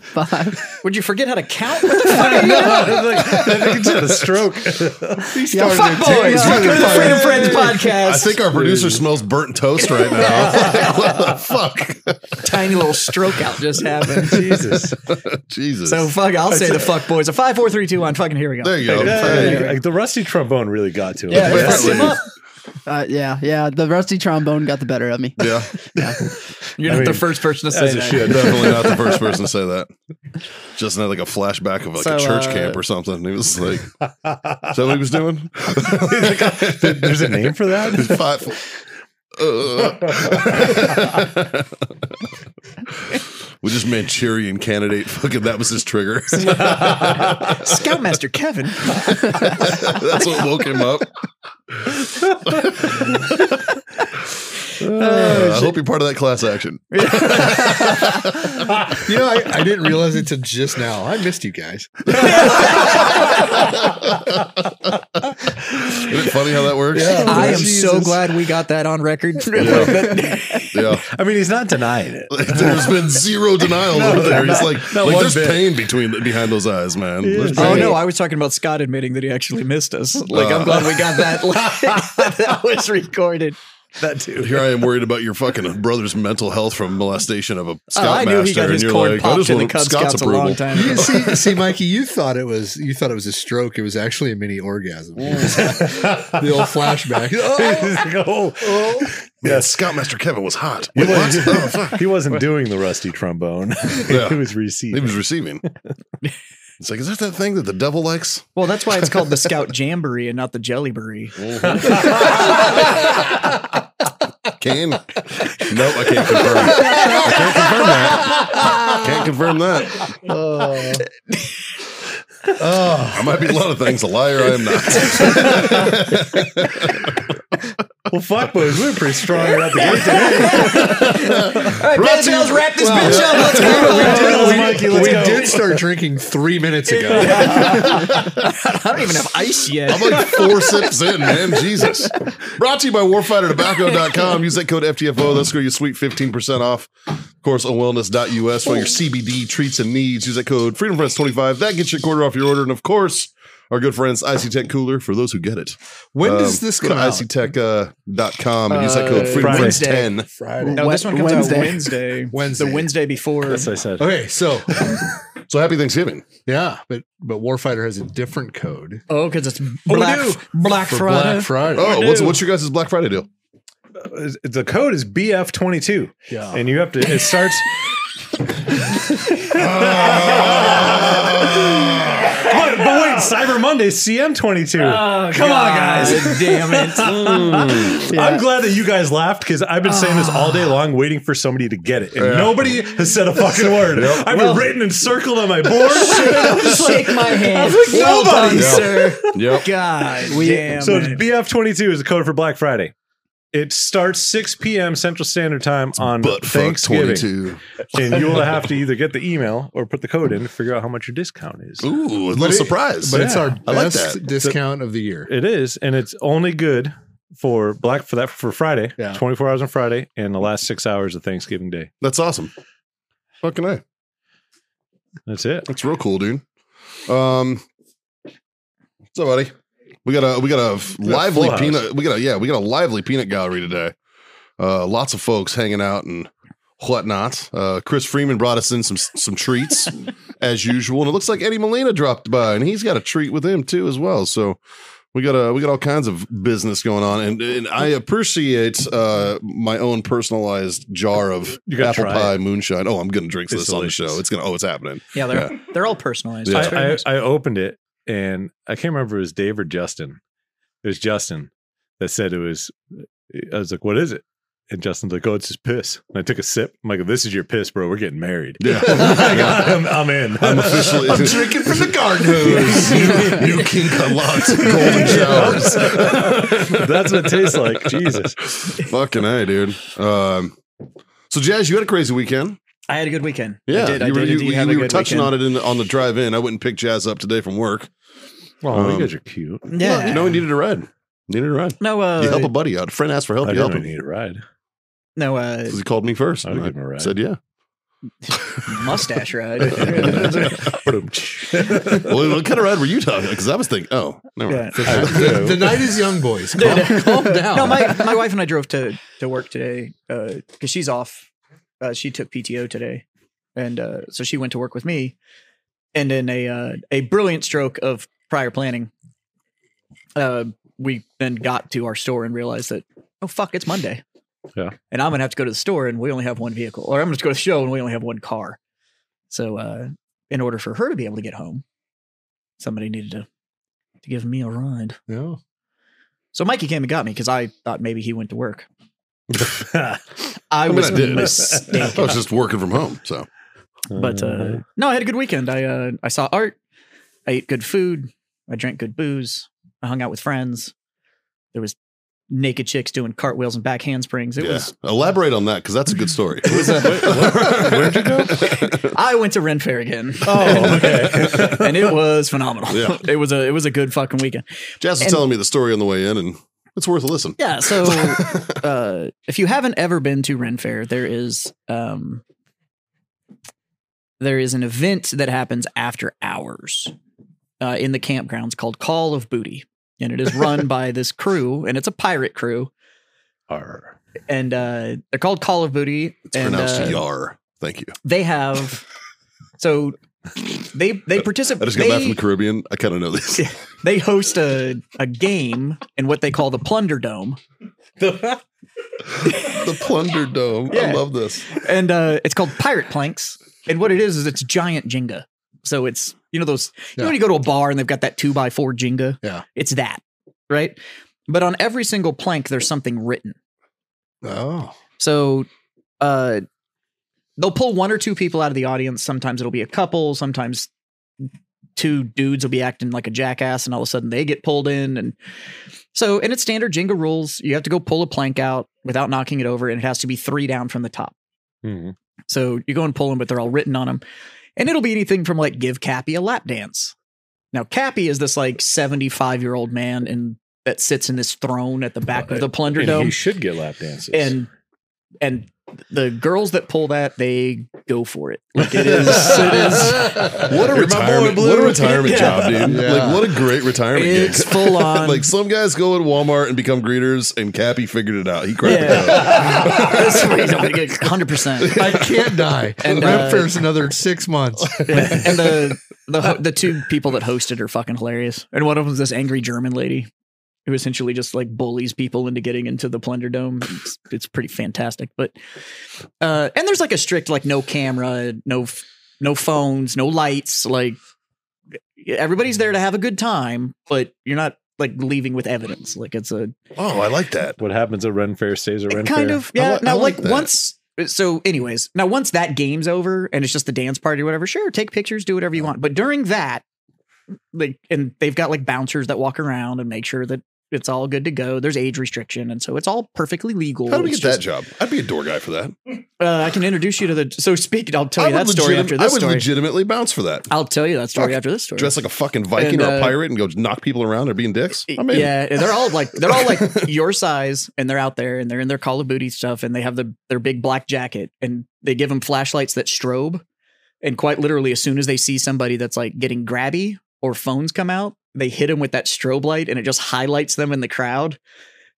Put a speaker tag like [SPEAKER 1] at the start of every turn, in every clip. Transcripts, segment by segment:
[SPEAKER 1] Five.
[SPEAKER 2] Would you forget how to count?
[SPEAKER 3] a stroke.
[SPEAKER 2] yeah, fuck boys. Welcome to the Freedom Friends podcast.
[SPEAKER 4] I think our producer smells burnt toast right now. Like, what the fuck?
[SPEAKER 2] tiny little stroke out just happened.
[SPEAKER 3] Jesus.
[SPEAKER 4] Jesus.
[SPEAKER 2] So Oh, fuck, I'll say the fuck boys. A five, four, three, two, one. Fucking here we go.
[SPEAKER 4] there you go.
[SPEAKER 3] Yeah, the rusty trombone really got to him.
[SPEAKER 2] Yeah,
[SPEAKER 4] Apparently.
[SPEAKER 2] fuck him up.
[SPEAKER 1] Uh, yeah, yeah. The rusty trombone got the better of me.
[SPEAKER 4] Yeah,
[SPEAKER 2] You're not
[SPEAKER 3] I
[SPEAKER 2] the
[SPEAKER 3] mean,
[SPEAKER 2] first person to say
[SPEAKER 3] As a
[SPEAKER 2] that.
[SPEAKER 3] should.
[SPEAKER 4] definitely not the first person to say that. Just had like a flashback of like
[SPEAKER 2] So,
[SPEAKER 4] a church
[SPEAKER 2] uh,
[SPEAKER 4] camp or something. He was like, "Is that what he was doing?"
[SPEAKER 3] There- There's a name for that?
[SPEAKER 4] Five. Uh. we just Manchurian candidate. Fucking that was his trigger.
[SPEAKER 2] Scoutmaster Kevin.
[SPEAKER 4] That's what woke him up.
[SPEAKER 5] Oh,
[SPEAKER 4] Uh, I hope you're part of that class action.
[SPEAKER 5] You know, I, I didn't realize it till just now. I missed you guys.
[SPEAKER 4] Isn't it funny how that works? Yeah.
[SPEAKER 2] I am so
[SPEAKER 3] Jesus.
[SPEAKER 2] glad we got that on record.
[SPEAKER 3] I mean, he's not denying
[SPEAKER 4] Oh.
[SPEAKER 3] it.
[SPEAKER 4] There's been zero denial over there. He's like,
[SPEAKER 3] not
[SPEAKER 4] like
[SPEAKER 3] one
[SPEAKER 4] there's
[SPEAKER 3] bit.
[SPEAKER 4] pain between behind those eyes, man. There's
[SPEAKER 2] Oh
[SPEAKER 4] pain.
[SPEAKER 2] no, I was talking about Scott admitting that he actually missed us. Like
[SPEAKER 4] Uh.
[SPEAKER 2] I'm glad we got that. Like, that was recorded.
[SPEAKER 3] That too.
[SPEAKER 4] Here I am worried about your fucking brother's mental health from molestation of a scoutmaster,
[SPEAKER 2] Oh, I knew he got
[SPEAKER 4] and
[SPEAKER 2] his
[SPEAKER 4] you're
[SPEAKER 2] corn
[SPEAKER 4] like, I
[SPEAKER 2] popped
[SPEAKER 4] just
[SPEAKER 2] in the
[SPEAKER 4] want
[SPEAKER 2] Cub
[SPEAKER 4] Scott's
[SPEAKER 2] Scouts a
[SPEAKER 4] approval.
[SPEAKER 2] long time
[SPEAKER 5] You
[SPEAKER 2] ago.
[SPEAKER 5] see, see, Mikey, you thought it was you thought it was a stroke. It was actually a mini orgasm. the old flashback. Oh,
[SPEAKER 3] He's like, oh.
[SPEAKER 4] Man, Scoutmaster Kevin was hot.
[SPEAKER 3] He
[SPEAKER 4] Wait, what?
[SPEAKER 3] wasn't-
[SPEAKER 4] Oh, fuck.
[SPEAKER 3] He wasn't doing the rusty trombone.
[SPEAKER 4] Yeah.
[SPEAKER 3] He was
[SPEAKER 4] He
[SPEAKER 3] receiving.
[SPEAKER 4] was receiving. It's like, is that that thing that the devil likes?
[SPEAKER 2] Well, that's why it's called the Scout Jamboree and not the Jellyberry.
[SPEAKER 4] Can? no, I can't confirm. I can't confirm that. Can't confirm that. I might be a lot of things. A liar, I am not.
[SPEAKER 3] Well, fuck, boys. We were pretty strong out the gate today.
[SPEAKER 2] All right, Bad Bells, wrap this bitch up. Let's go.
[SPEAKER 3] Oh, Mikey, let's
[SPEAKER 5] we
[SPEAKER 3] go.
[SPEAKER 5] did start drinking three minutes ago.
[SPEAKER 2] I don't even have ice
[SPEAKER 4] I'm
[SPEAKER 2] yet.
[SPEAKER 4] like four sips in, man. Jesus. Brought to you by warfightertobacco.com. Use that code FTFO. That's going to get sweet 15% off. Of course, on wellness.us for your CBD treats and needs. Use that code FreedomFriends25. That gets your quarter off your order. And of course, our good friends, IC Tech Cooler, for those who get it.
[SPEAKER 5] When
[SPEAKER 4] Um,
[SPEAKER 5] does this
[SPEAKER 4] go
[SPEAKER 5] come
[SPEAKER 4] to
[SPEAKER 5] out?
[SPEAKER 4] ictech.com and use that code
[SPEAKER 3] Friday.
[SPEAKER 4] FreedomFriends10.
[SPEAKER 5] Uh, Friday.
[SPEAKER 2] No, this one comes
[SPEAKER 1] Wednesday.
[SPEAKER 2] out Wednesday.
[SPEAKER 5] Wednesday.
[SPEAKER 2] The Wednesday before.
[SPEAKER 3] That's what I said.
[SPEAKER 5] Okay, so
[SPEAKER 4] So happy Thanksgiving.
[SPEAKER 5] yeah, but but Warfighter has a different code
[SPEAKER 2] Oh, because it's
[SPEAKER 3] we
[SPEAKER 2] Black,
[SPEAKER 3] do.
[SPEAKER 2] Black
[SPEAKER 5] for
[SPEAKER 2] Friday.
[SPEAKER 5] Black Friday.
[SPEAKER 4] Oh, what's,
[SPEAKER 3] do.
[SPEAKER 4] what's your guys' Black Friday deal?
[SPEAKER 3] Is- The code is BF22.
[SPEAKER 5] Yeah.
[SPEAKER 3] And you have to, it starts. but, but wait, Cyber Monday CM22. Come on, guys.
[SPEAKER 2] God Damn it.
[SPEAKER 3] I'm glad that you guys laughed because I've been saying this all day long, waiting for somebody to get it, and nobody has said a fucking word. I've been written and circled on my board.
[SPEAKER 2] Shake my hand.
[SPEAKER 3] like,
[SPEAKER 2] well done,
[SPEAKER 3] nobody.
[SPEAKER 2] sir.
[SPEAKER 4] Yep.
[SPEAKER 2] God damn
[SPEAKER 3] so
[SPEAKER 2] it.
[SPEAKER 3] BF22 is the code for Black Friday. It starts 6 p.m. Central Standard Time on
[SPEAKER 4] But fuck
[SPEAKER 3] Thanksgiving,
[SPEAKER 4] 22.
[SPEAKER 3] and you'll have to either get the email or put the code in to figure out how much your discount is.
[SPEAKER 4] Ooh, a little
[SPEAKER 5] it-
[SPEAKER 4] surprise.
[SPEAKER 5] But it's
[SPEAKER 3] Yeah.
[SPEAKER 5] our
[SPEAKER 4] I like
[SPEAKER 5] best
[SPEAKER 4] that.
[SPEAKER 5] discount of the year.
[SPEAKER 3] It is, and it's only good for Black for that for Friday,
[SPEAKER 5] Yeah.
[SPEAKER 3] 24 hours on Friday, and the last six hours of Thanksgiving Day.
[SPEAKER 4] That's awesome. Fucking I.
[SPEAKER 3] That's it.
[SPEAKER 4] That's real cool, dude. Um, what's up, buddy? We got a we got a
[SPEAKER 3] got a
[SPEAKER 4] lively
[SPEAKER 3] full house.
[SPEAKER 4] peanut. We got a yeah, we got a lively peanut gallery today. Uh, lots of folks hanging out and whatnot. Uh, Chris Freeman brought us in some some treats as usual, and it looks like Eddie Molina dropped by, and he's got a treat with him too as well. So. We got a, we got all kinds of business going on, and, and I appreciate uh, my own personalized jar of
[SPEAKER 3] You gotta
[SPEAKER 4] apple
[SPEAKER 3] try
[SPEAKER 4] pie moonshine. Oh, I'm gonna drink
[SPEAKER 3] It's
[SPEAKER 4] this on the
[SPEAKER 3] delicious.
[SPEAKER 4] show. It's gonna oh, it's happening.
[SPEAKER 2] yeah, they're they're all personalized.
[SPEAKER 4] Yeah.
[SPEAKER 2] It's very
[SPEAKER 3] I,
[SPEAKER 2] nice.
[SPEAKER 3] I, I opened it and I can't remember if it was Dave or Justin. It was Justin that said it was. I was like, "What is it?" And Justin's like, oh, it's just piss. And I took a sip. I'm like, this is your piss, bro. We're getting married.
[SPEAKER 4] Yeah.
[SPEAKER 3] Like, I'm, I'm in.
[SPEAKER 4] I'm officially
[SPEAKER 6] I'm drinking from the garden hose.
[SPEAKER 4] new, new King Kalot's golden showers.
[SPEAKER 3] That's what it tastes like. Jesus.
[SPEAKER 4] Fucking hey, dude. Um, so Jazz, you had a crazy weekend.
[SPEAKER 2] I had a good weekend.
[SPEAKER 4] Yeah,
[SPEAKER 2] I did. I
[SPEAKER 4] you were,
[SPEAKER 2] did
[SPEAKER 4] you-
[SPEAKER 2] indeed
[SPEAKER 4] you
[SPEAKER 2] have a
[SPEAKER 4] were
[SPEAKER 2] good
[SPEAKER 4] touching
[SPEAKER 2] weekend.
[SPEAKER 4] on it in the, on the drive in. I went and picked Jazz up today from work.
[SPEAKER 3] Well,
[SPEAKER 4] Um,
[SPEAKER 3] you guys are cute.
[SPEAKER 2] Yeah.
[SPEAKER 4] Well, you know, he needed a ride. Needed a ride.
[SPEAKER 2] no, uh,
[SPEAKER 4] you help a buddy out. A friend asked for help.
[SPEAKER 3] I
[SPEAKER 4] You
[SPEAKER 3] don't
[SPEAKER 4] help
[SPEAKER 3] even
[SPEAKER 4] him.
[SPEAKER 3] need a ride.
[SPEAKER 2] no uh,
[SPEAKER 4] 'Cause he called me first.
[SPEAKER 3] I'd
[SPEAKER 4] and
[SPEAKER 3] give him a ride.
[SPEAKER 4] Said yeah.
[SPEAKER 2] mustache ride.
[SPEAKER 3] Well,
[SPEAKER 4] well, what kind of ride were you talking? Because I was thinking, oh, never mind.
[SPEAKER 3] I
[SPEAKER 5] The,
[SPEAKER 3] do.
[SPEAKER 5] the night is young, boys.
[SPEAKER 2] Dude.
[SPEAKER 5] Calm, calm down.
[SPEAKER 2] no, my, my wife and I drove to, to work today because she's off. Uh, she took PTO today, and uh, so she went to work with me. And in a uh, a brilliant stroke of prior planning, uh, we then got to our store and realized that oh fuck, it's Monday.
[SPEAKER 3] Yeah.
[SPEAKER 2] and I'm gonna have to go to the store, and we only have one vehicle, or I'm gonna have to go to the show, and we only have one car. So, uh, in order for her to be able to get home, somebody needed to to give me a ride.
[SPEAKER 5] No.
[SPEAKER 2] So Mikey came and got me because I thought maybe he went to work.
[SPEAKER 4] I
[SPEAKER 2] I
[SPEAKER 4] mean,
[SPEAKER 2] was
[SPEAKER 4] I did. Oh,
[SPEAKER 2] mistaken.
[SPEAKER 4] I was just working from home. So
[SPEAKER 2] but uh, no, I had a good weekend. I uh, I saw art. I ate good food. I drank good booze. I hung out with friends. There was naked chicks doing cartwheels and back handsprings. It
[SPEAKER 4] yeah,
[SPEAKER 2] was.
[SPEAKER 4] elaborate on that because that's a good story.
[SPEAKER 3] Where'd you go?
[SPEAKER 2] I went to Ren Fair again.
[SPEAKER 3] Oh, okay.
[SPEAKER 2] and it was phenomenal.
[SPEAKER 4] Yeah.
[SPEAKER 2] It was a it was a good fucking weekend.
[SPEAKER 4] Jazz was
[SPEAKER 2] And-
[SPEAKER 4] telling me the story on the way in, and it's worth a listen.
[SPEAKER 2] Yeah. So uh, if you haven't ever been to Ren Fair, there is um, there is an event that happens after hours uh, in the campgrounds called Call of Booty, and it is run by this crew, and it's a pirate crew,
[SPEAKER 3] Uh, Arr.
[SPEAKER 2] and uh, they're called Call of Booty,
[SPEAKER 4] It's
[SPEAKER 2] and
[SPEAKER 4] pronounced
[SPEAKER 2] uh,
[SPEAKER 4] yar. Thank you.
[SPEAKER 2] they have so they they
[SPEAKER 4] I
[SPEAKER 2] participate.
[SPEAKER 4] just got back from the Caribbean. I kind of know this.
[SPEAKER 2] Yeah. they host a, a game in what they call the Plunder Dome.
[SPEAKER 4] the Plunder Dome. I
[SPEAKER 2] Yeah.
[SPEAKER 4] love this.
[SPEAKER 2] and uh, it's called Pirate Planks. And what it is is it's giant Jenga. So it's you know those you know
[SPEAKER 5] Yeah.
[SPEAKER 2] when you go to a bar and they've got that two by four Jenga.
[SPEAKER 5] Yeah.
[SPEAKER 2] it's that right. But on every single plank, there's something written.
[SPEAKER 5] Oh.
[SPEAKER 2] So uh, they'll pull one or two people out of the audience. Sometimes it'll be a couple. Sometimes two dudes will be acting like a jackass, and all of a sudden they get pulled in. And so, and it's standard Jenga rules. You have to go pull a plank out without knocking it over, and it has to be three down from the top.
[SPEAKER 4] Hmm.
[SPEAKER 3] Mhm.
[SPEAKER 2] So you go and pull them, but they're all written on them. And it'll be anything from like give Cappy a lap dance. Now Cappy is this like 75 year old man and that sits in this throne at the back of the plunder
[SPEAKER 3] And he
[SPEAKER 2] dome.
[SPEAKER 3] should get lap dances.
[SPEAKER 2] And and the girls that pull that, they go for it. Like it is it is
[SPEAKER 4] What
[SPEAKER 3] You're my
[SPEAKER 4] a
[SPEAKER 3] boy,
[SPEAKER 4] retirement!
[SPEAKER 3] Blue.
[SPEAKER 4] What a retirement
[SPEAKER 3] Yeah.
[SPEAKER 4] job, dude!
[SPEAKER 5] Yeah.
[SPEAKER 4] Like what a great retirement
[SPEAKER 2] it's
[SPEAKER 4] gig.
[SPEAKER 2] full on.
[SPEAKER 4] like some guys go at Walmart and become greeters, and Cappy figured it out. He cracked it out.
[SPEAKER 2] yeah. Hundred percent.
[SPEAKER 5] I can't die.
[SPEAKER 2] And,
[SPEAKER 5] And Rent
[SPEAKER 2] uh,
[SPEAKER 5] fair's another six months.
[SPEAKER 2] And the the ho- the two people that hosted are fucking hilarious. And one of them is this angry German lady who essentially just like bullies people into getting into the plunder dome. It's, it's pretty fantastic. But uh, and there's like a strict like no camera, no f- no phones, no lights. Like everybody's there to have a good time, but you're not like leaving with evidence. Like it's a
[SPEAKER 4] Oh, I like that.
[SPEAKER 3] what happens at Ren Fair stays at Ren
[SPEAKER 2] kind
[SPEAKER 3] Fair.
[SPEAKER 2] of yeah.
[SPEAKER 4] I li-
[SPEAKER 2] now
[SPEAKER 4] I like
[SPEAKER 2] like,
[SPEAKER 4] that.
[SPEAKER 2] once. So, anyways, now once that game's over and it's just the dance party or whatever, sure, take pictures, do whatever you want. But during that, like, and they've got like bouncers that walk around and make sure that it's all good to go. There's age restriction, and so it's all perfectly legal.
[SPEAKER 4] How do we
[SPEAKER 2] It's
[SPEAKER 4] get that job? I'd be a door guy for that.
[SPEAKER 2] just- Uh, I can introduce you to the. So, speak. I'll tell
[SPEAKER 4] I
[SPEAKER 2] you that
[SPEAKER 4] would
[SPEAKER 2] story
[SPEAKER 4] legit-
[SPEAKER 2] after
[SPEAKER 4] I
[SPEAKER 2] this
[SPEAKER 4] would
[SPEAKER 2] story.
[SPEAKER 4] legitimately bounce for that.
[SPEAKER 2] I'll tell you that story
[SPEAKER 4] Fuck.
[SPEAKER 2] after this story.
[SPEAKER 4] Dress like a fucking Viking
[SPEAKER 2] And,
[SPEAKER 4] or a
[SPEAKER 2] uh,
[SPEAKER 4] pirate and go knock people around or being dicks. I mean,
[SPEAKER 2] yeah, and they're all like they're all like your size, and they're out there and they're in their Call of Duty stuff, and they have the their big black jacket, and they give them flashlights that strobe, and quite literally, as soon as they see somebody that's like getting grabby or phones come out, they hit them with that strobe light, and it just highlights them in the crowd.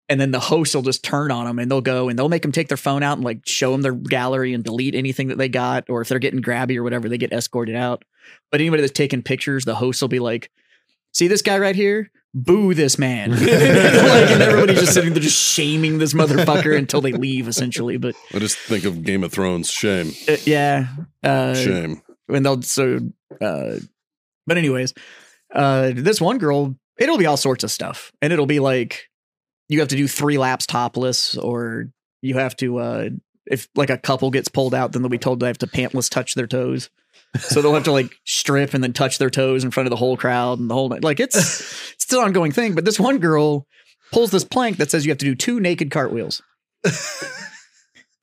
[SPEAKER 2] And then the host will just turn on them and they'll go and they'll make them take their phone out and like show them their gallery and delete anything that they got. Or if they're getting grabby or whatever, they get escorted out. But anybody that's taking pictures, the host will be like, see this guy right here? Boo this man. like, and everybody's just sitting there just shaming this motherfucker until they leave, essentially. But
[SPEAKER 4] I just think of Game of Thrones. Shame,
[SPEAKER 2] uh, yeah. Uh,
[SPEAKER 4] shame.
[SPEAKER 2] and they'll so uh but anyways uh this one girl it'll be all sorts of stuff and it'll be like you have to do three laps topless or you have to uh if like a couple gets pulled out, then they'll be told they have to pantless touch their toes. So they'll have to like strip and then touch their toes in front of the whole crowd and the whole night. Like it's it's still an ongoing thing. But this one girl pulls this plank that says you have to do two naked cartwheels.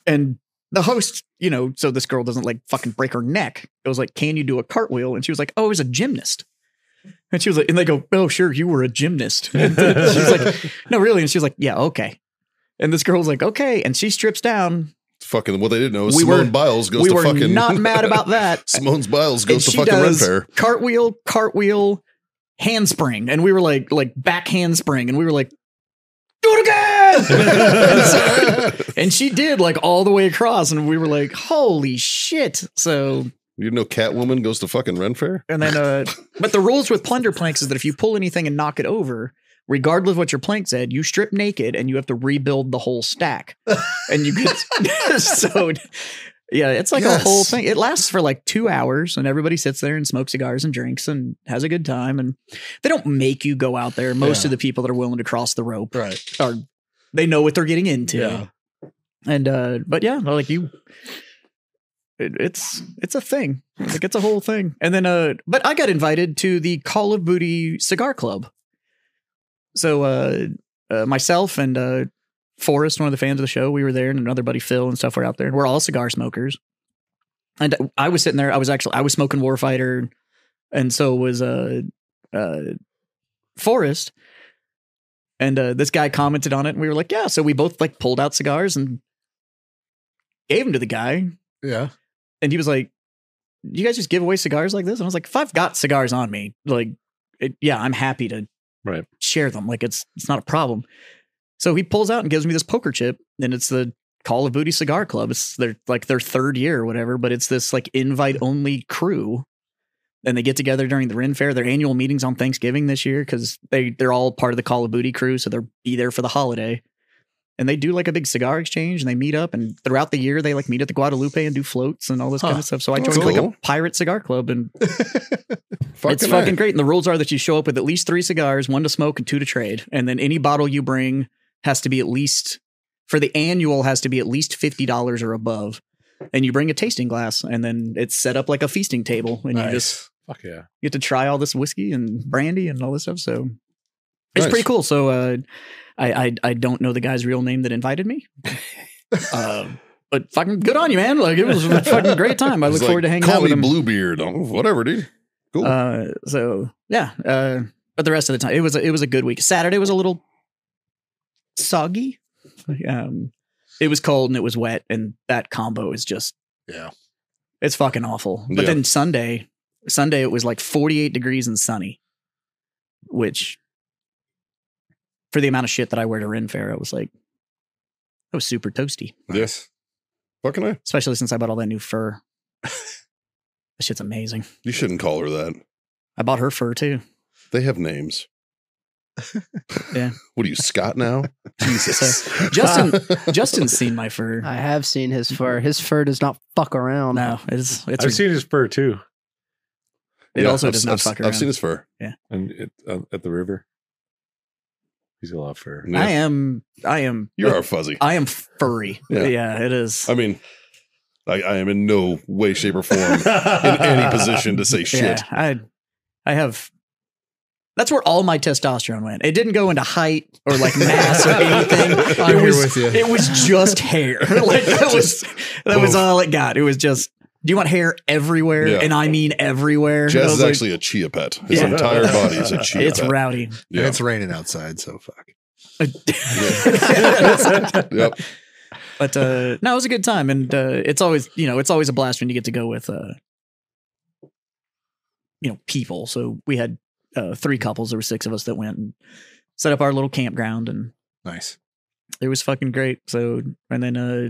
[SPEAKER 2] and the host, you know, so this girl doesn't like fucking break her neck. It was like, can you do a cartwheel? And she was like, oh, I was a gymnast. And she was like, and they go, oh, sure, you were a gymnast. And she's like, no, really. And she's like, yeah, okay. And this girl's like, okay. And she strips down.
[SPEAKER 4] fucking what they didn't know is
[SPEAKER 2] We
[SPEAKER 4] Simone
[SPEAKER 2] were-
[SPEAKER 4] Biles goes
[SPEAKER 2] we
[SPEAKER 4] to
[SPEAKER 2] were
[SPEAKER 4] fucking
[SPEAKER 2] not mad about that.
[SPEAKER 4] Simone's Biles
[SPEAKER 2] and
[SPEAKER 4] goes to
[SPEAKER 2] she
[SPEAKER 4] fucking Red
[SPEAKER 2] does
[SPEAKER 4] Fair.
[SPEAKER 2] cartwheel, cartwheel, handspring. And we were like, like back handspring. And we were like, do it again. and, so- and she did like all the way across. And we were like, holy shit. So
[SPEAKER 4] You know Catwoman goes to fucking Ren Fair?
[SPEAKER 2] and then, uh, but the rules with plunder planks is that if you pull anything and knock it over, regardless of what your plank said, you strip naked and you have to rebuild the whole stack. And you get so, yeah, it's like a whole
[SPEAKER 4] Yes.
[SPEAKER 2] thing. It lasts for like two hours, and everybody sits there and smokes cigars and drinks and has a good time. And they don't make you go out there. Most
[SPEAKER 5] Yeah.
[SPEAKER 2] of the people that are willing to cross the rope
[SPEAKER 5] Right.
[SPEAKER 2] are they know what they're getting into.
[SPEAKER 5] Yeah.
[SPEAKER 2] And uh, but yeah, like you, it, it's it's a thing. Like it's a whole thing. And then uh, but I got invited to the Call of Booty Cigar Club. So uh, uh myself and uh Forrest, one of the fans of the show, we were there, and another buddy Phil and stuff were out there, and we're all cigar smokers. And I was sitting there. I was actually I was smoking Warfighter, and so was uh uh Forrest. And uh, this guy commented on it, and we were like, "Yeah." So we both like pulled out cigars and gave them to the guy,
[SPEAKER 5] Yeah.
[SPEAKER 2] and he was like, "You guys just give away cigars like this?" And I was like, "If I've got cigars on me, like, it, yeah, I'm happy to
[SPEAKER 3] Right.
[SPEAKER 2] share them. Like, it's it's not a problem." So he pulls out and gives me this poker chip, and it's the Call of Booty Cigar Club. It's their like their third year or whatever, but it's this like invite only crew. And they get together during the Ren Fair. Their annual meetings on Thanksgiving this year because they they're all part of the Call of Booty crew, so they'll be there for the holiday. And they do like a big cigar exchange, and they meet up. And throughout the year, they like meet at the Guadalupe and do floats and all this kind
[SPEAKER 5] Huh.
[SPEAKER 2] of stuff. So I
[SPEAKER 4] That's
[SPEAKER 2] joined like
[SPEAKER 4] cool.
[SPEAKER 2] a pirate cigar club, and
[SPEAKER 4] Fucking
[SPEAKER 2] it's fucking great. And the rules are that you show up with at least three cigars, one to smoke and two to trade. And then any bottle you bring has to be at least for the annual has to be at least fifty dollars or above. And you bring a tasting glass, and then it's set up like a feasting table, and you just
[SPEAKER 3] Fuck yeah.
[SPEAKER 2] you get to try all this whiskey and brandy and all this stuff. So it's
[SPEAKER 4] Nice.
[SPEAKER 2] pretty cool. So uh, I, I I don't know the guy's real name that invited me. Um but fucking good on you, man. Like it was a fucking great time. I
[SPEAKER 4] He's
[SPEAKER 2] look
[SPEAKER 4] like,
[SPEAKER 2] forward to hanging
[SPEAKER 4] call
[SPEAKER 2] out with
[SPEAKER 4] me
[SPEAKER 2] him.
[SPEAKER 4] Bluebeard. Oh, whatever, dude. Cool.
[SPEAKER 2] Uh, so yeah, uh, but the rest of the time it was a, it was a good week. Saturday was a little soggy. Um, it was cold and it was wet, and that combo is just
[SPEAKER 5] Yeah.
[SPEAKER 2] it's fucking awful. But
[SPEAKER 4] Yeah.
[SPEAKER 2] then Sunday, Sunday it was like forty eight degrees and sunny, which for the amount of shit that I wear to Ren Fair, I was like, it was super toasty,
[SPEAKER 4] yes. Fucking I.
[SPEAKER 2] especially since I bought all that new fur. that shit's amazing.
[SPEAKER 4] You shouldn't call her that.
[SPEAKER 2] I bought her fur too.
[SPEAKER 4] They have names.
[SPEAKER 2] Yeah.
[SPEAKER 4] What are you, Scott now? Jesus.
[SPEAKER 2] Justin, Justin's seen my fur.
[SPEAKER 1] I have seen his fur. His fur does not fuck around.
[SPEAKER 2] No, it's it's
[SPEAKER 3] I've seen his fur too,
[SPEAKER 2] it also does not
[SPEAKER 4] I've,
[SPEAKER 2] fuck
[SPEAKER 4] I've
[SPEAKER 2] around.
[SPEAKER 4] seen his fur.
[SPEAKER 3] and it, uh, at the river. He's gonna love fur.
[SPEAKER 4] Yeah.
[SPEAKER 2] I am I am
[SPEAKER 4] You are fuzzy.
[SPEAKER 2] I am furry.
[SPEAKER 4] Yeah.
[SPEAKER 2] Yeah, it is.
[SPEAKER 4] I mean, I, I am in no way, shape, or form in any position to say
[SPEAKER 2] yeah,
[SPEAKER 4] shit.
[SPEAKER 2] I I have that's where all my testosterone went. It didn't go into height or like mass or anything.
[SPEAKER 5] I'm
[SPEAKER 2] it
[SPEAKER 5] here
[SPEAKER 2] was
[SPEAKER 5] with you.
[SPEAKER 2] it was just hair. like that was that was all it got. It was just do you want hair everywhere?
[SPEAKER 4] Yeah.
[SPEAKER 2] And I mean everywhere. I
[SPEAKER 4] Jazz
[SPEAKER 2] was
[SPEAKER 4] is
[SPEAKER 2] like,
[SPEAKER 4] actually a chia pet. His
[SPEAKER 2] Yeah.
[SPEAKER 4] entire body is a chia
[SPEAKER 2] it's
[SPEAKER 4] pet.
[SPEAKER 2] rowdy.
[SPEAKER 4] Yeah.
[SPEAKER 5] And it's raining outside, so fuck.
[SPEAKER 4] Yep.
[SPEAKER 2] but uh no it was a good time and uh it's always you know it's always a blast when you get to go with uh you know people so we had uh three couples there were six of us that went and set up our little campground and
[SPEAKER 5] Nice.
[SPEAKER 2] it was fucking great so and then uh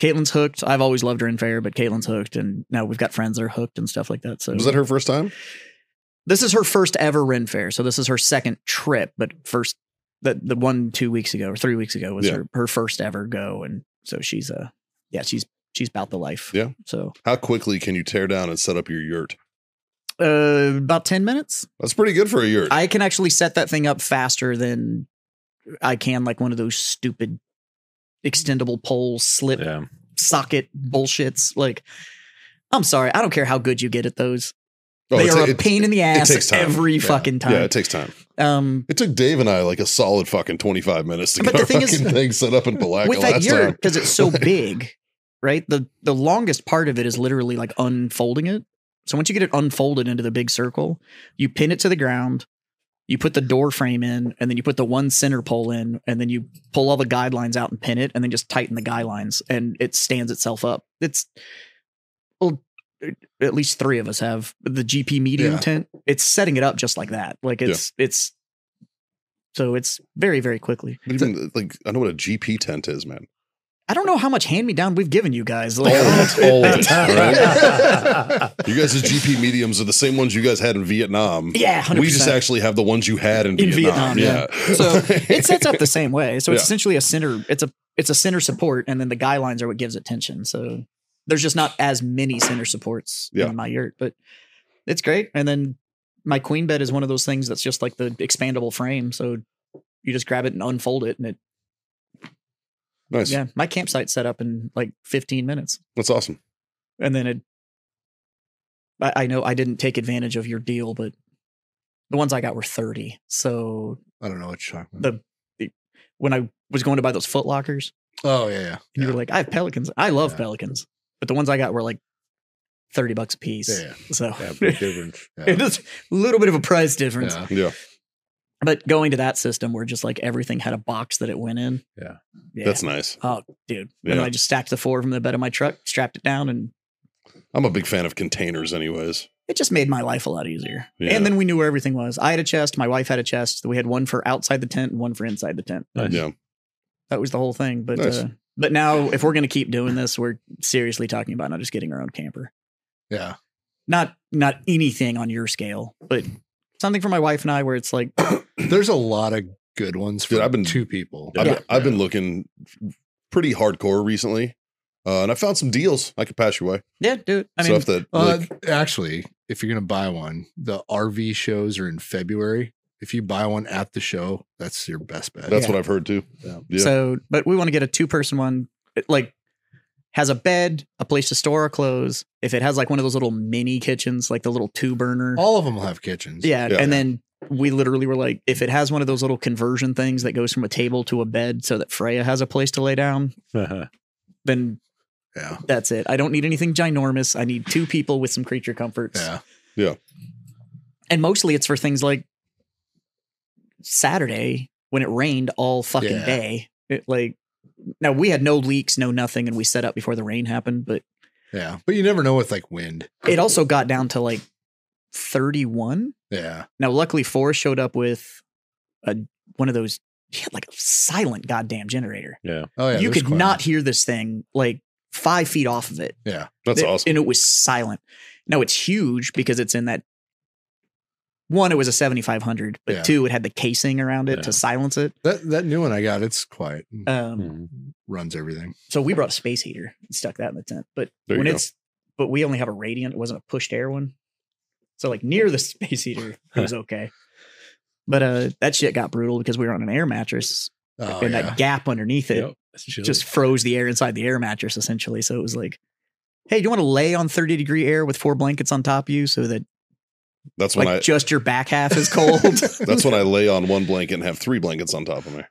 [SPEAKER 2] Caitlin's hooked. I've always loved her in fair, but Caitlin's hooked, and now we've got friends that are hooked and stuff like that. So
[SPEAKER 4] Was that her first time?
[SPEAKER 2] this is her first ever Ren Fair. So this is her second trip, but first that the one two weeks ago or three weeks ago was
[SPEAKER 4] Yeah.
[SPEAKER 2] her, her first ever go. And so she's uh yeah, she's she's about the life.
[SPEAKER 4] Yeah.
[SPEAKER 2] So
[SPEAKER 4] How quickly can you tear down and set up your yurt?
[SPEAKER 2] uh about ten minutes.
[SPEAKER 4] That's pretty good for a yurt.
[SPEAKER 2] I can actually set that thing up faster than I can like one of those stupid extendable pole slip
[SPEAKER 3] Yeah.
[SPEAKER 2] socket bullshits. Like, I'm sorry, I don't care how good you get at those.
[SPEAKER 4] Oh,
[SPEAKER 2] they
[SPEAKER 4] it's-
[SPEAKER 2] are a
[SPEAKER 4] it-
[SPEAKER 2] pain in the
[SPEAKER 4] it takes
[SPEAKER 2] ass
[SPEAKER 4] time.
[SPEAKER 2] every
[SPEAKER 4] Yeah.
[SPEAKER 2] fucking time.
[SPEAKER 4] Yeah, it takes time.
[SPEAKER 2] um,
[SPEAKER 4] It took Dave and I like a solid fucking 25 minutes to
[SPEAKER 2] But
[SPEAKER 4] get
[SPEAKER 2] the
[SPEAKER 4] our
[SPEAKER 2] thing is-
[SPEAKER 4] fucking thing set up in Palaca
[SPEAKER 2] with that
[SPEAKER 4] last
[SPEAKER 2] year
[SPEAKER 4] time.
[SPEAKER 2] because it's so big, right? The the longest part of it is literally like unfolding it. So once you get it unfolded into the big circle, you pin it to the ground, you put the door frame in, and then you put the one center pole in, and then you pull all the guidelines out and pin it, and then just tighten the guidelines, and it stands itself up. It's well, at least three of us have the GP medium
[SPEAKER 5] Yeah.
[SPEAKER 2] tent. It's setting it up just like that. Like
[SPEAKER 4] Yeah.
[SPEAKER 2] it's it's so it's very very quickly.
[SPEAKER 4] But even like I know what a GP tent is, man.
[SPEAKER 2] I don't know how much hand me down we've given you guys. Like,
[SPEAKER 4] All of it, right? you guys' GP mediums are the same ones you guys had in Vietnam.
[SPEAKER 2] yeah, 100%.
[SPEAKER 4] We just actually have the ones you had in,
[SPEAKER 2] In
[SPEAKER 4] Vietnam.
[SPEAKER 2] Vietnam, yeah.
[SPEAKER 4] Yeah.
[SPEAKER 2] so it sets up the same way. So it's
[SPEAKER 4] Yeah.
[SPEAKER 2] essentially a center. It's a it's a center support, and then the guidelines are what gives it tension. So there's just not as many center supports
[SPEAKER 4] Yeah.
[SPEAKER 2] in my yurt, but it's great. And then my queen bed is one of those things that's just like the expandable frame. So you just grab it and unfold it, and it
[SPEAKER 4] nice.
[SPEAKER 2] yeah. My campsite set up in like 15 minutes.
[SPEAKER 4] That's awesome.
[SPEAKER 2] and then it I, I know i didn't take advantage of your deal but the ones i got were 30 so
[SPEAKER 5] I don't know what you're talking about.
[SPEAKER 2] the, the when i was going to buy those foot lockers
[SPEAKER 5] Oh yeah, yeah,
[SPEAKER 2] and you
[SPEAKER 5] yeah.
[SPEAKER 2] were like i have pelicans i love
[SPEAKER 5] Yeah.
[SPEAKER 2] pelicans but the ones i got were like 30 bucks a piece
[SPEAKER 5] yeah, yeah,
[SPEAKER 2] so
[SPEAKER 5] yeah, big difference. Yeah.
[SPEAKER 2] it's a little bit of a price difference
[SPEAKER 5] Yeah.
[SPEAKER 4] Yeah.
[SPEAKER 2] but going to that system where just like everything had a box that it went in
[SPEAKER 5] Yeah.
[SPEAKER 2] yeah
[SPEAKER 4] That's nice.
[SPEAKER 2] oh dude
[SPEAKER 4] Yeah.
[SPEAKER 2] and i just stacked the four of them in the bed of my truck strapped it down and
[SPEAKER 4] I'm a big fan of containers, anyways.
[SPEAKER 2] it just made my life a lot easier.
[SPEAKER 4] Yeah.
[SPEAKER 2] And then we knew where everything was. I had a chest, my wife had a chest. We had one for outside the tent and one for inside the tent.
[SPEAKER 3] Nice.
[SPEAKER 4] Yeah.
[SPEAKER 2] That was the whole thing. But
[SPEAKER 4] Nice.
[SPEAKER 2] uh, but now if we're gonna keep doing this, we're seriously talking about not just getting our own camper.
[SPEAKER 5] yeah.
[SPEAKER 2] Not not anything on your scale, but something for my wife and I where it's like
[SPEAKER 5] There's a lot of good ones for
[SPEAKER 4] Dude, I've been-
[SPEAKER 5] two people.
[SPEAKER 4] I've,
[SPEAKER 2] Yeah.
[SPEAKER 4] I've been looking pretty hardcore recently, uh, and I found some deals I could pass your way.
[SPEAKER 2] Yeah, do it. I mean
[SPEAKER 4] Stuff that
[SPEAKER 5] Uh,
[SPEAKER 4] like,
[SPEAKER 5] actually, if you're gonna buy one, the RV shows are in February. If you buy one at the show, that's your best bet.
[SPEAKER 4] that's
[SPEAKER 2] yeah.
[SPEAKER 4] what I've heard too.
[SPEAKER 5] Yeah.
[SPEAKER 4] Yeah.
[SPEAKER 2] so but we want to get a two person one it, like has a bed, a place to store our clothes. If it has like one of those little mini kitchens, like the little two burner.
[SPEAKER 5] All of them will have kitchens.
[SPEAKER 2] Yeah,
[SPEAKER 4] Yeah.
[SPEAKER 2] and then we literally were like, if it has one of those little conversion things that goes from a table to a bed so that Freya has a place to lay down, then
[SPEAKER 5] yeah,
[SPEAKER 2] that's it. I don't need anything ginormous. I need two people with some creature comforts.
[SPEAKER 5] yeah.
[SPEAKER 2] And mostly it's for things like Saturday when it rained all fucking
[SPEAKER 5] Yeah.
[SPEAKER 2] day. It like now we had no leaks, no nothing, and we set up before the rain happened, but
[SPEAKER 5] yeah. But you never know with like wind.
[SPEAKER 2] it also got down to like 31
[SPEAKER 5] Yeah,
[SPEAKER 2] Now, luckily, Forrest showed up with a one of those. He had like a silent goddamn generator.
[SPEAKER 3] Yeah.
[SPEAKER 5] oh yeah.
[SPEAKER 2] you
[SPEAKER 5] there's
[SPEAKER 2] could
[SPEAKER 5] quite-
[SPEAKER 2] not hear this thing like five feet off of it.
[SPEAKER 5] Yeah,
[SPEAKER 4] That's
[SPEAKER 2] It-
[SPEAKER 4] awesome.
[SPEAKER 2] And it was silent. Now it's huge because it's in that. One, it was a 7500, but
[SPEAKER 5] Yeah.
[SPEAKER 2] two, it had the casing around it
[SPEAKER 3] Yeah.
[SPEAKER 2] to silence it.
[SPEAKER 5] that that new one I got. It's quiet.
[SPEAKER 2] Um,
[SPEAKER 3] Mm-hmm.
[SPEAKER 5] Runs everything.
[SPEAKER 2] So we brought a space heater and stuck that in the tent. But
[SPEAKER 4] There you
[SPEAKER 2] when
[SPEAKER 4] go.
[SPEAKER 2] it's, but we only have a radiant. It wasn't a pushed air one. So like near the space heater, it was okay. But uh, that shit got brutal because we were on an air mattress
[SPEAKER 5] Oh
[SPEAKER 2] and
[SPEAKER 5] yeah.
[SPEAKER 2] that gap underneath it
[SPEAKER 3] Yep. That's chilly.
[SPEAKER 2] just froze the air inside the air mattress essentially. So it was like, hey, do you want to lay on 30 degree air with four blankets on top of you so that
[SPEAKER 4] That's when
[SPEAKER 2] like
[SPEAKER 4] I
[SPEAKER 2] just your back half is cold?
[SPEAKER 4] that's when I lay on one blanket and have three blankets on top of me.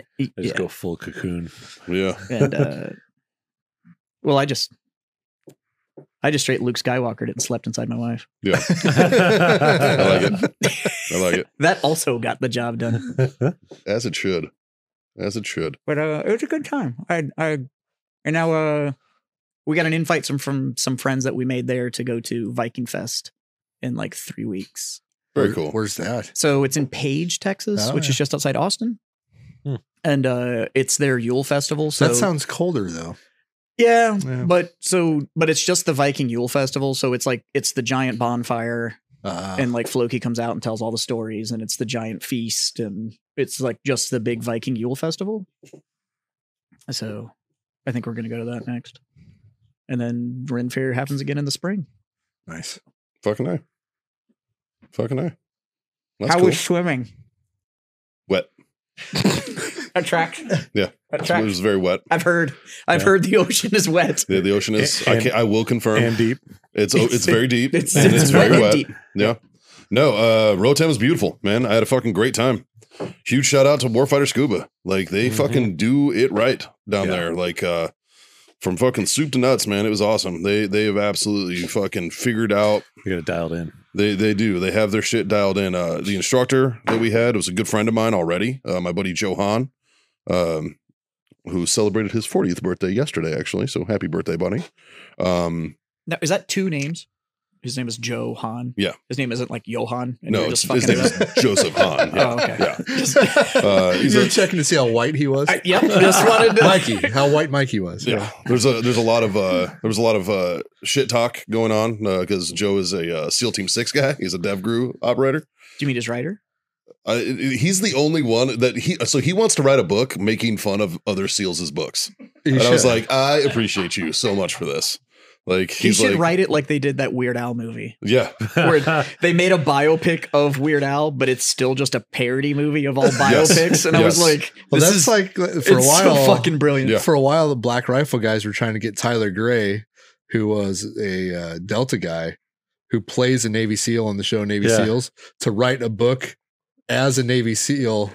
[SPEAKER 3] I just
[SPEAKER 2] yeah.
[SPEAKER 3] go full cocoon.
[SPEAKER 4] Yeah.
[SPEAKER 2] And uh, well, I just I just straight Luke Skywalkered it and slept inside my wife.
[SPEAKER 4] Yeah. I like
[SPEAKER 3] I
[SPEAKER 4] it. I like it.
[SPEAKER 2] That also got the job done.
[SPEAKER 3] it.
[SPEAKER 4] As it should. As it should.
[SPEAKER 2] But uh, it was a good time. I I and now uh we got an invite from from some friends that we made there to go to Viking Fest in like three weeks.
[SPEAKER 4] Very
[SPEAKER 5] Where-
[SPEAKER 4] cool.
[SPEAKER 5] Where's that?
[SPEAKER 2] So it's in Page, Texas,
[SPEAKER 5] Oh,
[SPEAKER 2] which is just outside Austin.
[SPEAKER 3] Hmm.
[SPEAKER 2] And uh, it's their Yule Festival. So
[SPEAKER 5] that sounds colder though.
[SPEAKER 2] yeah,
[SPEAKER 5] Yeah.
[SPEAKER 2] but so but it's just the Viking Yule Festival. So it's like it's the giant bonfire,
[SPEAKER 5] Uh,
[SPEAKER 2] and like Floki comes out and tells all the stories, and it's the giant feast, and it's like just the big Viking Yule Festival. So I think we're gonna go to that next, and then Ren Fair happens again in the spring.
[SPEAKER 5] nice.
[SPEAKER 4] Fucking I. Fucking I.
[SPEAKER 2] How
[SPEAKER 4] That's cool.
[SPEAKER 2] was swimming?
[SPEAKER 4] Wet.
[SPEAKER 2] attract.
[SPEAKER 4] Yeah. So it
[SPEAKER 2] Attract.
[SPEAKER 4] was very wet.
[SPEAKER 2] I've heard. I've
[SPEAKER 3] Yeah.
[SPEAKER 2] heard the ocean is wet.
[SPEAKER 4] The, the ocean is. I,
[SPEAKER 3] And-
[SPEAKER 4] can, I will confirm.
[SPEAKER 3] and deep.
[SPEAKER 4] it's oh, it's very deep.
[SPEAKER 2] It's-
[SPEAKER 4] and it's,
[SPEAKER 2] it's wet
[SPEAKER 4] very
[SPEAKER 2] and
[SPEAKER 4] wet.
[SPEAKER 2] deep.
[SPEAKER 4] Yeah. No, uh, Rotem is beautiful, man. I had a fucking great time. Huge shout out to Warfighter Scuba. Like they fucking do it right down
[SPEAKER 3] Yeah.
[SPEAKER 4] there. Like uh, from fucking soup to nuts, man. It was awesome. They they have absolutely fucking figured out
[SPEAKER 3] We got it dialed in.
[SPEAKER 4] They they do. They have their shit dialed in. Uh, the instructor that we had was a good friend of mine already. Uh, my buddy Johan, um, who celebrated his 40th birthday yesterday, actually. So happy birthday, buddy! Um,
[SPEAKER 2] Now, is that two names? His name is Joe Han.
[SPEAKER 4] Yeah.
[SPEAKER 2] His name isn't like Johan. And
[SPEAKER 4] no,
[SPEAKER 2] you're
[SPEAKER 4] it's,
[SPEAKER 2] just
[SPEAKER 4] his
[SPEAKER 2] fucking
[SPEAKER 4] name
[SPEAKER 2] it up.
[SPEAKER 4] is Joseph Hahn. Yeah.
[SPEAKER 2] Oh, okay.
[SPEAKER 4] yeah. Uh,
[SPEAKER 5] Uh,
[SPEAKER 4] he's
[SPEAKER 5] you were
[SPEAKER 4] a-
[SPEAKER 5] checking to see how white he was.
[SPEAKER 2] I, yep. Just wanted to.
[SPEAKER 5] Mikey, how white Mikey was.
[SPEAKER 4] Yeah. There's a there's a lot of uh there was a lot of uh shit talk going on because Joe is a uh, SEAL Team Six guy. He's a Dev Guru operator.
[SPEAKER 2] Do you mean his writer?
[SPEAKER 4] Uh, he's the only one that he so he wants to write a book making fun of other seals' books.
[SPEAKER 5] He
[SPEAKER 4] and I was
[SPEAKER 5] should.
[SPEAKER 4] like, I appreciate you so much for this. Like
[SPEAKER 2] He
[SPEAKER 4] he's
[SPEAKER 2] should
[SPEAKER 4] like,
[SPEAKER 2] write it like they did that Weird Al movie,
[SPEAKER 4] yeah,
[SPEAKER 2] where they made a biopic of Weird Al, but it's still just a parody movie of all biopics. And I was
[SPEAKER 4] Yes.
[SPEAKER 2] like,
[SPEAKER 5] well,
[SPEAKER 2] this
[SPEAKER 5] that's
[SPEAKER 2] is
[SPEAKER 5] like uh, for
[SPEAKER 2] it's
[SPEAKER 5] a while.
[SPEAKER 2] so fucking brilliant.
[SPEAKER 4] Yeah.
[SPEAKER 5] for a while, the Black Rifle guys were trying to get Tyler Gray, who was a uh, Delta guy who plays a Navy SEAL on the show Navy
[SPEAKER 3] Yeah.
[SPEAKER 5] SEALs, to write a book as a Navy SEAL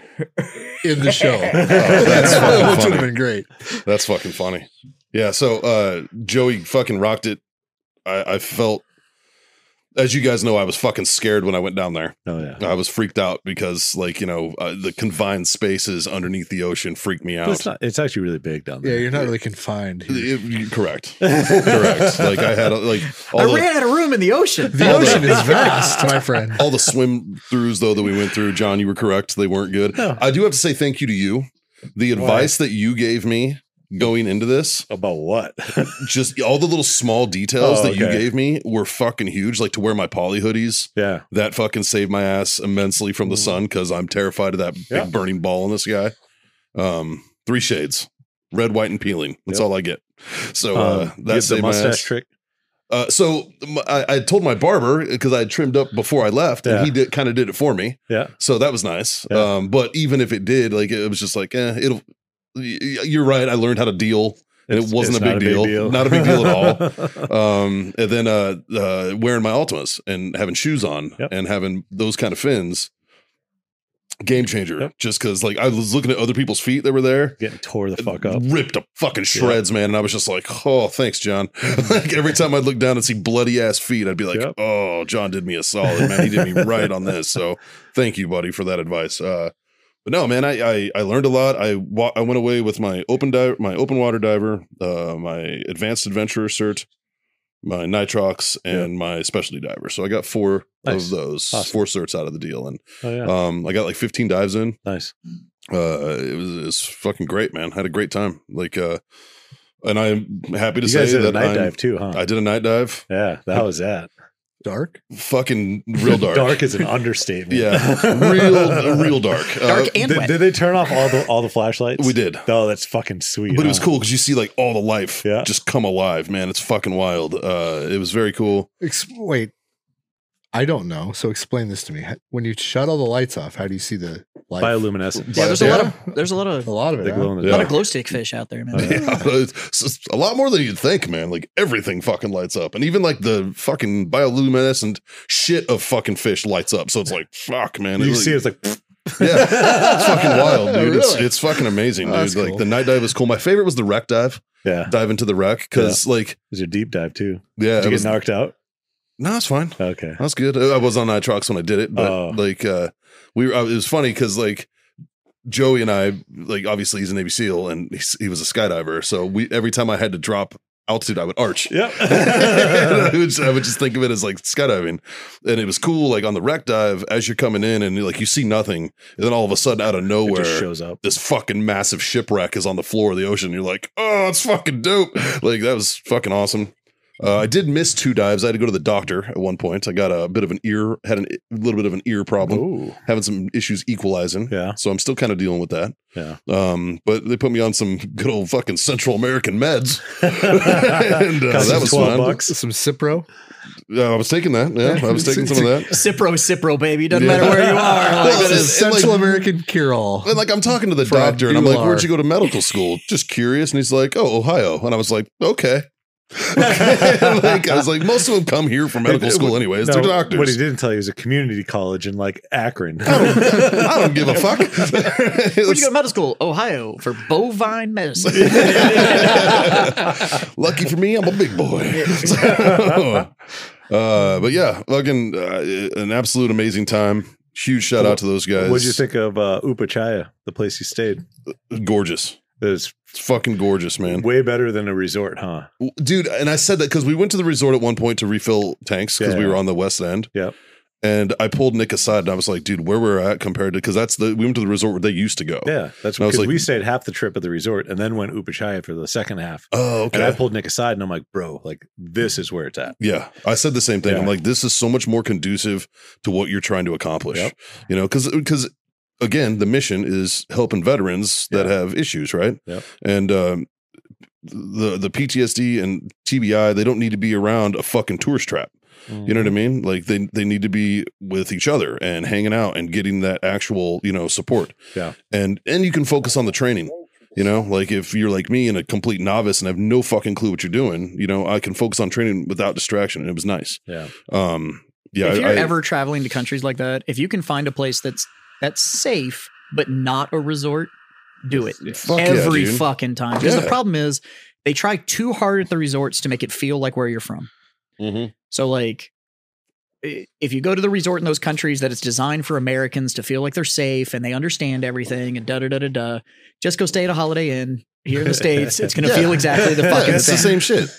[SPEAKER 5] in the show.
[SPEAKER 4] Oh, that's fucking
[SPEAKER 5] Which would
[SPEAKER 4] funny.
[SPEAKER 5] have been great.
[SPEAKER 4] that's fucking funny. Yeah. So uh, Joey fucking rocked it. I, I felt, as you guys know, I was fucking scared when I went down there.
[SPEAKER 3] Oh yeah.
[SPEAKER 4] I was freaked out because, like, you know, uh, the confined spaces underneath the ocean freaked me out.
[SPEAKER 3] But it's not. It's actually really big down
[SPEAKER 5] Yeah,
[SPEAKER 3] there.
[SPEAKER 5] you're not really confined. here.
[SPEAKER 4] It- you- correct. correct. Like I had a- like all
[SPEAKER 2] I
[SPEAKER 4] the,
[SPEAKER 2] ran out of room in the ocean.
[SPEAKER 5] The ocean is vast, my friend.
[SPEAKER 4] all the swim throughs though that we went through, John, you were correct. They weren't good.
[SPEAKER 3] No.
[SPEAKER 4] I do have to say thank you to you. The advice that you gave me going into this,
[SPEAKER 3] About what?
[SPEAKER 4] just all the little small details
[SPEAKER 3] Oh,
[SPEAKER 4] that you
[SPEAKER 3] okay.
[SPEAKER 4] gave me were fucking huge. Like to wear my poly hoodies,
[SPEAKER 3] yeah.
[SPEAKER 4] that fucking saved my ass immensely from the sun because I'm terrified of that
[SPEAKER 3] Mm-hmm. Yeah.
[SPEAKER 4] big burning ball in this guy. Um, three shades, red, white, and peeling. That's
[SPEAKER 3] Yep.
[SPEAKER 4] all I get. So
[SPEAKER 3] Um,
[SPEAKER 4] uh,
[SPEAKER 3] you
[SPEAKER 4] that
[SPEAKER 3] get the
[SPEAKER 4] saved my ass.
[SPEAKER 3] mustache trick.
[SPEAKER 4] Uh, so m- I, I told my barber because I had trimmed up before I left,
[SPEAKER 3] Yeah.
[SPEAKER 4] and he did kind of did it for me.
[SPEAKER 3] Yeah.
[SPEAKER 4] So that was nice.
[SPEAKER 3] Yeah.
[SPEAKER 4] Um, but even if it did, like it was just like, eh, it'll. y- y- You're right. I learned how to deal, and
[SPEAKER 3] It's-
[SPEAKER 4] it wasn't a
[SPEAKER 3] it's
[SPEAKER 4] big,
[SPEAKER 3] not
[SPEAKER 4] deal. Not a big deal at all. Um, and then uh, uh, wearing my Ultimas and having shoes on
[SPEAKER 3] Yep.
[SPEAKER 4] and having those kind of fins, game changer.
[SPEAKER 3] Yep.
[SPEAKER 4] Just because like I was looking at other people's feet that were there,
[SPEAKER 3] Getting tore the fuck up.
[SPEAKER 4] ripped to fucking shreds, man. And I was just like, oh, thanks, John. like every time I'd look down and see bloody ass feet, I'd be like,
[SPEAKER 3] Yep.
[SPEAKER 4] oh, John did me a solid, man. He did me right on this. So thank you, buddy, for that advice. Uh, but no, man, I, I I learned a lot. I wa- I went away with my open diver, my open water diver, uh, my advanced adventurer cert, my nitrox, and my specialty diver. So I got four
[SPEAKER 3] Nice.
[SPEAKER 4] of those
[SPEAKER 3] Awesome.
[SPEAKER 4] four certs out of the deal, and
[SPEAKER 3] Oh yeah.
[SPEAKER 4] um, I got like 15 dives in
[SPEAKER 3] nice.
[SPEAKER 4] uh it was it's fucking great man had a great time like uh and i'm happy to
[SPEAKER 3] You
[SPEAKER 4] say
[SPEAKER 3] guys did a
[SPEAKER 4] that
[SPEAKER 3] night
[SPEAKER 4] I'm-
[SPEAKER 3] dive too, huh?
[SPEAKER 4] i did a night dive
[SPEAKER 3] yeah. That was that.
[SPEAKER 5] Dark?
[SPEAKER 4] fucking real dark,
[SPEAKER 3] dark is an understatement.
[SPEAKER 4] yeah real real dark Uh,
[SPEAKER 2] Dark and
[SPEAKER 3] Did,
[SPEAKER 2] wet.
[SPEAKER 3] did they turn off all the all the flashlights?
[SPEAKER 4] we did
[SPEAKER 3] Oh, that's fucking sweet.
[SPEAKER 4] but it was
[SPEAKER 3] huh?
[SPEAKER 4] cool because you see like all the life
[SPEAKER 3] Yeah.
[SPEAKER 4] just come alive man it's fucking wild uh it was very cool
[SPEAKER 5] Ex- wait. I don't know. So explain this to me. H- When you shut all the lights off, how do you see the light?
[SPEAKER 3] Bioluminescent.
[SPEAKER 2] yeah, there's a
[SPEAKER 4] Yeah.
[SPEAKER 2] lot of there's a lot of
[SPEAKER 5] a lot of
[SPEAKER 3] They
[SPEAKER 5] it.
[SPEAKER 3] glow
[SPEAKER 5] Huh?
[SPEAKER 3] in the
[SPEAKER 4] Yeah.
[SPEAKER 2] a lot of
[SPEAKER 3] dark.
[SPEAKER 2] glow stick fish out there, man.
[SPEAKER 3] Oh,
[SPEAKER 4] yeah it's, it's a lot more than you'd think man like everything fucking lights up and even like the fucking bioluminescent shit of fucking fish lights up so it's like fuck man
[SPEAKER 3] You
[SPEAKER 4] It really-
[SPEAKER 3] see, it's like pfft,
[SPEAKER 4] yeah It's fucking wild, dude. It's,
[SPEAKER 5] Really?
[SPEAKER 4] it's fucking amazing,
[SPEAKER 5] Oh,
[SPEAKER 4] dude.
[SPEAKER 5] that's
[SPEAKER 4] like
[SPEAKER 5] cool.
[SPEAKER 4] the night dive was cool. My favorite was the wreck dive,
[SPEAKER 3] yeah. It
[SPEAKER 4] dive into the wreck, because like
[SPEAKER 3] was your deep dive too.
[SPEAKER 4] yeah,
[SPEAKER 3] Did
[SPEAKER 4] it
[SPEAKER 3] you
[SPEAKER 4] was,
[SPEAKER 3] get knocked out?
[SPEAKER 4] no, it's fine.
[SPEAKER 3] Okay.
[SPEAKER 4] That's good. I I was on nitrox when I did it, but
[SPEAKER 3] Oh.
[SPEAKER 4] like uh we were. It was funny because like Joey and I, like obviously he's a Navy SEAL and he's, he was a skydiver, so we every time I had to drop altitude, I would arch. I,
[SPEAKER 3] Yep.
[SPEAKER 4] would just, I would just think of it as like skydiving. And it was cool, like on the wreck dive, as you're coming in and like you see nothing. And then all of a sudden, out of
[SPEAKER 3] it
[SPEAKER 4] nowhere,
[SPEAKER 3] just shows up.
[SPEAKER 4] this fucking massive shipwreck is on the floor of the ocean. You're like, oh, it's fucking dope. Like that was fucking awesome. Uh, I did miss two dives. I had to go to the doctor at one point. I got a bit of an ear, had an, a little bit of an ear problem,
[SPEAKER 3] Ooh.
[SPEAKER 4] having some issues equalizing.
[SPEAKER 3] Yeah.
[SPEAKER 4] So I'm still kind of dealing with that.
[SPEAKER 3] Yeah.
[SPEAKER 4] Um, but they put me on some good old fucking Central American meds. And, uh,
[SPEAKER 3] Cost
[SPEAKER 4] that
[SPEAKER 3] us
[SPEAKER 4] was
[SPEAKER 3] 12
[SPEAKER 4] fun.
[SPEAKER 3] bucks.
[SPEAKER 5] Some Cipro.
[SPEAKER 4] Uh, I was taking that. Yeah, I was taking some of that.
[SPEAKER 2] Cipro, Cipro, baby. Doesn't
[SPEAKER 4] Yeah.
[SPEAKER 2] matter where you are. Like,
[SPEAKER 4] Well,
[SPEAKER 5] This is
[SPEAKER 4] it's- and, like,
[SPEAKER 5] Central American cure all.
[SPEAKER 4] And like I'm talking to the
[SPEAKER 5] For a
[SPEAKER 4] doctor, and I'm like,
[SPEAKER 5] Bular.
[SPEAKER 4] "Where'd you go to medical school?" Just curious, and he's like, "Oh, Ohio," and I was like, "Okay." like I was like, most of them come here for medical school, anyways.
[SPEAKER 3] No,
[SPEAKER 4] They're doctors. Oh,
[SPEAKER 3] What he didn't tell you is a community college in like Akron.
[SPEAKER 4] I don't give a fuck.
[SPEAKER 2] where'd you go to medical school? Ohio for bovine medicine.
[SPEAKER 4] Lucky for me, I'm a big boy. So, uh, but yeah, fucking uh, an absolute amazing time. Huge shout out to those guys.
[SPEAKER 3] What'd you think of uh, Upachaya, the place you stayed?
[SPEAKER 4] Gorgeous.
[SPEAKER 3] It's
[SPEAKER 4] It's fucking gorgeous, man.
[SPEAKER 3] way better than a resort, huh?
[SPEAKER 4] Dude, and I said that because we went to the resort at one point to refill tanks because we
[SPEAKER 3] Yeah.
[SPEAKER 4] were on the west end.
[SPEAKER 3] Yep.
[SPEAKER 4] And I pulled Nick aside and I was like, dude, where we're at compared to because that's the we went to the resort where they used to go.
[SPEAKER 3] Yeah, that's
[SPEAKER 4] And I was
[SPEAKER 3] because
[SPEAKER 4] like-
[SPEAKER 3] we stayed half the trip at the resort and then went Upachaya for the second half.
[SPEAKER 4] Oh,
[SPEAKER 3] And I
[SPEAKER 4] okay.
[SPEAKER 3] pulled Nick aside and I'm like, bro, like this is where it's at.
[SPEAKER 4] Yeah, I said the same thing. I'm
[SPEAKER 3] Yeah.
[SPEAKER 4] like, this is so much more conducive to what you're trying to accomplish.
[SPEAKER 3] Yep.
[SPEAKER 4] You know, because because again, the mission is helping veterans that
[SPEAKER 3] Yeah.
[SPEAKER 4] have issues, right?
[SPEAKER 3] Yep.
[SPEAKER 4] And um, the the PTSD and TBI, they don't need to be around a fucking tourist trap. You
[SPEAKER 3] Mm-hmm.
[SPEAKER 4] know what I mean? Like they they need to be with each other and hanging out and getting that actual you know support.
[SPEAKER 3] Yeah.
[SPEAKER 4] And and you can focus on the training. You know, like if you're like me and a complete novice and have no fucking clue what you're doing, you know, I can focus on training without distraction. And it was nice.
[SPEAKER 3] Yeah.
[SPEAKER 4] Um. Yeah.
[SPEAKER 2] if
[SPEAKER 4] I-
[SPEAKER 2] you're
[SPEAKER 4] I-
[SPEAKER 2] ever traveling to countries like that, if you can find a place that's that's safe but not a resort, do it
[SPEAKER 4] Fuck yeah,
[SPEAKER 2] every
[SPEAKER 4] dude.
[SPEAKER 2] fucking time. Because
[SPEAKER 4] Yeah.
[SPEAKER 2] the problem is they try too hard at the resorts to make it feel like where you're from.
[SPEAKER 4] Mhm.
[SPEAKER 2] So like. i- If you go to the resort in those countries that it's designed for Americans to feel like they're safe and they understand everything and da da da da da, just go stay at a Holiday Inn here in the states. It's going to
[SPEAKER 4] Yeah.
[SPEAKER 2] feel exactly the
[SPEAKER 4] Yeah,
[SPEAKER 2] fucking
[SPEAKER 4] it's
[SPEAKER 2] same.
[SPEAKER 4] the same shit.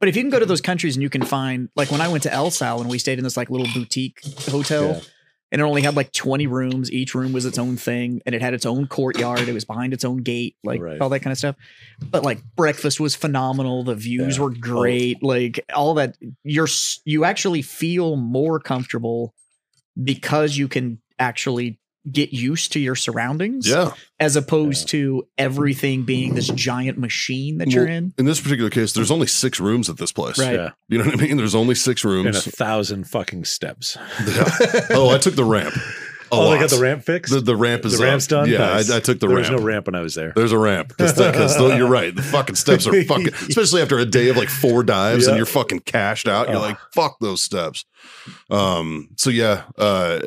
[SPEAKER 2] But if you can go to those countries and you can find, like when I went to El Sal and we stayed in this like little boutique hotel,
[SPEAKER 3] Yeah.
[SPEAKER 2] and it only had like twenty rooms. Each room was its own thing, and it had its own courtyard. It was behind its own gate, like
[SPEAKER 3] Right.
[SPEAKER 2] all that kind of stuff. But like breakfast was phenomenal. The views
[SPEAKER 3] Yeah.
[SPEAKER 2] were great. Like all that, you're s- you actually feel more comfortable because you can actually get used to your surroundings
[SPEAKER 4] Yeah.
[SPEAKER 2] as opposed to everything being this giant machine that
[SPEAKER 4] Well,
[SPEAKER 2] you're in.
[SPEAKER 4] In this particular case, there's only six rooms at this place.
[SPEAKER 2] Right.
[SPEAKER 3] Yeah.
[SPEAKER 4] You know what I mean? There's only six
[SPEAKER 3] And a
[SPEAKER 4] rooms.
[SPEAKER 3] thousand fucking steps.
[SPEAKER 4] oh, I took the ramp. A
[SPEAKER 3] oh, they
[SPEAKER 4] lot.
[SPEAKER 3] got the ramp fixed?
[SPEAKER 4] The, the ramp is
[SPEAKER 3] The ramp's
[SPEAKER 4] up.
[SPEAKER 3] done?
[SPEAKER 4] Yeah,
[SPEAKER 3] Nice.
[SPEAKER 4] I, I took the
[SPEAKER 3] there
[SPEAKER 4] ramp.
[SPEAKER 3] was no ramp when I was there.
[SPEAKER 4] There's a ramp because you're right. The fucking steps are fucking, especially after a day of like four dives and
[SPEAKER 3] Yeah.
[SPEAKER 4] you're fucking cashed out. You're
[SPEAKER 3] Ugh.
[SPEAKER 4] like, fuck those steps. Um. So yeah, uh,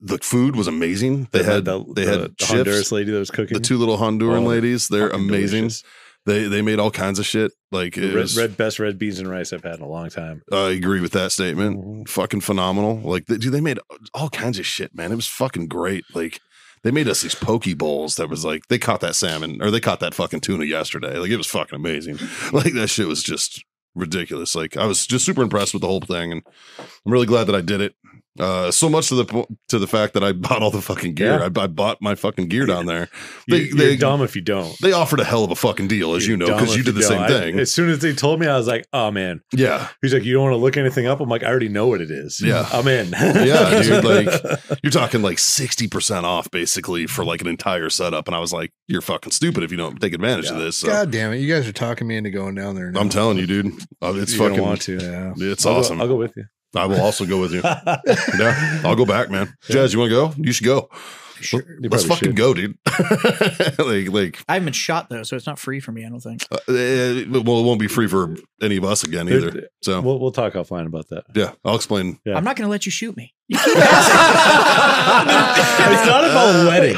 [SPEAKER 4] the food was amazing. They
[SPEAKER 3] The-
[SPEAKER 4] had
[SPEAKER 3] the-
[SPEAKER 4] they
[SPEAKER 3] the
[SPEAKER 4] had
[SPEAKER 3] Honduras
[SPEAKER 4] chips.
[SPEAKER 3] lady that was cooking.
[SPEAKER 4] The two little Honduran
[SPEAKER 3] Oh,
[SPEAKER 4] ladies, they're
[SPEAKER 3] Fucking
[SPEAKER 4] amazing.
[SPEAKER 3] delicious.
[SPEAKER 4] They they made all kinds of shit. Like
[SPEAKER 3] The
[SPEAKER 4] it
[SPEAKER 3] red,
[SPEAKER 4] was-
[SPEAKER 3] red best red beans and rice I've had in a long time.
[SPEAKER 4] I agree with that statement.
[SPEAKER 3] Mhm.
[SPEAKER 4] Fucking phenomenal. Like, they, dude, they made all kinds of shit, man. It was fucking great. Like, they made us these poke bowls that was like, they caught that salmon or they caught that fucking tuna yesterday. Like, it was fucking amazing. Like, that shit was just ridiculous. Like, I was just super impressed with the whole thing. And I'm really glad that I did it. Uh, so much to the po- to the fact that I bought all the fucking gear.
[SPEAKER 3] Yeah.
[SPEAKER 4] I, I bought my fucking gear down there.
[SPEAKER 3] You,
[SPEAKER 4] They,
[SPEAKER 3] are
[SPEAKER 4] they,
[SPEAKER 3] dumb if you don't.
[SPEAKER 4] they offered a hell of a fucking deal, as
[SPEAKER 3] You're
[SPEAKER 4] you know,
[SPEAKER 3] dumb
[SPEAKER 4] because
[SPEAKER 3] if
[SPEAKER 4] you did the same
[SPEAKER 3] don't. I-
[SPEAKER 4] thing.
[SPEAKER 3] as soon as they told me, I was like, oh man.
[SPEAKER 4] yeah.
[SPEAKER 3] He's like, you don't want to look anything up. I'm like, I already know what it is.
[SPEAKER 4] Yeah.
[SPEAKER 3] I'm in.
[SPEAKER 4] yeah, dude. Like you're talking like sixty percent off basically for like an entire setup, and I was like, "You're fucking stupid if you don't take advantage of this." So
[SPEAKER 5] God damn it! You guys are talking me into going down there. Now.
[SPEAKER 4] I'm telling you, dude, uh, it's
[SPEAKER 3] You're gonna
[SPEAKER 4] fucking.
[SPEAKER 3] want to.
[SPEAKER 5] Yeah.
[SPEAKER 4] It's
[SPEAKER 3] I'll go-
[SPEAKER 4] awesome.
[SPEAKER 3] I'll go with you.
[SPEAKER 4] I will also go with you. yeah, I'll go back, man. Jazz, you want to go? You should go.
[SPEAKER 3] You
[SPEAKER 4] Let's
[SPEAKER 3] probably
[SPEAKER 4] fucking
[SPEAKER 3] should.
[SPEAKER 4] go, dude. like, like,
[SPEAKER 2] I haven't been shot though, so it's not free for me. I don't think.
[SPEAKER 4] uh, eh, well, it won't be free for any of us again
[SPEAKER 3] There-
[SPEAKER 4] either. So,
[SPEAKER 3] We'll, we'll talk offline about that.
[SPEAKER 4] yeah, I'll explain.
[SPEAKER 3] Yeah.
[SPEAKER 2] I'm not going to let you shoot me.
[SPEAKER 3] it's not about wedding.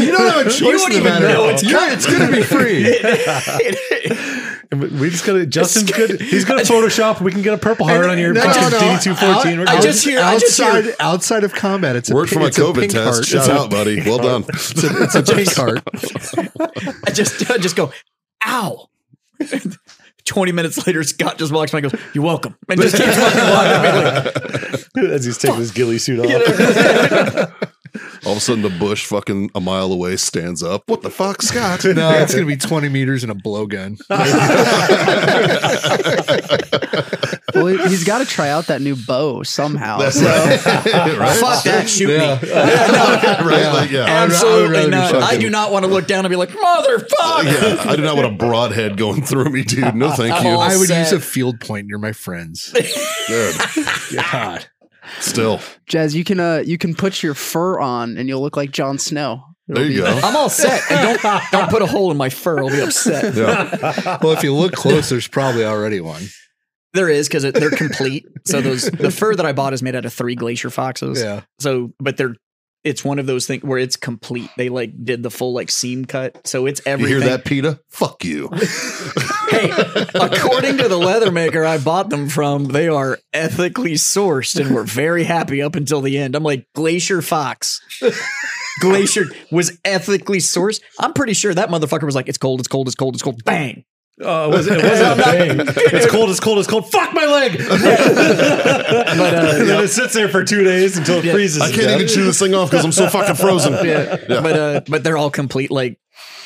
[SPEAKER 5] You don't have a choice
[SPEAKER 2] don't
[SPEAKER 5] in the
[SPEAKER 2] even
[SPEAKER 5] matter.
[SPEAKER 2] know it's
[SPEAKER 5] yeah, it's gonna be free.
[SPEAKER 3] we just gotta. Justin's good. He's gonna Photoshop. We can get a purple heart on your
[SPEAKER 5] no,
[SPEAKER 3] fucking
[SPEAKER 5] no,
[SPEAKER 3] DD214. We're
[SPEAKER 2] I
[SPEAKER 3] good.
[SPEAKER 2] just hear- I just hear-
[SPEAKER 5] outside outside of combat. It's a
[SPEAKER 4] Word
[SPEAKER 5] pi-
[SPEAKER 4] for my
[SPEAKER 5] it's a
[SPEAKER 4] COVID
[SPEAKER 5] pink
[SPEAKER 4] test.
[SPEAKER 5] heart.
[SPEAKER 4] Shout
[SPEAKER 5] It's a-
[SPEAKER 4] out, buddy. Well done.
[SPEAKER 5] It's a pink heart.
[SPEAKER 2] I just I just go, ow. Twenty minutes later, Scott just walks by and goes, "You're welcome," and just keeps walking. by.
[SPEAKER 3] as he's taking his ghillie suit off.
[SPEAKER 4] All of a a sudden, the bush fucking a mile away stands up. What the fuck, Scott?
[SPEAKER 5] No, it's gonna be 20 meters and a blowgun.
[SPEAKER 1] Well, he- he's got to try out that new bow somehow.
[SPEAKER 4] That's
[SPEAKER 1] so-
[SPEAKER 4] right.
[SPEAKER 2] Fuck that, shoot me.
[SPEAKER 4] right? Like, yeah.
[SPEAKER 5] I'd ra-
[SPEAKER 2] Absolutely
[SPEAKER 5] I'd rather
[SPEAKER 2] not. I
[SPEAKER 5] fucking-
[SPEAKER 2] do not want to look down and be like, motherfucker.
[SPEAKER 4] yeah, I do not want a broadhead going through me, dude. No, thank you.
[SPEAKER 2] All
[SPEAKER 5] I would
[SPEAKER 2] set.
[SPEAKER 5] use a field point near my friends.
[SPEAKER 4] Dude,
[SPEAKER 5] God.
[SPEAKER 4] still,
[SPEAKER 1] Jazz, you can uh, you can put your fur on and you'll look like Jon Snow.
[SPEAKER 4] there you go.
[SPEAKER 2] I'm all set. And don't don't put a hole in my fur. I'll be upset.
[SPEAKER 4] Yeah.
[SPEAKER 5] Well, if you look close, there's probably already one.
[SPEAKER 2] There is because they're complete. So those the fur that I bought is made out of three glacier foxes.
[SPEAKER 5] Yeah.
[SPEAKER 2] So, but they're it's one of those things where it's complete. They like did the full like seam cut, so it's
[SPEAKER 4] You
[SPEAKER 2] everything.
[SPEAKER 4] hear that, PETA? Fuck you.
[SPEAKER 2] Hey, according to the leather maker I bought them from, they are ethically sourced and we're very happy up until the end. I'm like Glacier Fox. Glacier was ethically sourced. I'm pretty sure that motherfucker was like, "It's cold, it's cold, it's cold, it's cold." Bang.
[SPEAKER 3] Uh, it wasn't, it wasn't a thing. It's cold, it's cold, it's cold. Fuck my leg.
[SPEAKER 2] But uh,
[SPEAKER 3] And then it sits there for two days until it freezes.
[SPEAKER 4] I can't even chew this thing off because I'm so fucking frozen.
[SPEAKER 2] yeah, but uh, but they're all complete. Like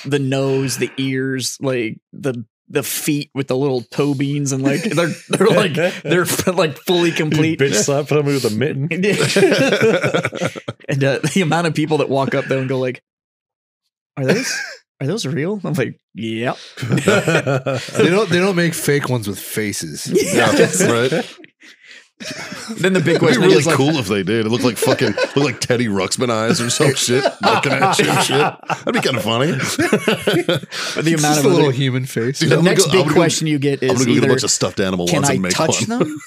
[SPEAKER 2] the nose, the ears, like the the feet with the little toe beans, and like they're they're like they're like fully
[SPEAKER 3] You
[SPEAKER 2] complete.
[SPEAKER 3] bitch slap somebody with a mitten.
[SPEAKER 2] and uh, the amount of people that walk up though and go like, "Are those are those real?" I'm like, "Yep."
[SPEAKER 5] They don't they don't make fake ones with faces.
[SPEAKER 4] Yeah, right.
[SPEAKER 2] Then the big
[SPEAKER 4] It'd
[SPEAKER 2] question
[SPEAKER 4] be really
[SPEAKER 2] is like,
[SPEAKER 4] cool if they did. It looked like fucking looked like Teddy Ruxpin eyes or some shit looking at you and shit. That'd be kind of funny.
[SPEAKER 2] the amount
[SPEAKER 5] Just
[SPEAKER 2] of
[SPEAKER 5] a little
[SPEAKER 2] other,
[SPEAKER 5] human face.
[SPEAKER 4] Dude,
[SPEAKER 2] the
[SPEAKER 4] I'm gonna
[SPEAKER 2] next
[SPEAKER 4] go- I'm
[SPEAKER 2] big
[SPEAKER 4] gonna-
[SPEAKER 2] question you get
[SPEAKER 4] I'm
[SPEAKER 2] is
[SPEAKER 4] gonna go get a
[SPEAKER 2] either
[SPEAKER 4] bunch of stuffed animal
[SPEAKER 2] can
[SPEAKER 4] ones
[SPEAKER 2] I
[SPEAKER 4] and make
[SPEAKER 2] touch
[SPEAKER 4] one.
[SPEAKER 2] them,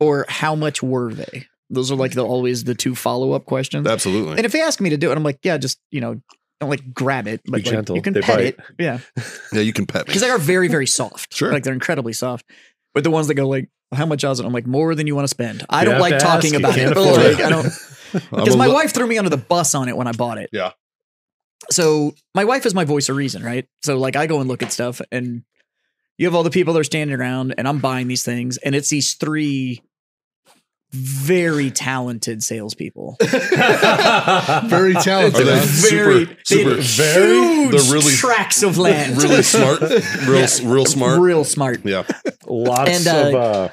[SPEAKER 2] or how much were they? Those are like the always the two follow up questions.
[SPEAKER 4] Absolutely.
[SPEAKER 2] And if they ask me to do it, I'm like, yeah, just you know, don't like grab it, but like,
[SPEAKER 3] gentle.
[SPEAKER 2] you can
[SPEAKER 3] They
[SPEAKER 2] pet
[SPEAKER 3] bite.
[SPEAKER 2] it, yeah,
[SPEAKER 4] Yeah, you can pet me.
[SPEAKER 2] because they are very very soft.
[SPEAKER 4] Sure.
[SPEAKER 2] like they're incredibly soft. But the ones that go like, "Well, how much is it? I'm like, more than you want to spend. I
[SPEAKER 3] You
[SPEAKER 2] don't
[SPEAKER 3] have
[SPEAKER 2] like
[SPEAKER 3] to
[SPEAKER 2] talking
[SPEAKER 3] ask, you
[SPEAKER 2] about it,
[SPEAKER 3] can't
[SPEAKER 2] but
[SPEAKER 3] afford
[SPEAKER 2] like,
[SPEAKER 3] it.
[SPEAKER 2] I don't
[SPEAKER 4] I'm
[SPEAKER 2] because
[SPEAKER 4] a
[SPEAKER 2] my
[SPEAKER 4] li-
[SPEAKER 2] wife threw me under the bus on it when I bought it.
[SPEAKER 4] Yeah.
[SPEAKER 2] So my wife is my voice of reason, right? So like I go and look at stuff, and you have all the people that are standing around, and I'm buying these things, and it's these three very talented salespeople.
[SPEAKER 5] Very
[SPEAKER 4] Are
[SPEAKER 5] talented.
[SPEAKER 4] they
[SPEAKER 5] huh?
[SPEAKER 4] super,
[SPEAKER 2] they
[SPEAKER 4] super,
[SPEAKER 2] had
[SPEAKER 3] very-
[SPEAKER 2] huge
[SPEAKER 4] they're really-
[SPEAKER 2] tracts of land,
[SPEAKER 4] really smart? Real, real smart.
[SPEAKER 2] real smart.
[SPEAKER 4] Yeah,
[SPEAKER 3] Lots
[SPEAKER 2] And, uh,
[SPEAKER 3] of uh,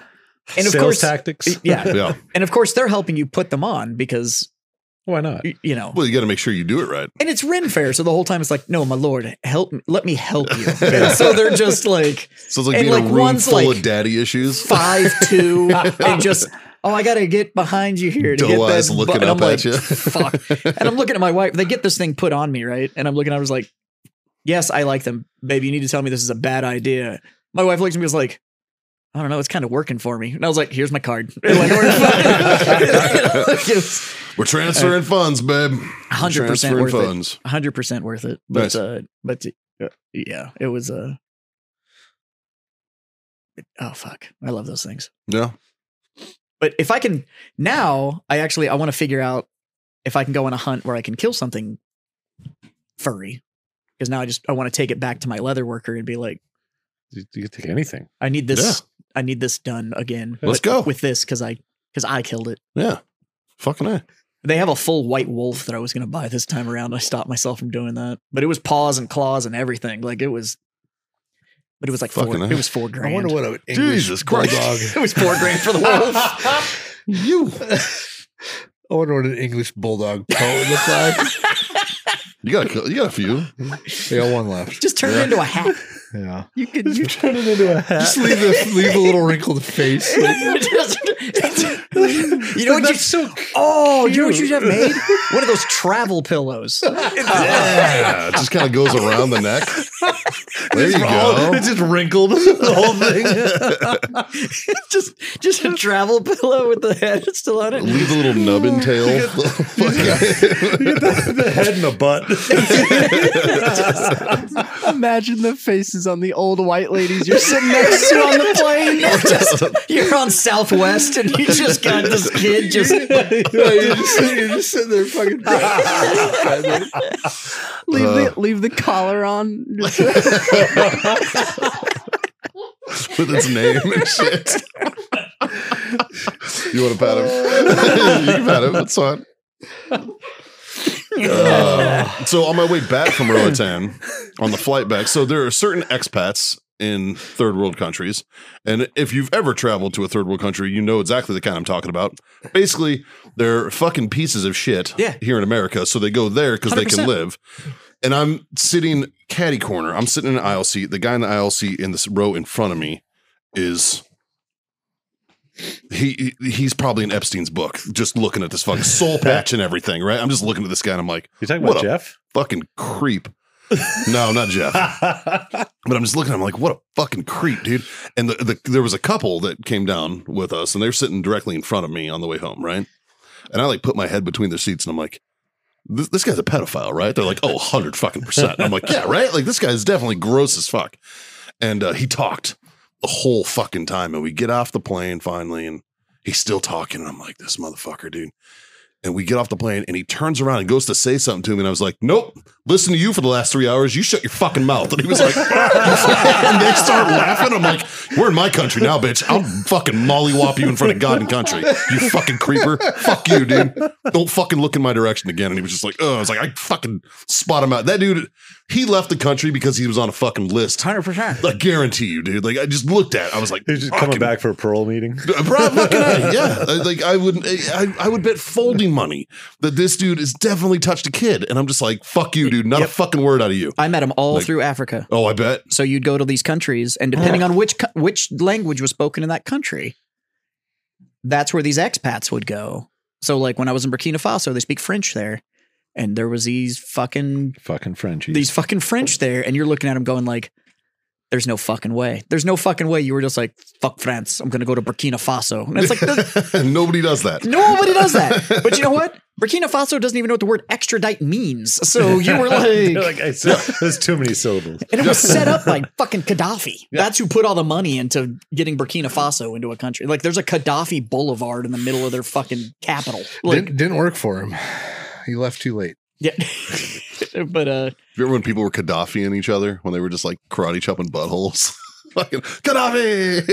[SPEAKER 2] and of
[SPEAKER 3] sales
[SPEAKER 2] course-
[SPEAKER 3] tactics.
[SPEAKER 2] Yeah,
[SPEAKER 4] yeah.
[SPEAKER 2] and of course they're helping you put them on because
[SPEAKER 3] Why not?
[SPEAKER 2] y- you know
[SPEAKER 4] Well, you got to make sure you do it right.
[SPEAKER 2] and it's Ren Fair, so the whole time it's like, no, my lord, help me, let me help you. And so they're just like
[SPEAKER 4] So it's like
[SPEAKER 2] And,
[SPEAKER 4] being
[SPEAKER 2] like,
[SPEAKER 4] a room
[SPEAKER 2] one's,
[SPEAKER 4] full
[SPEAKER 2] like,
[SPEAKER 4] of daddy issues.
[SPEAKER 2] five two and just oh, I gotta get behind you here to get
[SPEAKER 4] Doe eyes
[SPEAKER 2] that.
[SPEAKER 4] looking
[SPEAKER 2] and
[SPEAKER 4] up
[SPEAKER 2] I'm like,
[SPEAKER 4] at you.
[SPEAKER 2] fuck. And I'm looking at my wife. They get this thing put on me, right? And I'm looking. I was like, yes, I like them, baby. You need to tell me this is a bad idea. My wife looks at me and was like. I don't know. It's kind of working for me, and I was like, "Here's my card." And like, we're- Yes.
[SPEAKER 4] We're transferring funds, babe. We're
[SPEAKER 2] 100%
[SPEAKER 4] transferring
[SPEAKER 2] worth it.
[SPEAKER 4] funds.
[SPEAKER 2] hundred percent worth it. But
[SPEAKER 4] Nice.
[SPEAKER 2] uh, but uh, yeah, it was uh oh fuck, I love those things.
[SPEAKER 4] Yeah,
[SPEAKER 2] But if I can now, I actually I want to figure out if I can go on a hunt where I can kill something furry because now I just I want to take it back to my leather worker and be like,
[SPEAKER 3] You, you can take anything.
[SPEAKER 2] I need this, I need this done again.
[SPEAKER 4] Let's
[SPEAKER 2] but
[SPEAKER 4] go.
[SPEAKER 2] with this because I because I killed it.
[SPEAKER 4] yeah. Fucking I.
[SPEAKER 2] They have a full white wolf that I was going to buy this time around. I stopped myself from doing that, but it was paws and claws and everything. Like it was, but it was like
[SPEAKER 4] Fucking
[SPEAKER 2] four.
[SPEAKER 4] hell.
[SPEAKER 2] It was four grand.
[SPEAKER 5] I wonder what an English
[SPEAKER 4] Jesus Christ.
[SPEAKER 5] bulldog.
[SPEAKER 2] it was four grand for the wolf.
[SPEAKER 5] you. I wonder what an English bulldog coat would look like.
[SPEAKER 4] You got a, cou- you got a few.
[SPEAKER 5] They got one left.
[SPEAKER 2] Just turned into a hat.
[SPEAKER 5] Yeah.
[SPEAKER 2] You could you
[SPEAKER 3] Turn it into a hat.
[SPEAKER 5] Just leave the leave a little wrinkled face.
[SPEAKER 2] just, you know what you,
[SPEAKER 3] That's so
[SPEAKER 2] oh you know what you should have made one of those travel pillows.
[SPEAKER 4] Yeah, it just kind of goes around the neck. There you
[SPEAKER 3] Oh,
[SPEAKER 4] go.
[SPEAKER 3] it's just wrinkled the whole thing.
[SPEAKER 2] just just a travel pillow with the head still on it.
[SPEAKER 4] Leave the little nub and tail.
[SPEAKER 3] the head and the butt.
[SPEAKER 1] Imagine the faces on the old white ladies you're sitting next to on the plane.
[SPEAKER 2] Just, you're on Southwest and you just got this kid just
[SPEAKER 5] you're, just, you're just sitting there fucking.
[SPEAKER 1] Leave the leave the collar on.
[SPEAKER 4] with its name and shit. you want to pat him? you can pat him. That's fine. Uh, so on my way back from Roatan, on the flight back, so there are certain expats in third world countries, and if you've ever traveled to a third world country, you know exactly the kind I'm talking about. Basically, they're fucking pieces of shit
[SPEAKER 2] Yeah.
[SPEAKER 4] here in America, so they go there because they can
[SPEAKER 2] 100%.
[SPEAKER 4] live. And I'm sitting caddy corner. I'm sitting in an aisle seat. The guy in the aisle seat in this row in front of me is he he- he's probably in Epstein's book, just looking at this fucking soul patch and everything, right? I'm just looking at this guy and I'm like,
[SPEAKER 3] You talking
[SPEAKER 4] What
[SPEAKER 3] about
[SPEAKER 4] a-
[SPEAKER 3] Jeff?
[SPEAKER 4] fucking creep. No, not Jeff. But I'm just looking. I'm like, what a fucking creep, dude. And the, the there was a couple that came down with us, and they were sitting directly in front of me on the way home, right? And I like put my head between their seats, and I'm like, this, this guy's a pedophile, right? They're like, oh, 100 fucking percent. And I'm like, yeah, right. Like this guy is definitely gross as fuck. And uh, he talked the whole fucking time, and we get off the plane finally, and he's still talking, and I'm like, this motherfucker, dude. And we get off the plane, and he turns around and goes to say something to me, and I was like, nope, listen to you for the last three hours. You shut your fucking mouth. And he was like, and they start laughing. I'm like, we're in my country now, bitch. I'll fucking mollywop you in front of God and country. You fucking creeper. Fuck you, dude. Don't fucking look in my direction again. And he was just like, oh, I was like, I fucking spot him out. That dude, he left the country because he was on a fucking list.
[SPEAKER 2] Hundred percent.
[SPEAKER 4] I guarantee you, dude. Like I just looked at, it. I was like,
[SPEAKER 3] He's just coming
[SPEAKER 4] fucking-
[SPEAKER 3] back for a parole meeting.
[SPEAKER 4] Bro, fucking A, yeah. I- Like I would, I, I would bet folding money that this dude has definitely touched a kid, and I'm just like, fuck you, dude. Not a fucking word out of you.
[SPEAKER 2] I met them all
[SPEAKER 4] Like-
[SPEAKER 2] through Africa.
[SPEAKER 4] Oh, I bet.
[SPEAKER 2] So you'd go to these countries, and depending on which co- which language was spoken in that country, that's where these expats would go. So like when I was in Burkina Faso, they speak French there, and there was these fucking
[SPEAKER 3] Fucking Frenchies.
[SPEAKER 2] these fucking French there, and you're looking at them going like, "There's no fucking way. There's no fucking way." You were just like, "Fuck France. I'm gonna go to Burkina Faso," and it's like. "That's-
[SPEAKER 4] Nobody does that.
[SPEAKER 2] Nobody does that. But you know what? Burkina Faso doesn't even know what the word extradite means. So you were
[SPEAKER 3] They're
[SPEAKER 2] like,
[SPEAKER 3] like, I said, there's too many syllables.
[SPEAKER 2] and it was set up by fucking Gaddafi. That's who put all the money into getting Burkina Faso into a country. Like there's a Gaddafi boulevard in the middle of their fucking capital. Like,
[SPEAKER 5] didn't, didn't work for him. He left too late.
[SPEAKER 2] yeah. but uh,
[SPEAKER 4] Remember when people were Gaddafiing each other when they were just like karate chopping buttholes? Fucking Gaddafi!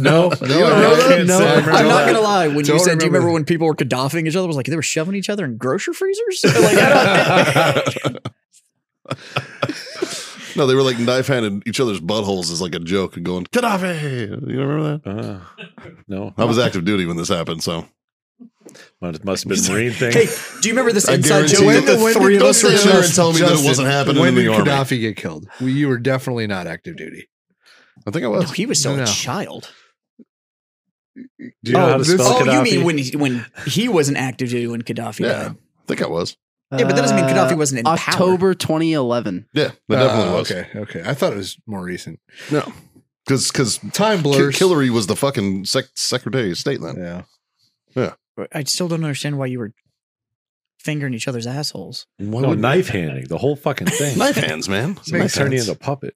[SPEAKER 3] No,
[SPEAKER 4] You don't know that?
[SPEAKER 3] no.
[SPEAKER 5] I remember
[SPEAKER 2] I'm not
[SPEAKER 5] that.
[SPEAKER 2] gonna lie. When you
[SPEAKER 5] Don't
[SPEAKER 2] said, do you remember
[SPEAKER 5] remember.
[SPEAKER 2] when people were Gaddafiing each other? I was like, they were shoving each other in grocery freezers. like, I don't,
[SPEAKER 4] no, they were like knife handed each other's buttholes as like a joke and going Gaddafi. You remember that?
[SPEAKER 3] Uh, no,
[SPEAKER 4] I was active duty when this happened, so
[SPEAKER 3] Well, it must have been a marine thing.
[SPEAKER 2] hey, do you remember this
[SPEAKER 4] I
[SPEAKER 2] inside
[SPEAKER 4] guarantee
[SPEAKER 2] joke
[SPEAKER 4] you-
[SPEAKER 2] that the
[SPEAKER 4] When did-
[SPEAKER 2] three of
[SPEAKER 4] don't
[SPEAKER 2] us
[SPEAKER 4] say
[SPEAKER 2] were
[SPEAKER 4] that. Sure, and tell me that it wasn't happening
[SPEAKER 5] When
[SPEAKER 4] in the
[SPEAKER 5] did
[SPEAKER 4] army.
[SPEAKER 5] Gaddafi get killed? Well, you were definitely not active duty.
[SPEAKER 4] I think I
[SPEAKER 2] No,
[SPEAKER 4] was.
[SPEAKER 2] he was still
[SPEAKER 5] No,
[SPEAKER 2] a
[SPEAKER 5] no.
[SPEAKER 2] child.
[SPEAKER 3] Do you know
[SPEAKER 5] Oh,
[SPEAKER 3] how to
[SPEAKER 5] this-
[SPEAKER 3] spell
[SPEAKER 2] Oh,
[SPEAKER 3] Gaddafi?
[SPEAKER 2] you mean when he, when he wasn't active duty when Gaddafi
[SPEAKER 4] Yeah,
[SPEAKER 2] died?
[SPEAKER 4] I think I was.
[SPEAKER 2] Yeah, but that doesn't mean Gaddafi wasn't in
[SPEAKER 1] October 2011.
[SPEAKER 4] Yeah, I definitely was.
[SPEAKER 5] Uh, Okay, okay. I thought it was more recent.
[SPEAKER 4] No, because because
[SPEAKER 5] Time blurs.
[SPEAKER 4] Hillary was the fucking sec- Secretary of State then.
[SPEAKER 5] Yeah.
[SPEAKER 2] power. I still don't understand why you were fingering each other's assholes.
[SPEAKER 4] Why
[SPEAKER 3] No,
[SPEAKER 4] would-
[SPEAKER 3] knife handing, the whole fucking thing.
[SPEAKER 4] knife hands, man?
[SPEAKER 3] Somebody
[SPEAKER 4] Knife
[SPEAKER 3] turned you
[SPEAKER 4] hands.
[SPEAKER 3] into a puppet.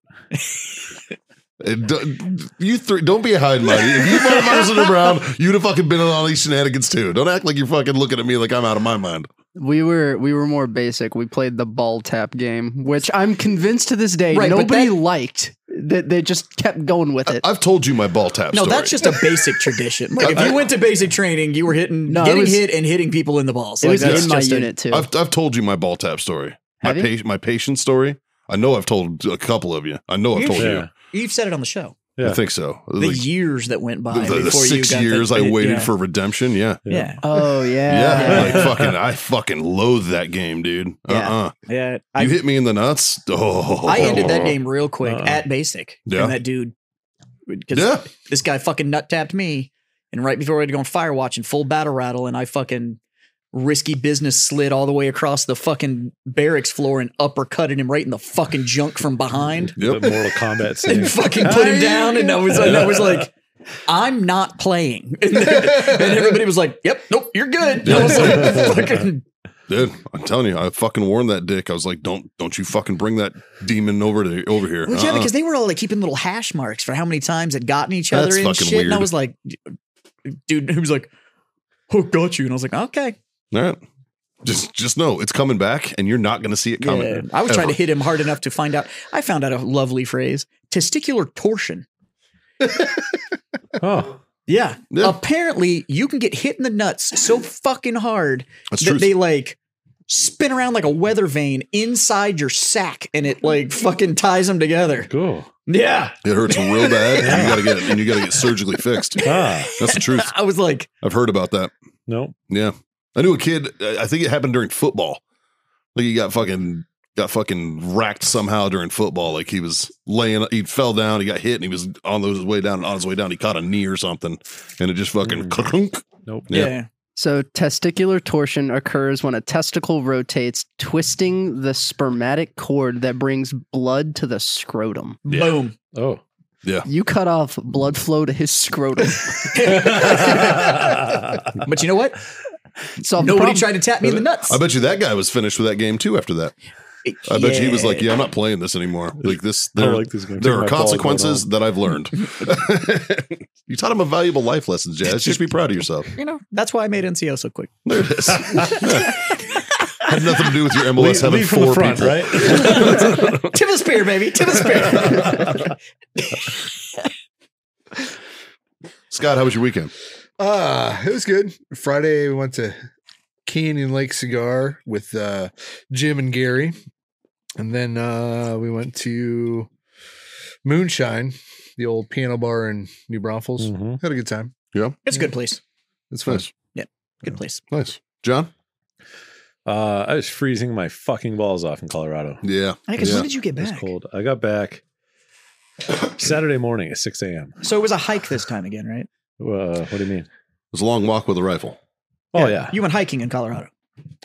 [SPEAKER 4] It do- Uh, you three, don't be a hide and mighty. If you fucking Marcin Brown, you'd have fucking been on all these shenanigans too. Don't act like you're fucking looking at me like I'm out of my mind.
[SPEAKER 1] We were we were more basic. We played the ball tap game, which I'm convinced to this day
[SPEAKER 2] Right, but
[SPEAKER 1] nobody
[SPEAKER 2] that-
[SPEAKER 1] liked. That they just kept going with it.
[SPEAKER 4] I've told you my ball tap.
[SPEAKER 2] No,
[SPEAKER 4] story. Uh,
[SPEAKER 2] that's just a basic tradition. Like if you went to basic training, you were hitting,
[SPEAKER 1] No, it
[SPEAKER 2] getting
[SPEAKER 1] was-
[SPEAKER 2] hit and hitting people in the balls.
[SPEAKER 1] it
[SPEAKER 2] Like,
[SPEAKER 1] was
[SPEAKER 2] that's
[SPEAKER 1] in my
[SPEAKER 2] just a-
[SPEAKER 1] unit too.
[SPEAKER 4] I've I've told you my ball tap story. My
[SPEAKER 1] Have you?
[SPEAKER 4] pa- my patient story. I know I've told a couple of you. I know I've
[SPEAKER 2] You
[SPEAKER 4] told
[SPEAKER 3] should.
[SPEAKER 4] you.
[SPEAKER 3] Yeah.
[SPEAKER 2] You've said it on the show.
[SPEAKER 4] I
[SPEAKER 3] Yeah.
[SPEAKER 4] think so.
[SPEAKER 2] The
[SPEAKER 4] Like,
[SPEAKER 2] years that went by
[SPEAKER 4] the- the
[SPEAKER 2] before
[SPEAKER 4] six
[SPEAKER 2] you got
[SPEAKER 4] years
[SPEAKER 2] the,
[SPEAKER 4] I waited
[SPEAKER 2] yeah.
[SPEAKER 4] for redemption. Yeah.
[SPEAKER 2] Yeah,
[SPEAKER 1] oh
[SPEAKER 4] Yeah.
[SPEAKER 1] yeah.
[SPEAKER 4] Like fucking I fucking loathe that game, dude. Uh
[SPEAKER 2] Yeah.
[SPEAKER 4] uh
[SPEAKER 2] yeah.
[SPEAKER 4] You
[SPEAKER 2] I,
[SPEAKER 4] hit me in the nuts. Oh
[SPEAKER 2] I ended that game real quick
[SPEAKER 3] Uh-uh.
[SPEAKER 2] at basic.
[SPEAKER 4] Yeah.
[SPEAKER 2] and that dude, because
[SPEAKER 4] Yeah.
[SPEAKER 2] this guy fucking nut tapped me, and right before we had to go on fire watching full battle rattle, and I fucking risky business slid all the way across the fucking barracks floor and uppercutted him right in the fucking junk from behind
[SPEAKER 4] Yep.
[SPEAKER 3] The Mortal Kombat scene.
[SPEAKER 2] and fucking put him down. And I was like, I was like, I'm not playing. And, everybody was like, Yep, nope, you're good. And I was like, fucking,
[SPEAKER 4] Dude, I'm telling you, I fucking warned that dick. I was like, "Don't, don't you fucking bring that demon over to over here."
[SPEAKER 2] well, yeah,
[SPEAKER 4] Uh-uh.
[SPEAKER 2] because they were all like keeping little hash marks for how many times it gotten each other
[SPEAKER 4] That's
[SPEAKER 2] and
[SPEAKER 4] fucking
[SPEAKER 2] shit. And I
[SPEAKER 4] weird.
[SPEAKER 2] was like, Dude, he was like, Oh, got you. And I was like, Okay.
[SPEAKER 4] all right, just just know it's coming back, and you're not gonna see it coming.
[SPEAKER 2] Yeah. I was
[SPEAKER 4] Ever.
[SPEAKER 2] trying to hit him hard enough to find out. I found out a lovely phrase testicular torsion.
[SPEAKER 3] Oh,
[SPEAKER 2] Yeah.
[SPEAKER 4] Yeah.
[SPEAKER 2] Apparently, you can get hit in the nuts so fucking hard
[SPEAKER 4] That's
[SPEAKER 2] that
[SPEAKER 4] true.
[SPEAKER 2] they like spin around like a weather vane inside your sack and it like fucking ties them together.
[SPEAKER 3] Cool.
[SPEAKER 2] Yeah.
[SPEAKER 4] It hurts real bad, and you gotta get and you gotta get surgically fixed.
[SPEAKER 3] Ah,
[SPEAKER 4] That's the truth.
[SPEAKER 2] I was like,
[SPEAKER 4] I've heard about that.
[SPEAKER 3] no.
[SPEAKER 4] Yeah, I knew a kid. I I think it happened during football. Like he got fucking got fucking racked somehow during football. Like he was laying, he fell down, he got hit, and he was on his way down. And on his way down, he caught a knee or something, and it just fucking. clunk.
[SPEAKER 3] Nope.
[SPEAKER 4] Yeah.
[SPEAKER 2] yeah.
[SPEAKER 1] So, testicular torsion occurs when a testicle rotates, twisting the spermatic cord that brings blood to the scrotum.
[SPEAKER 2] Boom.
[SPEAKER 3] Oh.
[SPEAKER 1] You cut off blood flow to his scrotum.
[SPEAKER 2] But you know what?
[SPEAKER 1] Solve the
[SPEAKER 2] Nobody
[SPEAKER 1] problem.
[SPEAKER 2] tried to tap me in the nuts.
[SPEAKER 4] I bet you that guy was finished with that game too. After that, I bet you he was like, "Yeah, I'm not playing this anymore. Like this,
[SPEAKER 3] I
[SPEAKER 4] there,
[SPEAKER 3] like this game.
[SPEAKER 4] there
[SPEAKER 3] Take
[SPEAKER 4] are
[SPEAKER 3] my ball and go
[SPEAKER 4] consequences
[SPEAKER 3] home.
[SPEAKER 4] that I've learned." you taught him a valuable life lesson, Jazz. Just be proud of yourself.
[SPEAKER 2] you know, that's why I made NCO so quick.
[SPEAKER 4] There it is. Had nothing to do with your
[SPEAKER 3] Lead-
[SPEAKER 4] MLS having
[SPEAKER 3] lead from the
[SPEAKER 4] four
[SPEAKER 3] front,
[SPEAKER 4] people.
[SPEAKER 3] right?
[SPEAKER 2] Tip of the spear, baby. Tip of the spear.
[SPEAKER 4] Scott, how was your weekend?
[SPEAKER 5] Ah, it was good. Friday we went to Canyon Lake Cigar with uh, Jim and Gary, and then uh, we went to Moonshine, the old piano bar in New Braunfels.
[SPEAKER 3] Mhm.
[SPEAKER 5] Had a good time.
[SPEAKER 2] It's a good place.
[SPEAKER 5] It's fun.
[SPEAKER 4] Nice,
[SPEAKER 2] Good place.
[SPEAKER 4] nice. John?
[SPEAKER 3] Uh, I was freezing my fucking balls off in Colorado.
[SPEAKER 4] Yeah.
[SPEAKER 2] I guess
[SPEAKER 4] yeah.
[SPEAKER 2] when did you get
[SPEAKER 3] It was
[SPEAKER 2] back?
[SPEAKER 3] cold. I got back Saturday morning at 6 a.m.
[SPEAKER 2] So it was a hike this time again, right?
[SPEAKER 3] Uh, what do you mean?
[SPEAKER 4] It was a long walk with a rifle.
[SPEAKER 3] Oh, yeah.
[SPEAKER 2] You went hiking in Colorado.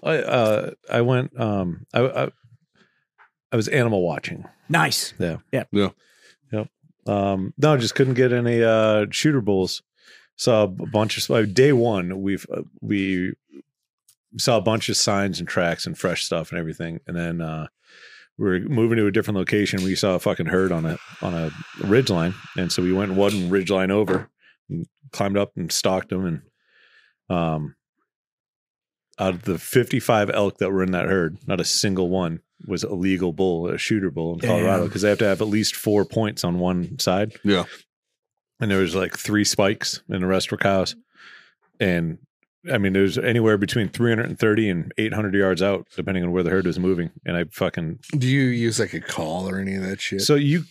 [SPEAKER 3] I, uh, I went, um, I, I, I was animal watching.
[SPEAKER 2] Nice.
[SPEAKER 3] Um, no, just couldn't get any uh, shooter bulls. Saw a b- bunch of uh, day one. We've uh, we saw a bunch of signs and tracks and fresh stuff and everything, and then uh, we were moving to a different location. We saw a fucking herd on a on a ridgeline, and so we went one ridgeline over, and climbed up and stalked them, and um, out of the fifty five elk that were in that herd, not a single one was a legal bull, a shooter bull in Colorado,
[SPEAKER 2] Damn.
[SPEAKER 3] because they have to have at least four points on one side
[SPEAKER 4] Yeah.
[SPEAKER 3] and there was like three spikes in the rest were cows. And I mean, there's anywhere between 330 and 800 yards out, depending on where the herd was moving. And I fucking
[SPEAKER 5] Do you use like a call or any of that shit?
[SPEAKER 3] so you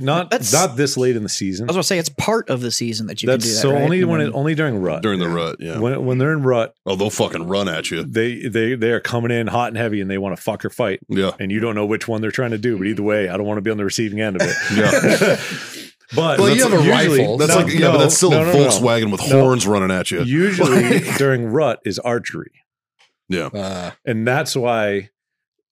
[SPEAKER 3] not
[SPEAKER 2] That's-
[SPEAKER 3] not this late in the season.
[SPEAKER 2] I was gonna say it's part of the season that you
[SPEAKER 3] That's
[SPEAKER 2] can do that.
[SPEAKER 3] so
[SPEAKER 2] right?
[SPEAKER 3] only
[SPEAKER 2] And
[SPEAKER 3] when
[SPEAKER 2] then-
[SPEAKER 3] it only during rut.
[SPEAKER 4] During the rut. Yeah.
[SPEAKER 3] when when they're in rut,
[SPEAKER 4] Oh, they'll fucking run at you.
[SPEAKER 3] they they they are coming in hot and heavy, and they want to fuck or fight,
[SPEAKER 4] Yeah.
[SPEAKER 3] and you don't know which one they're trying to do. But either way, I don't want to be on the receiving end of it.
[SPEAKER 4] Yeah.
[SPEAKER 3] But
[SPEAKER 5] Well, you
[SPEAKER 3] that's
[SPEAKER 5] have a
[SPEAKER 3] usually-
[SPEAKER 5] rifle.
[SPEAKER 4] That's
[SPEAKER 3] No,
[SPEAKER 4] like, yeah, but
[SPEAKER 3] no,
[SPEAKER 4] that's still
[SPEAKER 3] no,
[SPEAKER 4] a
[SPEAKER 3] no, no.
[SPEAKER 4] Volkswagen with
[SPEAKER 3] No.
[SPEAKER 4] horns running at you.
[SPEAKER 3] Usually during rut is archery.
[SPEAKER 4] Yeah.
[SPEAKER 5] uh,
[SPEAKER 3] and that's why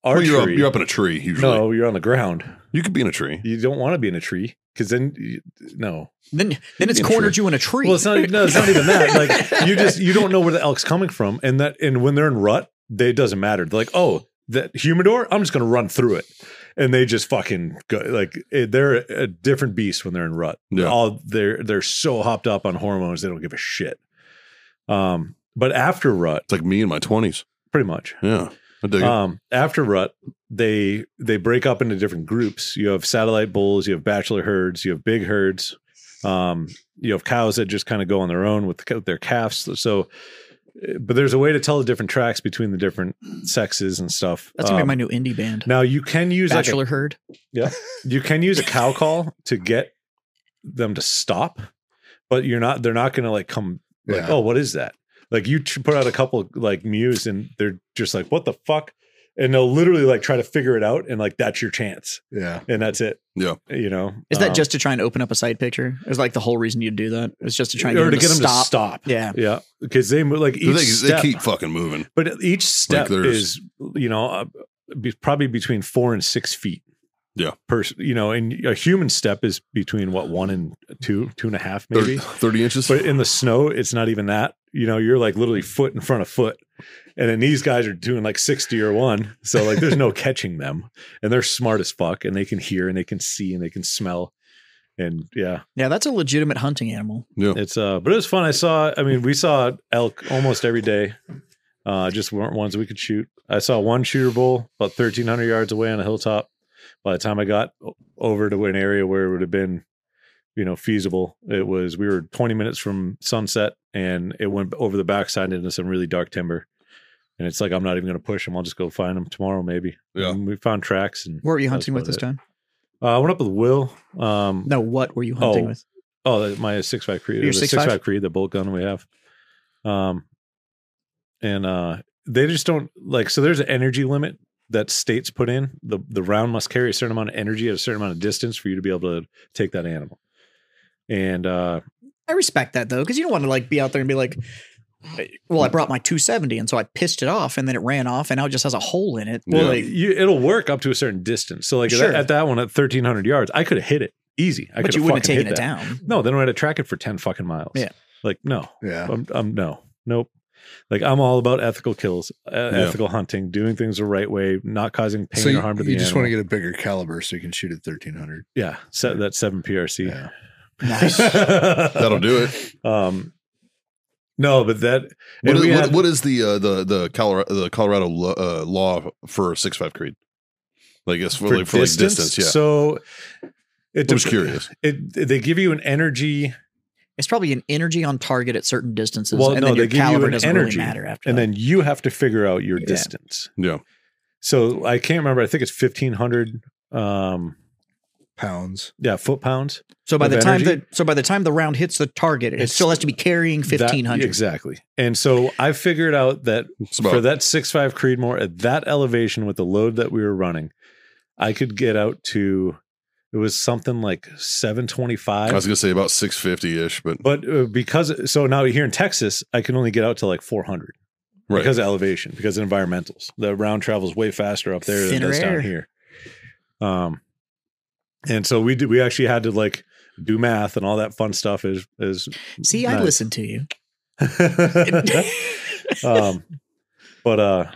[SPEAKER 4] Well,
[SPEAKER 3] archery.
[SPEAKER 4] you're, up, you're up in a tree usually.
[SPEAKER 3] no, you're on the ground.
[SPEAKER 4] You could be in a tree.
[SPEAKER 3] You don't want to be in a tree because then you, no.
[SPEAKER 2] then then it's cornered you in a tree.
[SPEAKER 3] Well, it's not. No, it's not even that. Like you just you don't know where the elk's coming from, and that and when they're in rut, they it doesn't matter. They're like, oh, that humidor, I'm just gonna run through it, and they just fucking go like it, they're a different beast when they're in rut.
[SPEAKER 4] Yeah.
[SPEAKER 3] All they're they're so hopped up on hormones they don't give a shit. Um, but after rut,
[SPEAKER 4] It's like me in my 20s.
[SPEAKER 3] pretty much.
[SPEAKER 4] Yeah. I dig it.
[SPEAKER 3] Um, after rut, they they break up into different groups. You have satellite bulls, you have bachelor herds, you have big herds. Um, you have cows that just kind of go on their own with, the, with their calves. So, uh, but there's a way to tell the different tracks between the different sexes and stuff.
[SPEAKER 2] That's gonna
[SPEAKER 3] Um,
[SPEAKER 2] be my new indie band.
[SPEAKER 3] now you can use like a,
[SPEAKER 2] Bachelor herd.
[SPEAKER 3] you can use a cow call to get them to stop, but you're not. They're not going to like come like,
[SPEAKER 5] yeah.
[SPEAKER 3] oh, what is that? Like you tr- put out a couple like mews and they're just like, what the fuck? And they'll literally like try to figure it out and like that's your chance
[SPEAKER 5] yeah.
[SPEAKER 3] and that's it.
[SPEAKER 4] Yeah.
[SPEAKER 3] you know,
[SPEAKER 2] Is that
[SPEAKER 3] Um,
[SPEAKER 2] just to try and open up a side picture? Is like the whole reason you do that? It's just to try and
[SPEAKER 3] or to
[SPEAKER 2] get,
[SPEAKER 3] get them
[SPEAKER 2] stop.
[SPEAKER 3] to stop?
[SPEAKER 2] Yeah.
[SPEAKER 3] yeah, because they move like each
[SPEAKER 4] They, they
[SPEAKER 3] step,
[SPEAKER 4] keep fucking moving.
[SPEAKER 3] but each step
[SPEAKER 4] there's-
[SPEAKER 3] is you know uh, be, probably between four and six feet.
[SPEAKER 4] Yeah.
[SPEAKER 3] per you know, and a human step is between what one and two, two and a half maybe.
[SPEAKER 4] 30, 30 inches.
[SPEAKER 3] But in the snow, it's not even that. You know, you're like literally foot in front of foot. And then these guys are doing like 60 or one. So like there's no catching them. And they're smart as fuck. And they can hear and they can see and they can smell. And yeah,
[SPEAKER 2] Yeah, that's a legitimate hunting animal.
[SPEAKER 3] it's uh but it was fun. I saw I mean, we saw elk almost every day. Uh just weren't ones we could shoot. I saw one shooter bull about thirteen hundred yards away on a hilltop. By the time I got o- over to an area where it would have been, you know, feasible, it was we were twenty minutes from sunset and it went over the backside into some really dark timber. And it's like I'm not even going to push them. I'll just go find them tomorrow, maybe.
[SPEAKER 4] Yeah.
[SPEAKER 3] And we found tracks, and
[SPEAKER 2] Where were you
[SPEAKER 3] That's
[SPEAKER 2] hunting with
[SPEAKER 3] about
[SPEAKER 2] this
[SPEAKER 3] it.
[SPEAKER 2] time?
[SPEAKER 3] uh, I went up with Will. Um,
[SPEAKER 2] No, what were you hunting
[SPEAKER 3] Oh,
[SPEAKER 2] with?
[SPEAKER 3] Oh, that- my six five Creed,
[SPEAKER 2] Your
[SPEAKER 3] the
[SPEAKER 2] 6.5?
[SPEAKER 3] six five Creed, the bolt gun we have. Um, and uh, they just don't like. So there's an energy limit that states put in. the The round must carry a certain amount of energy at a certain amount of distance for you to be able to take that animal. And uh,
[SPEAKER 2] I respect that though, because you don't want to like be out there and be like, "Well, I brought my 270, and so I pissed it off, and then it ran off, and now it just has a hole in it."
[SPEAKER 3] well,
[SPEAKER 4] Yeah.
[SPEAKER 3] like, you, it'll work up to a certain distance. So like at that-
[SPEAKER 2] Sure.
[SPEAKER 3] at that one at thirteen hundred yards, I could have hit it easy. I
[SPEAKER 2] but
[SPEAKER 3] could
[SPEAKER 2] you wouldn't have taken
[SPEAKER 3] fucking hit
[SPEAKER 2] it
[SPEAKER 3] that.
[SPEAKER 2] down.
[SPEAKER 3] No, then I had to track it for ten fucking miles.
[SPEAKER 2] Yeah.
[SPEAKER 3] like no,
[SPEAKER 5] Yeah.
[SPEAKER 3] I'm, I'm no, nope. Like I'm all about ethical kills, uh,
[SPEAKER 4] Yeah.
[SPEAKER 3] ethical hunting, doing things the right way, not causing pain
[SPEAKER 5] so you,
[SPEAKER 3] or harm to the
[SPEAKER 5] you just want to
[SPEAKER 3] animal.
[SPEAKER 5] get a bigger caliber so you can shoot at 1300.
[SPEAKER 3] yeah, set that seven PRC.
[SPEAKER 5] Yeah.
[SPEAKER 2] Nice.
[SPEAKER 4] That'll do it.
[SPEAKER 3] Um, no, but that
[SPEAKER 4] What
[SPEAKER 3] and
[SPEAKER 4] is,
[SPEAKER 3] we
[SPEAKER 4] what,
[SPEAKER 3] had-
[SPEAKER 4] what is the uh, the the Colorado the Colorado lo- uh, law for six five creed? Like it's for, like, for like distance. Yeah,
[SPEAKER 3] So it
[SPEAKER 4] I'm just
[SPEAKER 3] dep-
[SPEAKER 4] curious.
[SPEAKER 3] It, they give you an energy,
[SPEAKER 2] it's probably an energy on target at certain distances,
[SPEAKER 3] Well,
[SPEAKER 2] and
[SPEAKER 3] no,
[SPEAKER 2] then your
[SPEAKER 3] they give you
[SPEAKER 2] caliber
[SPEAKER 3] an
[SPEAKER 2] doesn't
[SPEAKER 3] energy,
[SPEAKER 2] really matter after
[SPEAKER 3] and
[SPEAKER 2] that.
[SPEAKER 3] then you have to figure out your
[SPEAKER 2] Yeah.
[SPEAKER 3] distance.
[SPEAKER 4] Yeah,
[SPEAKER 3] So I can't remember. I think it's fifteen hundred. Um,
[SPEAKER 5] Pounds.
[SPEAKER 3] yeah, foot pounds.
[SPEAKER 2] so by
[SPEAKER 3] of
[SPEAKER 2] the time
[SPEAKER 3] energy-
[SPEAKER 2] that so by the time the round hits the target, it
[SPEAKER 3] It's-
[SPEAKER 2] still has to be carrying
[SPEAKER 3] That-
[SPEAKER 2] 1500.
[SPEAKER 3] exactly. And so I figured out that
[SPEAKER 4] it's about
[SPEAKER 3] for that six five Creedmoor at that elevation with the load that we were running, I could get out to it was something like seven twenty
[SPEAKER 4] I was
[SPEAKER 3] five.
[SPEAKER 4] gonna say about six fifty ish, but
[SPEAKER 3] But uh, because so now here in Texas, I can only get out to like four hundred
[SPEAKER 4] right.
[SPEAKER 3] because of elevation, because of environmentals. The round travels way faster up there than it
[SPEAKER 2] Thinner
[SPEAKER 3] does down
[SPEAKER 2] air.
[SPEAKER 3] here. Um, and so we did. We actually had to like do math and all that fun stuff. Is is
[SPEAKER 2] See, I
[SPEAKER 3] Nice.
[SPEAKER 2] listened to you.
[SPEAKER 3] um, but uh,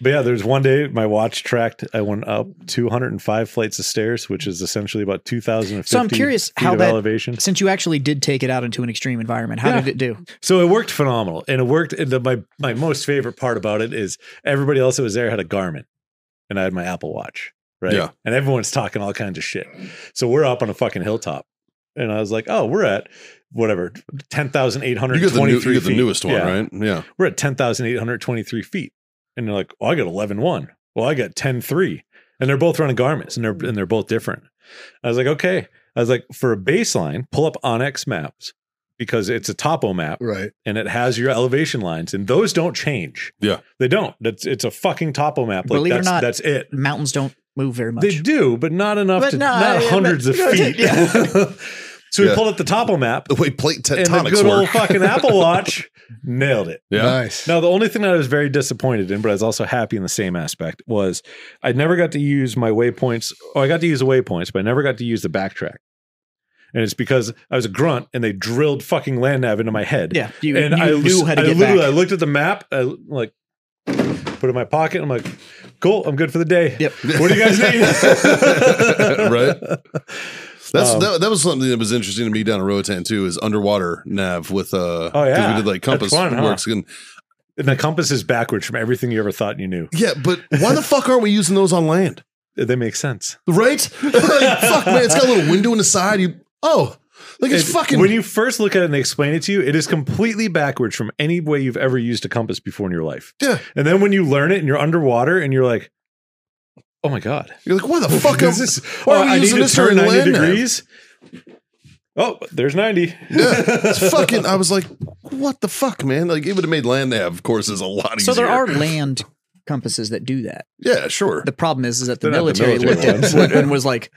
[SPEAKER 3] but yeah, there's one day my watch tracked. I went up 205 flights of stairs, which is essentially about 2,050.
[SPEAKER 2] So I'm curious
[SPEAKER 3] feet
[SPEAKER 2] how
[SPEAKER 3] of
[SPEAKER 2] that-
[SPEAKER 3] elevation.
[SPEAKER 2] Since you actually did take it out into an extreme environment, how
[SPEAKER 3] Yeah.
[SPEAKER 2] did it do?
[SPEAKER 3] So it worked phenomenal, and it worked. And the, my my most favorite part about it is everybody else that was there had a Garmin, and I had my Apple Watch, right?
[SPEAKER 4] Yeah.
[SPEAKER 3] And everyone's talking all kinds of shit. So we're up on a fucking hilltop, and I was like, oh, we're at whatever ten thousand eight
[SPEAKER 4] you
[SPEAKER 3] hundred
[SPEAKER 4] get the, new,
[SPEAKER 3] twenty
[SPEAKER 4] you
[SPEAKER 3] three.
[SPEAKER 4] get the newest one, right? Yeah,
[SPEAKER 3] we're at 10,823 feet. And they're like, oh, I got 11.1. Well, I got 10.3. And they're both running garments and
[SPEAKER 2] Mm-hmm.
[SPEAKER 3] they're, and they're both different. I was like, okay. I was like, for a baseline, pull up Onyx maps because it's a topo map
[SPEAKER 5] Right.
[SPEAKER 3] and it has your elevation lines and those don't change.
[SPEAKER 4] Yeah.
[SPEAKER 3] They don't. That's It's a fucking topo map. Like,
[SPEAKER 2] Believe it or
[SPEAKER 3] that's,
[SPEAKER 2] not,
[SPEAKER 3] that's it.
[SPEAKER 2] Mountains don't move very much.
[SPEAKER 3] They do, but not enough
[SPEAKER 2] But
[SPEAKER 3] to,
[SPEAKER 2] no,
[SPEAKER 3] not
[SPEAKER 2] yeah,
[SPEAKER 3] hundreds
[SPEAKER 2] but-
[SPEAKER 3] of feet.
[SPEAKER 2] Yeah.
[SPEAKER 3] so we
[SPEAKER 4] Yeah.
[SPEAKER 3] pulled up the topo map
[SPEAKER 4] the way plate
[SPEAKER 3] and the
[SPEAKER 4] tectonics
[SPEAKER 3] good old
[SPEAKER 4] work.
[SPEAKER 3] fucking Apple Watch nailed it.
[SPEAKER 4] yeah,
[SPEAKER 5] Nice.
[SPEAKER 3] Now, the only thing that I was very disappointed in, but I was also happy in the same aspect, was I never got to use my waypoints. Oh, I got to use the waypoints, but I never got to use the backtrack. And it's because I was a grunt and they drilled fucking land nav into my head.
[SPEAKER 2] yeah, you,
[SPEAKER 3] and
[SPEAKER 2] you
[SPEAKER 3] I was-
[SPEAKER 2] knew how to
[SPEAKER 3] I
[SPEAKER 2] get
[SPEAKER 3] literally, I
[SPEAKER 2] back.
[SPEAKER 3] looked at the map, I like put it in my pocket. I'm like, cool, I'm good for the day.
[SPEAKER 2] Yep.
[SPEAKER 3] What do you guys need?
[SPEAKER 4] Right. That's
[SPEAKER 3] Um,
[SPEAKER 4] that, that was something that was interesting to me down in Roatan too is underwater nav with uh
[SPEAKER 3] Oh,
[SPEAKER 4] 'cause
[SPEAKER 3] yeah.
[SPEAKER 4] we did like
[SPEAKER 3] That's
[SPEAKER 4] compass
[SPEAKER 3] fun, huh?
[SPEAKER 4] works and
[SPEAKER 3] And the compass is backwards from everything you ever thought you knew.
[SPEAKER 4] yeah but why the fuck aren't we using those on land
[SPEAKER 3] They make sense.
[SPEAKER 4] right Like, fuck man it's got a little window in the side you oh like it's
[SPEAKER 3] It-
[SPEAKER 4] fucking
[SPEAKER 3] when you first look at it and they explain it to you, it is completely backwards from any way you've ever used a compass before in your life.
[SPEAKER 4] Yeah.
[SPEAKER 3] And then when you learn it and you're underwater and you're like, oh my God.
[SPEAKER 4] you're like why the fuck am,
[SPEAKER 3] is this?
[SPEAKER 4] why are
[SPEAKER 3] Oh,
[SPEAKER 4] we
[SPEAKER 3] I need
[SPEAKER 4] using
[SPEAKER 3] to
[SPEAKER 4] this during
[SPEAKER 3] turn 90
[SPEAKER 4] land nav?
[SPEAKER 3] degrees. Oh, there's 90.
[SPEAKER 4] yeah it's fucking I was like what the fuck man like it would have made land nav courses a lot easier
[SPEAKER 2] So there are land compasses that do that.
[SPEAKER 4] yeah sure
[SPEAKER 2] The problem is, is that the
[SPEAKER 3] They're not the
[SPEAKER 2] military,
[SPEAKER 3] military
[SPEAKER 2] looked
[SPEAKER 3] ones.
[SPEAKER 2] at it and was like,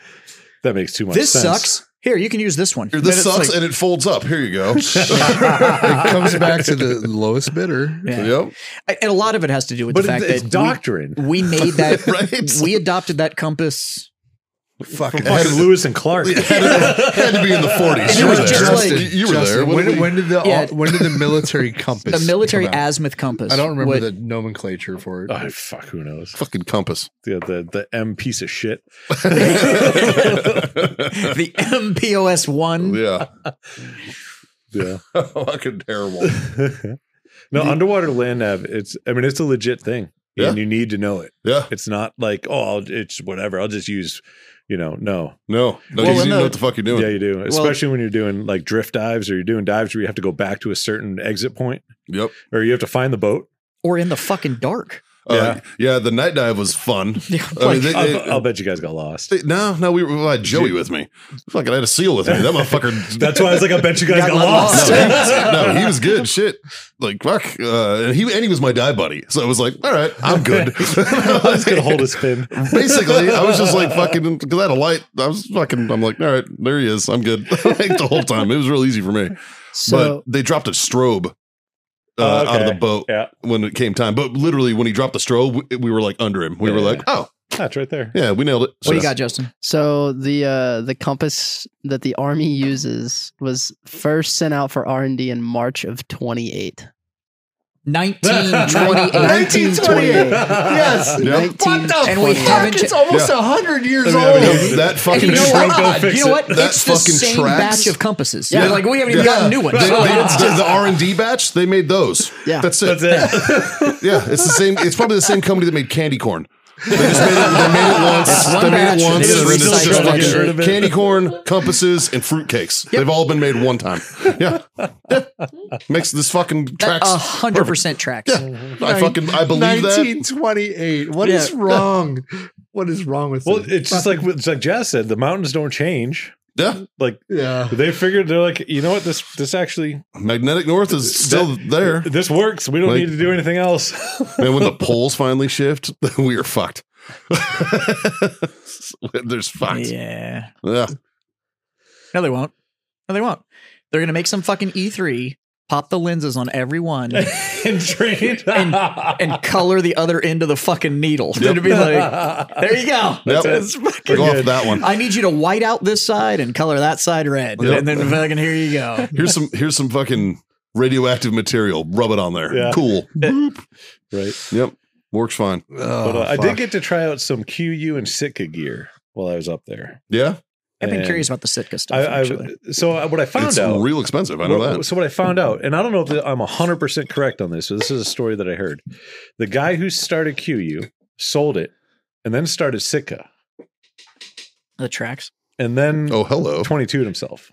[SPEAKER 3] That makes too much
[SPEAKER 2] "This
[SPEAKER 3] sense.
[SPEAKER 2] sucks. Here, you can use this one."
[SPEAKER 4] Here,
[SPEAKER 2] Then
[SPEAKER 4] this
[SPEAKER 2] it's
[SPEAKER 4] sucks
[SPEAKER 2] like-
[SPEAKER 4] and it folds up here you go
[SPEAKER 5] it comes back to the lowest bidder.
[SPEAKER 2] Yeah.
[SPEAKER 4] yep
[SPEAKER 2] I- and a lot of it has to do with
[SPEAKER 3] But
[SPEAKER 2] the fact
[SPEAKER 3] it's
[SPEAKER 2] that
[SPEAKER 3] doctrine.
[SPEAKER 2] we, we made that
[SPEAKER 4] Right?
[SPEAKER 2] we adopted that compass.
[SPEAKER 4] fucking
[SPEAKER 3] Fucking Lewis and Clark.
[SPEAKER 4] had to be in the 40s.
[SPEAKER 2] And
[SPEAKER 4] you,
[SPEAKER 2] it
[SPEAKER 4] were
[SPEAKER 2] was
[SPEAKER 4] there.
[SPEAKER 2] just like-
[SPEAKER 4] You- you were there.
[SPEAKER 5] When,
[SPEAKER 4] What did we-
[SPEAKER 5] when did the uh,
[SPEAKER 2] Yeah.
[SPEAKER 5] when did the military compass?
[SPEAKER 2] The military
[SPEAKER 5] come out?
[SPEAKER 2] azimuth compass.
[SPEAKER 5] I don't remember
[SPEAKER 2] would-
[SPEAKER 5] the nomenclature for it.
[SPEAKER 3] Oh, fuck, who knows?
[SPEAKER 4] fucking compass.
[SPEAKER 3] The, the, the M piece of shit.
[SPEAKER 2] the MPOS one.
[SPEAKER 4] Yeah.
[SPEAKER 3] Yeah.
[SPEAKER 4] fucking terrible.
[SPEAKER 3] no, underwater land nav, it's, I mean, it's a legit thing.
[SPEAKER 4] Yeah.
[SPEAKER 3] And you need to know it.
[SPEAKER 4] Yeah.
[SPEAKER 3] It's not like, oh, I'll- it's whatever. I'll just use, you know, no.
[SPEAKER 4] No. No,
[SPEAKER 2] Well,
[SPEAKER 4] you
[SPEAKER 2] and
[SPEAKER 4] didn't
[SPEAKER 2] uh,
[SPEAKER 4] know
[SPEAKER 2] the-
[SPEAKER 4] what the fuck you're doing.
[SPEAKER 3] Yeah, you do. Especially when you're doing like drift dives or you're doing dives where you have to go back to a certain exit point
[SPEAKER 4] Yep.
[SPEAKER 3] or you have to find the boat.
[SPEAKER 2] or in the fucking dark.
[SPEAKER 4] Uh, yeah, the night dive was fun.
[SPEAKER 2] Yeah,
[SPEAKER 4] I
[SPEAKER 2] like,
[SPEAKER 4] mean, they,
[SPEAKER 3] I'll,
[SPEAKER 4] they-
[SPEAKER 3] I'll bet you guys got lost.
[SPEAKER 4] they- no, no, we were I had Joey with me. Fucking had a seal with me. That motherfucker.
[SPEAKER 3] That's why I was like, I bet you guys
[SPEAKER 2] Got
[SPEAKER 3] got,
[SPEAKER 2] lost.
[SPEAKER 3] lost.
[SPEAKER 4] no, he was, no, he was good. Shit, like fuck. Uh, and he and he was my dive buddy. So I was like, all right, I'm good.
[SPEAKER 3] I was gonna hold a spin.
[SPEAKER 4] Basically, I was just like fucking because I had a light. I was fucking. I'm like, all right, there he is. I'm good. like the whole time, it was real easy for me.
[SPEAKER 1] So
[SPEAKER 4] but they dropped a strobe uh,
[SPEAKER 3] Oh,
[SPEAKER 4] out of
[SPEAKER 3] okay.
[SPEAKER 4] the boat
[SPEAKER 3] Yeah,
[SPEAKER 4] when it came time. But literally, when he dropped the strobe, we, we were like under him. We were
[SPEAKER 3] Yeah.
[SPEAKER 4] like, oh
[SPEAKER 3] that's right there.
[SPEAKER 4] yeah, we nailed it.
[SPEAKER 2] what do you
[SPEAKER 4] So-
[SPEAKER 2] got, Justin?
[SPEAKER 1] so the uh, the compass that the army uses was first sent out for R and D in March of 28.
[SPEAKER 4] Uh,
[SPEAKER 2] 1928.
[SPEAKER 5] 1928. Yes.
[SPEAKER 4] Yep.
[SPEAKER 1] 19,
[SPEAKER 2] And we haven't.
[SPEAKER 5] Fuck, it's
[SPEAKER 2] cha-
[SPEAKER 5] almost a
[SPEAKER 4] Yeah.
[SPEAKER 5] 100 years
[SPEAKER 3] I mean,
[SPEAKER 5] old.
[SPEAKER 4] Yep, that
[SPEAKER 2] and
[SPEAKER 4] fucking
[SPEAKER 2] you know
[SPEAKER 3] shrunk,
[SPEAKER 4] strobe.
[SPEAKER 3] don't
[SPEAKER 2] what?
[SPEAKER 3] fix
[SPEAKER 2] You know what?
[SPEAKER 4] it. That
[SPEAKER 2] It's the
[SPEAKER 4] fucking
[SPEAKER 2] same
[SPEAKER 4] tracks.
[SPEAKER 2] batch of compasses.
[SPEAKER 4] Yeah.
[SPEAKER 2] Yeah, like we haven't even
[SPEAKER 4] Yeah.
[SPEAKER 2] gotten new ones.
[SPEAKER 4] They-
[SPEAKER 2] So,
[SPEAKER 4] they
[SPEAKER 2] like,
[SPEAKER 4] did the R and D batch. They made those.
[SPEAKER 1] Yeah.
[SPEAKER 4] that's it.
[SPEAKER 3] That's it.
[SPEAKER 4] Yeah, it's the same. It's probably the same company that made candy corn. They just made it. They made it once.
[SPEAKER 2] It's one
[SPEAKER 4] they made
[SPEAKER 2] batch.
[SPEAKER 4] it once.
[SPEAKER 2] They
[SPEAKER 4] and then
[SPEAKER 2] just
[SPEAKER 4] it's just
[SPEAKER 2] recycled
[SPEAKER 4] fucking
[SPEAKER 2] it.
[SPEAKER 3] Get rid of it.
[SPEAKER 4] candy corn, compasses, and fruitcakes. They've all been made one time. Yeah, yeah. makes this fucking
[SPEAKER 2] that
[SPEAKER 4] tracks.
[SPEAKER 5] Uh,
[SPEAKER 2] 100% tracks.
[SPEAKER 4] I fucking I believe that.
[SPEAKER 5] 1928. What is
[SPEAKER 2] Yeah.
[SPEAKER 5] wrong? What is wrong with
[SPEAKER 3] well,
[SPEAKER 5] this?
[SPEAKER 3] it's just like it's like Jazz said. The mountains don't change.
[SPEAKER 4] Yeah,
[SPEAKER 3] Like
[SPEAKER 5] yeah.
[SPEAKER 3] they figured they're like, you know what? This this actually
[SPEAKER 4] magnetic north is still there.
[SPEAKER 3] This works. We don't
[SPEAKER 4] Like-
[SPEAKER 3] need to do anything else.
[SPEAKER 4] Man, when the poles finally shift, we are fucked. There's fucked. Yeah.
[SPEAKER 2] Yeah. No, they won't. No, they won't. They're gonna make some fucking E3, pop the lenses on everyone,
[SPEAKER 3] and train.
[SPEAKER 2] And- and color the other end of the fucking needle. They're gonna be like,
[SPEAKER 3] there
[SPEAKER 2] there you go.
[SPEAKER 4] Yep.
[SPEAKER 2] That's fucking-
[SPEAKER 4] Go off
[SPEAKER 3] good.
[SPEAKER 4] that one.
[SPEAKER 2] I need you to white out this side and color that side red,
[SPEAKER 4] Yep.
[SPEAKER 2] and then fucking here you go.
[SPEAKER 4] Here's some here's some fucking radioactive material. Rub it on there.
[SPEAKER 3] Yeah.
[SPEAKER 4] Cool.
[SPEAKER 3] Right.
[SPEAKER 4] Yep. Works fine.
[SPEAKER 5] Oh,
[SPEAKER 3] But uh, I did get to try out some QU and Sitka gear while I was up there.
[SPEAKER 4] Yeah.
[SPEAKER 2] I've been
[SPEAKER 3] And
[SPEAKER 2] curious about the Sitka stuff.
[SPEAKER 3] I,
[SPEAKER 2] actually.
[SPEAKER 3] I so I- what I found
[SPEAKER 4] it's
[SPEAKER 3] out.
[SPEAKER 4] real expensive. I know
[SPEAKER 3] what-
[SPEAKER 4] that.
[SPEAKER 3] So what I found out, and I don't know if I'm 100 percent correct on this, but this is a story that I heard. The guy who started QU sold it, and then started Sitka,
[SPEAKER 2] the tracks,
[SPEAKER 3] and then
[SPEAKER 4] Oh, hello.
[SPEAKER 3] 22 himself.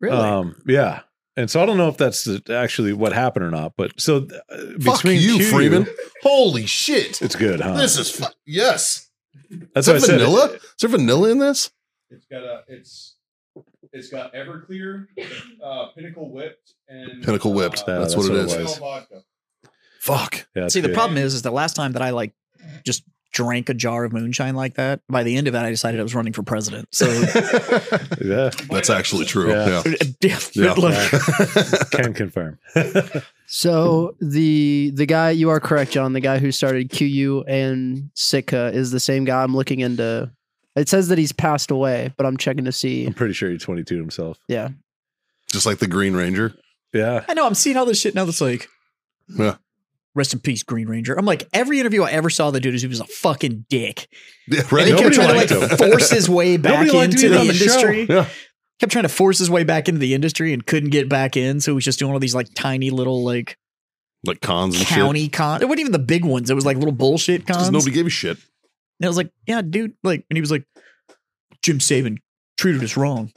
[SPEAKER 2] really?
[SPEAKER 3] Um, yeah. And so I don't know if that's the- actually what happened or not, but so uh,
[SPEAKER 4] Fuck
[SPEAKER 3] between
[SPEAKER 4] you,
[SPEAKER 3] Q-
[SPEAKER 4] Freeman. Holy shit.
[SPEAKER 3] it's good, huh?
[SPEAKER 4] This is fu- yes.
[SPEAKER 3] that's what
[SPEAKER 4] is
[SPEAKER 3] I
[SPEAKER 4] there
[SPEAKER 3] said.
[SPEAKER 4] vanilla? Is there vanilla in this?
[SPEAKER 7] It's got a it's it's got Everclear, uh, Pinnacle Whipped, and
[SPEAKER 4] Pinnacle Whipped.
[SPEAKER 3] Yeah,
[SPEAKER 4] that's, what, it is.
[SPEAKER 3] was.
[SPEAKER 7] vodka.
[SPEAKER 4] Fuck.
[SPEAKER 3] Yeah, it's
[SPEAKER 2] See, the
[SPEAKER 3] good.
[SPEAKER 2] problem is, is the last time that I like just drank a jar of moonshine like that, by the end of it, I decided I was running for president. So
[SPEAKER 3] Yeah,
[SPEAKER 4] That's actually true. Yeah.
[SPEAKER 3] Yeah.
[SPEAKER 4] Yeah.
[SPEAKER 2] Look,
[SPEAKER 3] can confirm.
[SPEAKER 1] So the the guy you are correct, John. The guy who started QU and Sitka is the same guy. I'm looking into. It says that he's passed away, but I'm checking to see.
[SPEAKER 3] I'm pretty sure he 22 himself.
[SPEAKER 1] Yeah,
[SPEAKER 4] Just like the Green Ranger.
[SPEAKER 3] Yeah.
[SPEAKER 2] I know I'm seeing all this shit now. That's like,
[SPEAKER 4] Yeah.
[SPEAKER 2] rest in peace, Green Ranger. I'm like, every interview I ever saw the dude is he was a fucking dick,
[SPEAKER 4] Yeah,
[SPEAKER 2] and
[SPEAKER 4] right.
[SPEAKER 2] he kept
[SPEAKER 3] Nobody
[SPEAKER 2] trying to
[SPEAKER 3] liked
[SPEAKER 2] like
[SPEAKER 3] him.
[SPEAKER 2] force his way back
[SPEAKER 3] Nobody liked
[SPEAKER 2] into
[SPEAKER 3] him
[SPEAKER 2] the
[SPEAKER 3] on the show.
[SPEAKER 2] industry.
[SPEAKER 4] Yeah.
[SPEAKER 2] Kept trying to force his way back into the industry and couldn't get back in, so he was just doing all these like tiny little like
[SPEAKER 4] Like cons and shit.
[SPEAKER 2] county cons. It wasn't even the big ones. It was like little bullshit cons.
[SPEAKER 4] Because nobody gave a shit.
[SPEAKER 2] And I was like, yeah, dude. Like, and he was like, Jim Saban treated us wrong.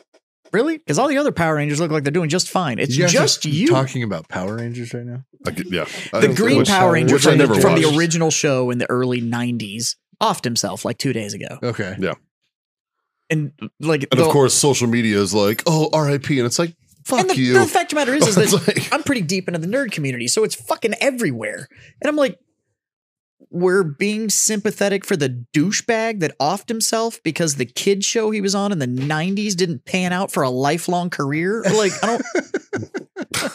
[SPEAKER 2] Really? Because all the other Power Rangers look like they're doing just fine. It's
[SPEAKER 5] You guys are
[SPEAKER 2] just you.
[SPEAKER 5] Talking about Power Rangers right now?
[SPEAKER 4] I get- yeah.
[SPEAKER 2] the Green
[SPEAKER 4] Which-
[SPEAKER 2] Power Ranger
[SPEAKER 4] which I
[SPEAKER 2] from, the,
[SPEAKER 4] never
[SPEAKER 2] from the
[SPEAKER 4] watched.
[SPEAKER 2] original show in the early 90s offed himself like two days ago.
[SPEAKER 5] Okay.
[SPEAKER 2] And like,
[SPEAKER 4] And
[SPEAKER 2] the-
[SPEAKER 4] of course, social media is like, oh, RIP. And it's like, fuck
[SPEAKER 2] and the,
[SPEAKER 4] you.
[SPEAKER 2] the fact of the matter is, is that
[SPEAKER 4] It's like-
[SPEAKER 2] I'm pretty deep into the nerd community, so it's fucking everywhere. And I'm like, we're being sympathetic for the douchebag that offed himself because the kid show he was on in the 90s didn't pan out for a lifelong career. Like, I don't.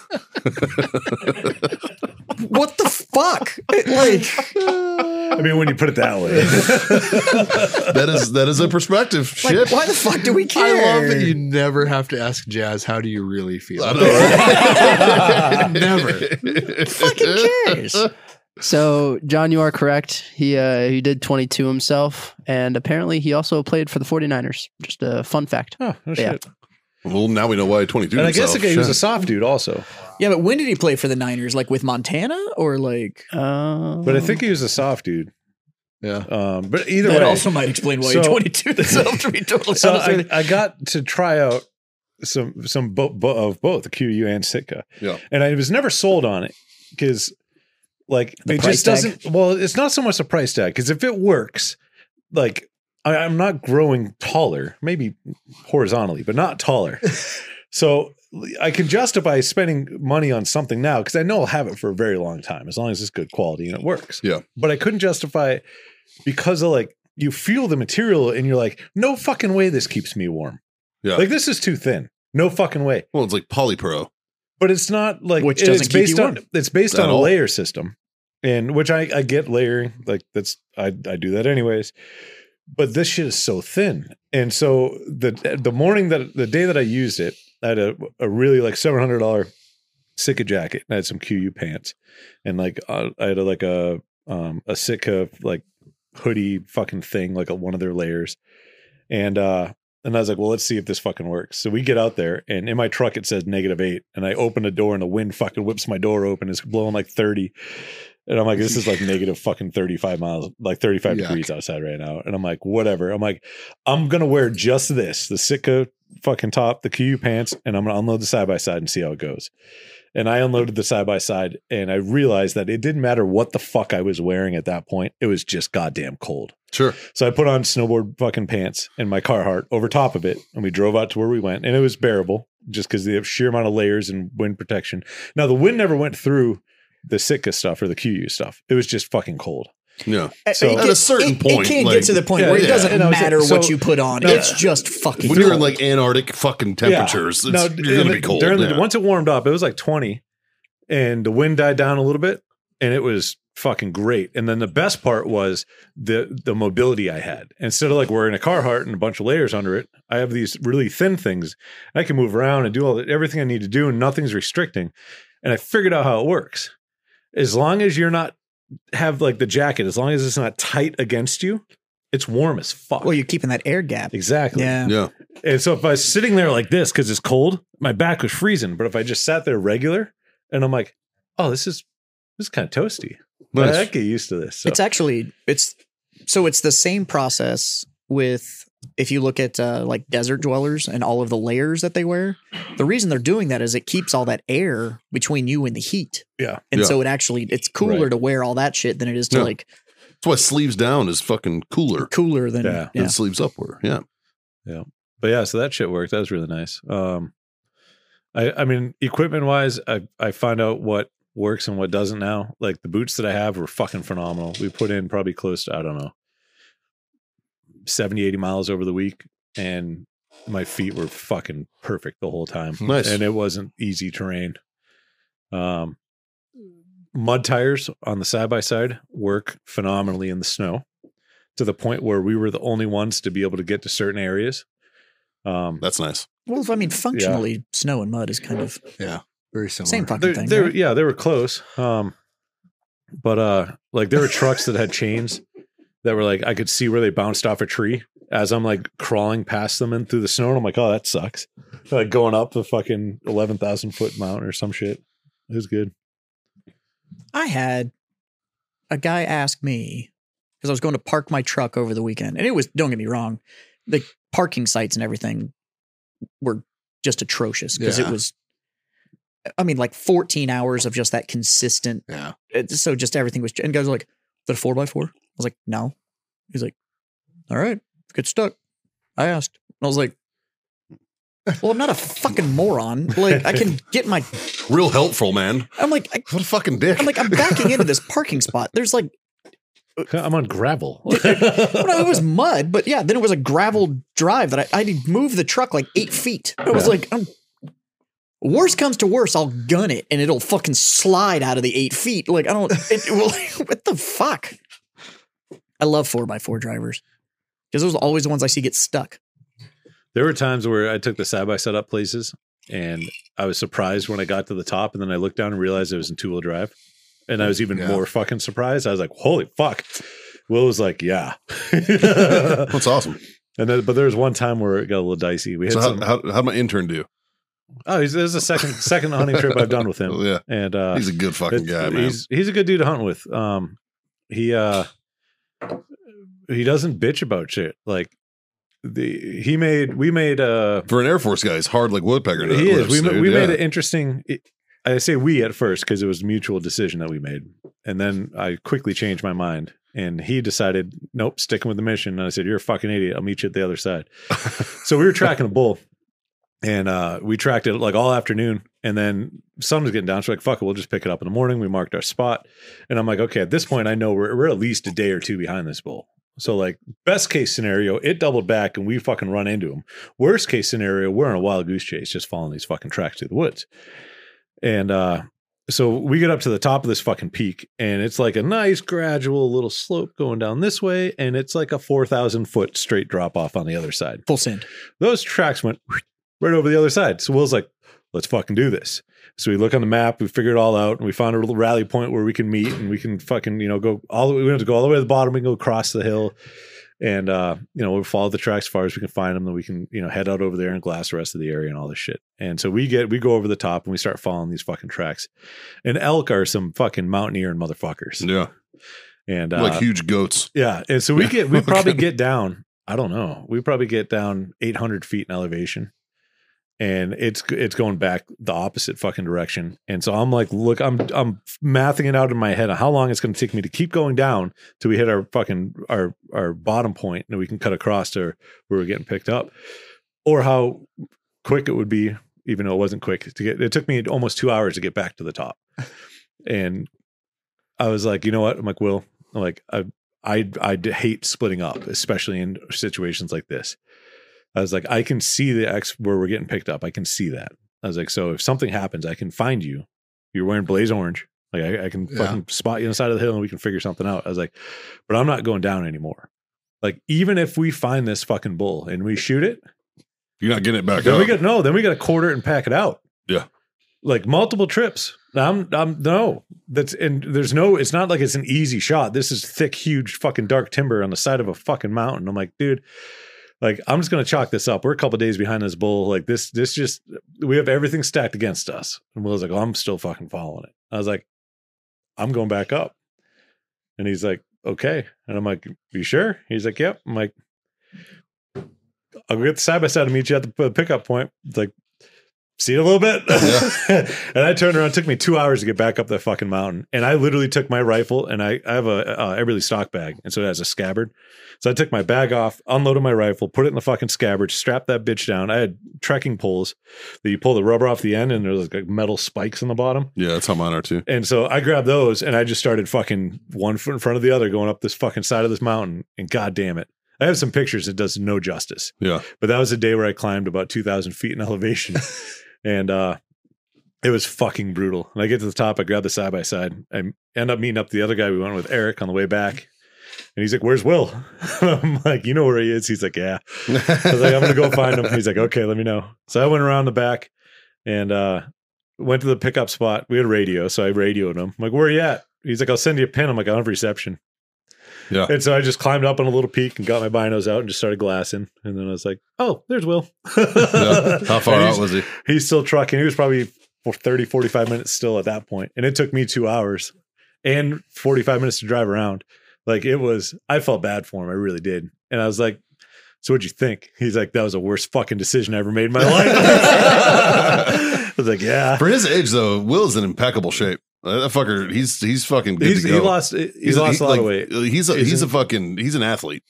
[SPEAKER 2] what the fuck? It, like,
[SPEAKER 3] I mean, when you put it that way,
[SPEAKER 4] that is that is a perspective.
[SPEAKER 2] like,
[SPEAKER 4] Shit.
[SPEAKER 2] why the fuck do we
[SPEAKER 5] I
[SPEAKER 2] care?
[SPEAKER 5] love that you never have to ask Jazz, how do you really feel?
[SPEAKER 4] I know, right?
[SPEAKER 5] Never.
[SPEAKER 2] fucking cares.
[SPEAKER 1] So John, you are correct. He uh, he did 22 himself, and apparently he also played for the 49ers. Just a fun fact.
[SPEAKER 3] oh, no
[SPEAKER 1] Yeah.
[SPEAKER 3] shit.
[SPEAKER 4] Well, now we know why 22.
[SPEAKER 3] and I guess
[SPEAKER 4] himself.
[SPEAKER 3] the guy he was a
[SPEAKER 4] Shit.
[SPEAKER 3] soft dude also,
[SPEAKER 2] Yeah, but when did he play for the Niners? Like with Montana or like.
[SPEAKER 1] Uh,
[SPEAKER 3] but I think he was a soft dude.
[SPEAKER 5] yeah.
[SPEAKER 3] Um, but either
[SPEAKER 2] that
[SPEAKER 3] way,
[SPEAKER 2] also might explain why you're
[SPEAKER 3] So-
[SPEAKER 2] 22 himself, to be totally
[SPEAKER 3] so
[SPEAKER 2] honest with you.
[SPEAKER 3] I, I got to try out some some bo- bo- of both QU and Sitka.
[SPEAKER 4] Yeah.
[SPEAKER 3] and I was never sold on it because Like
[SPEAKER 2] The
[SPEAKER 3] it
[SPEAKER 2] price
[SPEAKER 3] just
[SPEAKER 2] tag?
[SPEAKER 3] doesn't. Well, it's not so much the price tag because if it works, like I, I'm not growing taller, maybe horizontally, but not taller. so I can justify spending money on something now because I know I'll have it for a very long time as long as it's good quality and it works.
[SPEAKER 4] Yeah.
[SPEAKER 3] But I couldn't justify it because of like you feel the material and you're like, no fucking way this keeps me warm.
[SPEAKER 4] Yeah.
[SPEAKER 3] Like this is too thin. No fucking way
[SPEAKER 4] Well, it's like polypro.
[SPEAKER 3] but it's not like
[SPEAKER 2] Which
[SPEAKER 3] it-
[SPEAKER 2] doesn't
[SPEAKER 3] it's
[SPEAKER 2] keep
[SPEAKER 3] based
[SPEAKER 2] you
[SPEAKER 3] on
[SPEAKER 2] warm.
[SPEAKER 3] it's based
[SPEAKER 4] At
[SPEAKER 3] on a
[SPEAKER 4] all.
[SPEAKER 3] layer system and which I, I get layering like that's I, I do that anyways but this shit is so thin and so the the morning that the day that i used it i had a, a really like $700 sitka jacket and i had some qu pants and like uh, i had a, like a um a sitka like hoodie fucking thing like a, one of their layers and uh and I was like, well, let's see if this fucking works. So we get out there, and in my truck it says negative eight. And I open a door, and the wind fucking whips my door open. It's blowing like thirty, and I'm like, this is like negative fucking thirty five miles, like thirty five
[SPEAKER 5] Yuck.
[SPEAKER 3] degrees outside right now. And I'm like, whatever. I'm like, I'm gonna wear just this, the Sitka fucking top, the QU pants, and I'm gonna unload the side by side and see how it goes. And I unloaded the side by side, and I realized that it didn't matter what the fuck I was wearing at that point. It was just goddamn cold.
[SPEAKER 4] Sure.
[SPEAKER 3] So I put on snowboard fucking pants and my Carhartt over top of it, and we drove out to where we went, and it was bearable just because the sheer amount of layers and wind protection. Now the wind never went through the Sitka stuff or the QU stuff. It was just fucking cold.
[SPEAKER 4] Yeah.
[SPEAKER 3] So-
[SPEAKER 2] It
[SPEAKER 3] At
[SPEAKER 4] a
[SPEAKER 2] gets-
[SPEAKER 4] certain
[SPEAKER 2] it-
[SPEAKER 4] point,
[SPEAKER 2] it can
[SPEAKER 4] like-
[SPEAKER 2] get to the point
[SPEAKER 3] Yeah,
[SPEAKER 2] where it
[SPEAKER 4] yeah.
[SPEAKER 2] doesn't
[SPEAKER 3] And I was like,
[SPEAKER 2] matter what
[SPEAKER 3] so-
[SPEAKER 2] you put on.
[SPEAKER 3] No,
[SPEAKER 2] it's
[SPEAKER 3] yeah.
[SPEAKER 2] just fucking.
[SPEAKER 4] When you're in
[SPEAKER 2] cold.
[SPEAKER 4] like Antarctic fucking temperatures,
[SPEAKER 3] Yeah.
[SPEAKER 4] it's, you're
[SPEAKER 3] in
[SPEAKER 4] gonna
[SPEAKER 3] the-
[SPEAKER 4] be cold.
[SPEAKER 3] During
[SPEAKER 4] yeah.
[SPEAKER 3] the, once it warmed up, it was like 20, and the wind died down a little bit, and it was fucking great. And then the best part was the the mobility I had. Instead of like wearing a Carhartt and a bunch of layers under it, I have these really thin things. I can move around and do all the, everything I need to do, and nothing's restricting. And I figured out how it works. As long as you're not have like the jacket, as long as it's not tight against you, it's warm as fuck.
[SPEAKER 2] well, you're keeping that air gap.
[SPEAKER 3] exactly.
[SPEAKER 2] Yeah.
[SPEAKER 4] yeah.
[SPEAKER 3] And so if I was sitting there like this because it's cold, my back was freezing. But if I just sat there regular, and I'm like, oh, this is this is kind of toasty.
[SPEAKER 4] Nice.
[SPEAKER 3] I, I get used to this. So.
[SPEAKER 2] It's actually it's so it's the same process with if you look at uh, like desert dwellers and all of the layers that they wear. The reason they're doing that is it keeps all that air between you and the heat,
[SPEAKER 3] yeah.
[SPEAKER 2] and
[SPEAKER 4] Yeah.
[SPEAKER 2] so it actually it's cooler
[SPEAKER 3] Right.
[SPEAKER 2] to wear all that shit than it is to
[SPEAKER 4] Yeah.
[SPEAKER 2] like
[SPEAKER 4] That's why sleeves down is fucking cooler
[SPEAKER 2] cooler than
[SPEAKER 3] Yeah.
[SPEAKER 2] yeah.
[SPEAKER 4] than sleeves up were. Yeah.
[SPEAKER 3] But yeah, so that shit worked. That was really nice. Um, I I mean, equipment wise, I I find out what works and what doesn't now. Like the boots that I have were fucking phenomenal. We put in probably close to I don't know 70, 80 miles over the week, and my feet were fucking perfect the whole time.
[SPEAKER 4] Nice.
[SPEAKER 3] and it wasn't easy terrain. Um, mud tires on the side by side work phenomenally in the snow to the point where we were the only ones to be able to get to certain areas. Um,
[SPEAKER 4] That's nice.
[SPEAKER 2] Well, if I mean functionally, snow and mud is kind of
[SPEAKER 5] Very similar.
[SPEAKER 2] same fucking
[SPEAKER 3] they
[SPEAKER 2] thing.
[SPEAKER 3] they
[SPEAKER 2] right?
[SPEAKER 3] yeah, they were close. Um, but uh, like there were trucks that had chains that were like I could see where they bounced off a tree as I'm like crawling past them and through the snow, and I'm like, oh, that sucks. Like going up the fucking eleven thousand foot mountain or some shit. It was good.
[SPEAKER 2] I had a guy ask me because I was going to park my truck over the weekend, and it was don't get me wrong, the parking sites and everything were just atrocious because
[SPEAKER 5] Yeah.
[SPEAKER 2] it was, I mean, like fourteen hours of just that consistent.
[SPEAKER 5] Yeah.
[SPEAKER 2] It, so just everything was, and guys were like, "Is that a four by four? I was like, "No." He's like, "All right, get stuck." I asked, and I was like. Well, I'm not a fucking moron. Like, I can get my.
[SPEAKER 4] Real helpful, man.
[SPEAKER 2] I'm like, I,
[SPEAKER 4] What a fucking dick.
[SPEAKER 2] I'm like, I'm backing into this parking spot. There's like
[SPEAKER 3] I'm on gravel.
[SPEAKER 2] Well, no, it was mud, but yeah, then it was a gravel drive that I, I had to move the truck like eight feet. I was
[SPEAKER 3] Yeah.
[SPEAKER 2] like, I'm, worst comes to worst, I'll gun it and it'll fucking slide out of the eight feet. Like, I don't, it, it will, what the fuck? I love four by four drivers because those are always the ones I see get stuck.
[SPEAKER 3] There were times where I took the side by side up places and I was surprised when I got to the top and then I looked down and realized it was in two wheel drive. And I was even
[SPEAKER 5] Yeah.
[SPEAKER 3] more fucking surprised. I was like, holy fuck. Will was like, yeah. and
[SPEAKER 4] That's awesome.
[SPEAKER 3] then, but there was one time where it got a little dicey. We had
[SPEAKER 4] So how,
[SPEAKER 3] some,
[SPEAKER 4] how, how'd my intern do?
[SPEAKER 3] oh, he's, there's a second, second hunting trip I've done with him.
[SPEAKER 4] Yeah.
[SPEAKER 3] And, uh,
[SPEAKER 4] He's a good fucking
[SPEAKER 3] It's-
[SPEAKER 4] guy, man.
[SPEAKER 3] He's he's a good dude to hunt with. Um, he uh, he doesn't bitch about shit. Like the he made we made uh
[SPEAKER 4] For an Air Force guy, he's hard like woodpecker.
[SPEAKER 3] he is
[SPEAKER 4] lives,
[SPEAKER 3] we ma-
[SPEAKER 4] dude.
[SPEAKER 3] we
[SPEAKER 4] Yeah.
[SPEAKER 3] made an interesting. It, I say we at first because it was a mutual decision that we made. And then I quickly changed my mind. And he decided, nope, sticking with the mission. And I said, You're a fucking idiot. I'll meet you at the other side. so we were tracking a bull. And uh, we tracked it like all afternoon. And then sun was getting down. So we're like, fuck it, we'll just pick it up in the morning. We marked our spot. And I'm like, okay, at this point, I know we're, we're at least a day or two behind this bull. So, like, best case scenario, it doubled back and we fucking run into him. Worst case scenario, we're in a wild goose chase, just following these fucking tracks through the woods. And uh, so we get up to the top of this fucking peak, and it's like a nice gradual little slope going down this way, and it's like a 4,000 foot straight drop off on the other side.
[SPEAKER 2] Full send.
[SPEAKER 3] Those tracks went right over the other side. So Will's like, let's fucking do this. So we look on the map, we figure it all out, and we found a little rally point where we can meet and we can fucking, you know, go all the way. We don't have to go all the way to the bottom. We can go across the hill. And uh, you know, we'll follow the tracks as far as we can find them, then we can, you know, head out over there and glass the rest of the area and all this shit. And so we get we go over the top and we start following these fucking tracks. And elk are some fucking mountaineering motherfuckers.
[SPEAKER 4] Yeah.
[SPEAKER 3] And uh,
[SPEAKER 4] Like huge goats.
[SPEAKER 3] yeah. And so we get, we
[SPEAKER 4] Okay.
[SPEAKER 3] probably get down, I don't know, we probably get down 800 feet in elevation and it's, it's going back the opposite fucking direction. And so I'm like, look, I'm, I'm mathing it out in my head on how long it's going to take me to keep going down till we hit our fucking, our, our bottom point and we can cut across to where we're getting picked up or how quick it would be, even though it wasn't quick to get, it took me almost two hours to get back to the top. And I was like, you know what? I'm like, Will, I'm like, I, I I d- hate splitting up, especially in situations like this. I was like, I can see the X where we're getting picked up. I can see that. I was like, so if something happens, I can find you. You're wearing blaze orange. Like I, I can
[SPEAKER 5] Yeah.
[SPEAKER 3] fucking spot you on the side of the hill and we can figure something out. I was like, but I'm not going down anymore. Like even if we find this fucking bull and we shoot it,
[SPEAKER 4] You're not getting it back
[SPEAKER 3] then
[SPEAKER 4] up.
[SPEAKER 3] we got no. Then we got to quarter it and pack it out.
[SPEAKER 4] Yeah.
[SPEAKER 3] like multiple trips. I'm I'm no. That's and there's no. It's not like it's an easy shot. This is thick, huge, fucking dark timber on the side of a fucking mountain. I'm like, dude. Like I'm just gonna chalk this up. We're a couple days behind this bull. Like this, this just we have everything stacked against us. And Will's like, oh, I'm still fucking following it. I was like, I'm going back up. And he's like, okay. And I'm like, you sure? He's like, yep. I'm like, I'll get the side by side and meet you at the p- pickup point. It's like, see you in a little bit. and I turned around. It took me two hours to get back up that fucking mountain. And I literally took my rifle and I, I have a uh, Everly stock bag. And so it has a scabbard. So I took my bag off, unloaded my rifle, put it in the fucking scabbard, strapped that bitch down. I had trekking poles that you pull the rubber off the end and there's like metal spikes on the bottom.
[SPEAKER 4] Yeah, that's how mine are too.
[SPEAKER 3] And so I grabbed those and I just started fucking one foot in front of the other going up this fucking side of this mountain. And god damn it. I have some pictures. It does no justice.
[SPEAKER 4] Yeah.
[SPEAKER 3] But that was a day where I climbed about 2,000 feet in elevation. and uh, it was fucking brutal. And I get to the top, I grab the side by side. I end up meeting up the other guy we went with, Eric, on the way back. And he's like, Where's Will? I'm like, You know where he is? He's like, Yeah. I was like, I'm gonna go find him. He's like, okay, let me know. So I went around the back and uh went to the pickup spot. We had radio, so I radioed him. I'm like, where are you at? He's like, I'll send you a pin. I'm like, I don't have reception.
[SPEAKER 4] Yeah.
[SPEAKER 3] And so I just climbed up on a little peak and got my binos out and just started glassing. And then I was like, oh, there's Will.
[SPEAKER 4] Yeah. How far
[SPEAKER 3] And
[SPEAKER 4] out
[SPEAKER 3] he's-
[SPEAKER 4] was he?
[SPEAKER 3] He's still trucking. He was probably for 30, 45 minutes still at that point. And it took me two hours and 45 minutes to drive around. Like it was, I felt bad for him. I really did. And I was like, so what'd you think? He's like, that was the worst fucking decision I ever made in my life. I was like, yeah.
[SPEAKER 4] For his age though, Will's in impeccable shape. Uh, That fucker, he's he's fucking good
[SPEAKER 3] He's,
[SPEAKER 4] to
[SPEAKER 3] he
[SPEAKER 4] go.
[SPEAKER 3] lost, he's, lost
[SPEAKER 4] he-
[SPEAKER 3] a lot of
[SPEAKER 4] like,
[SPEAKER 3] weight.
[SPEAKER 4] uh, He's a he's,
[SPEAKER 3] He's
[SPEAKER 4] a
[SPEAKER 3] in-
[SPEAKER 4] fucking he's an athlete.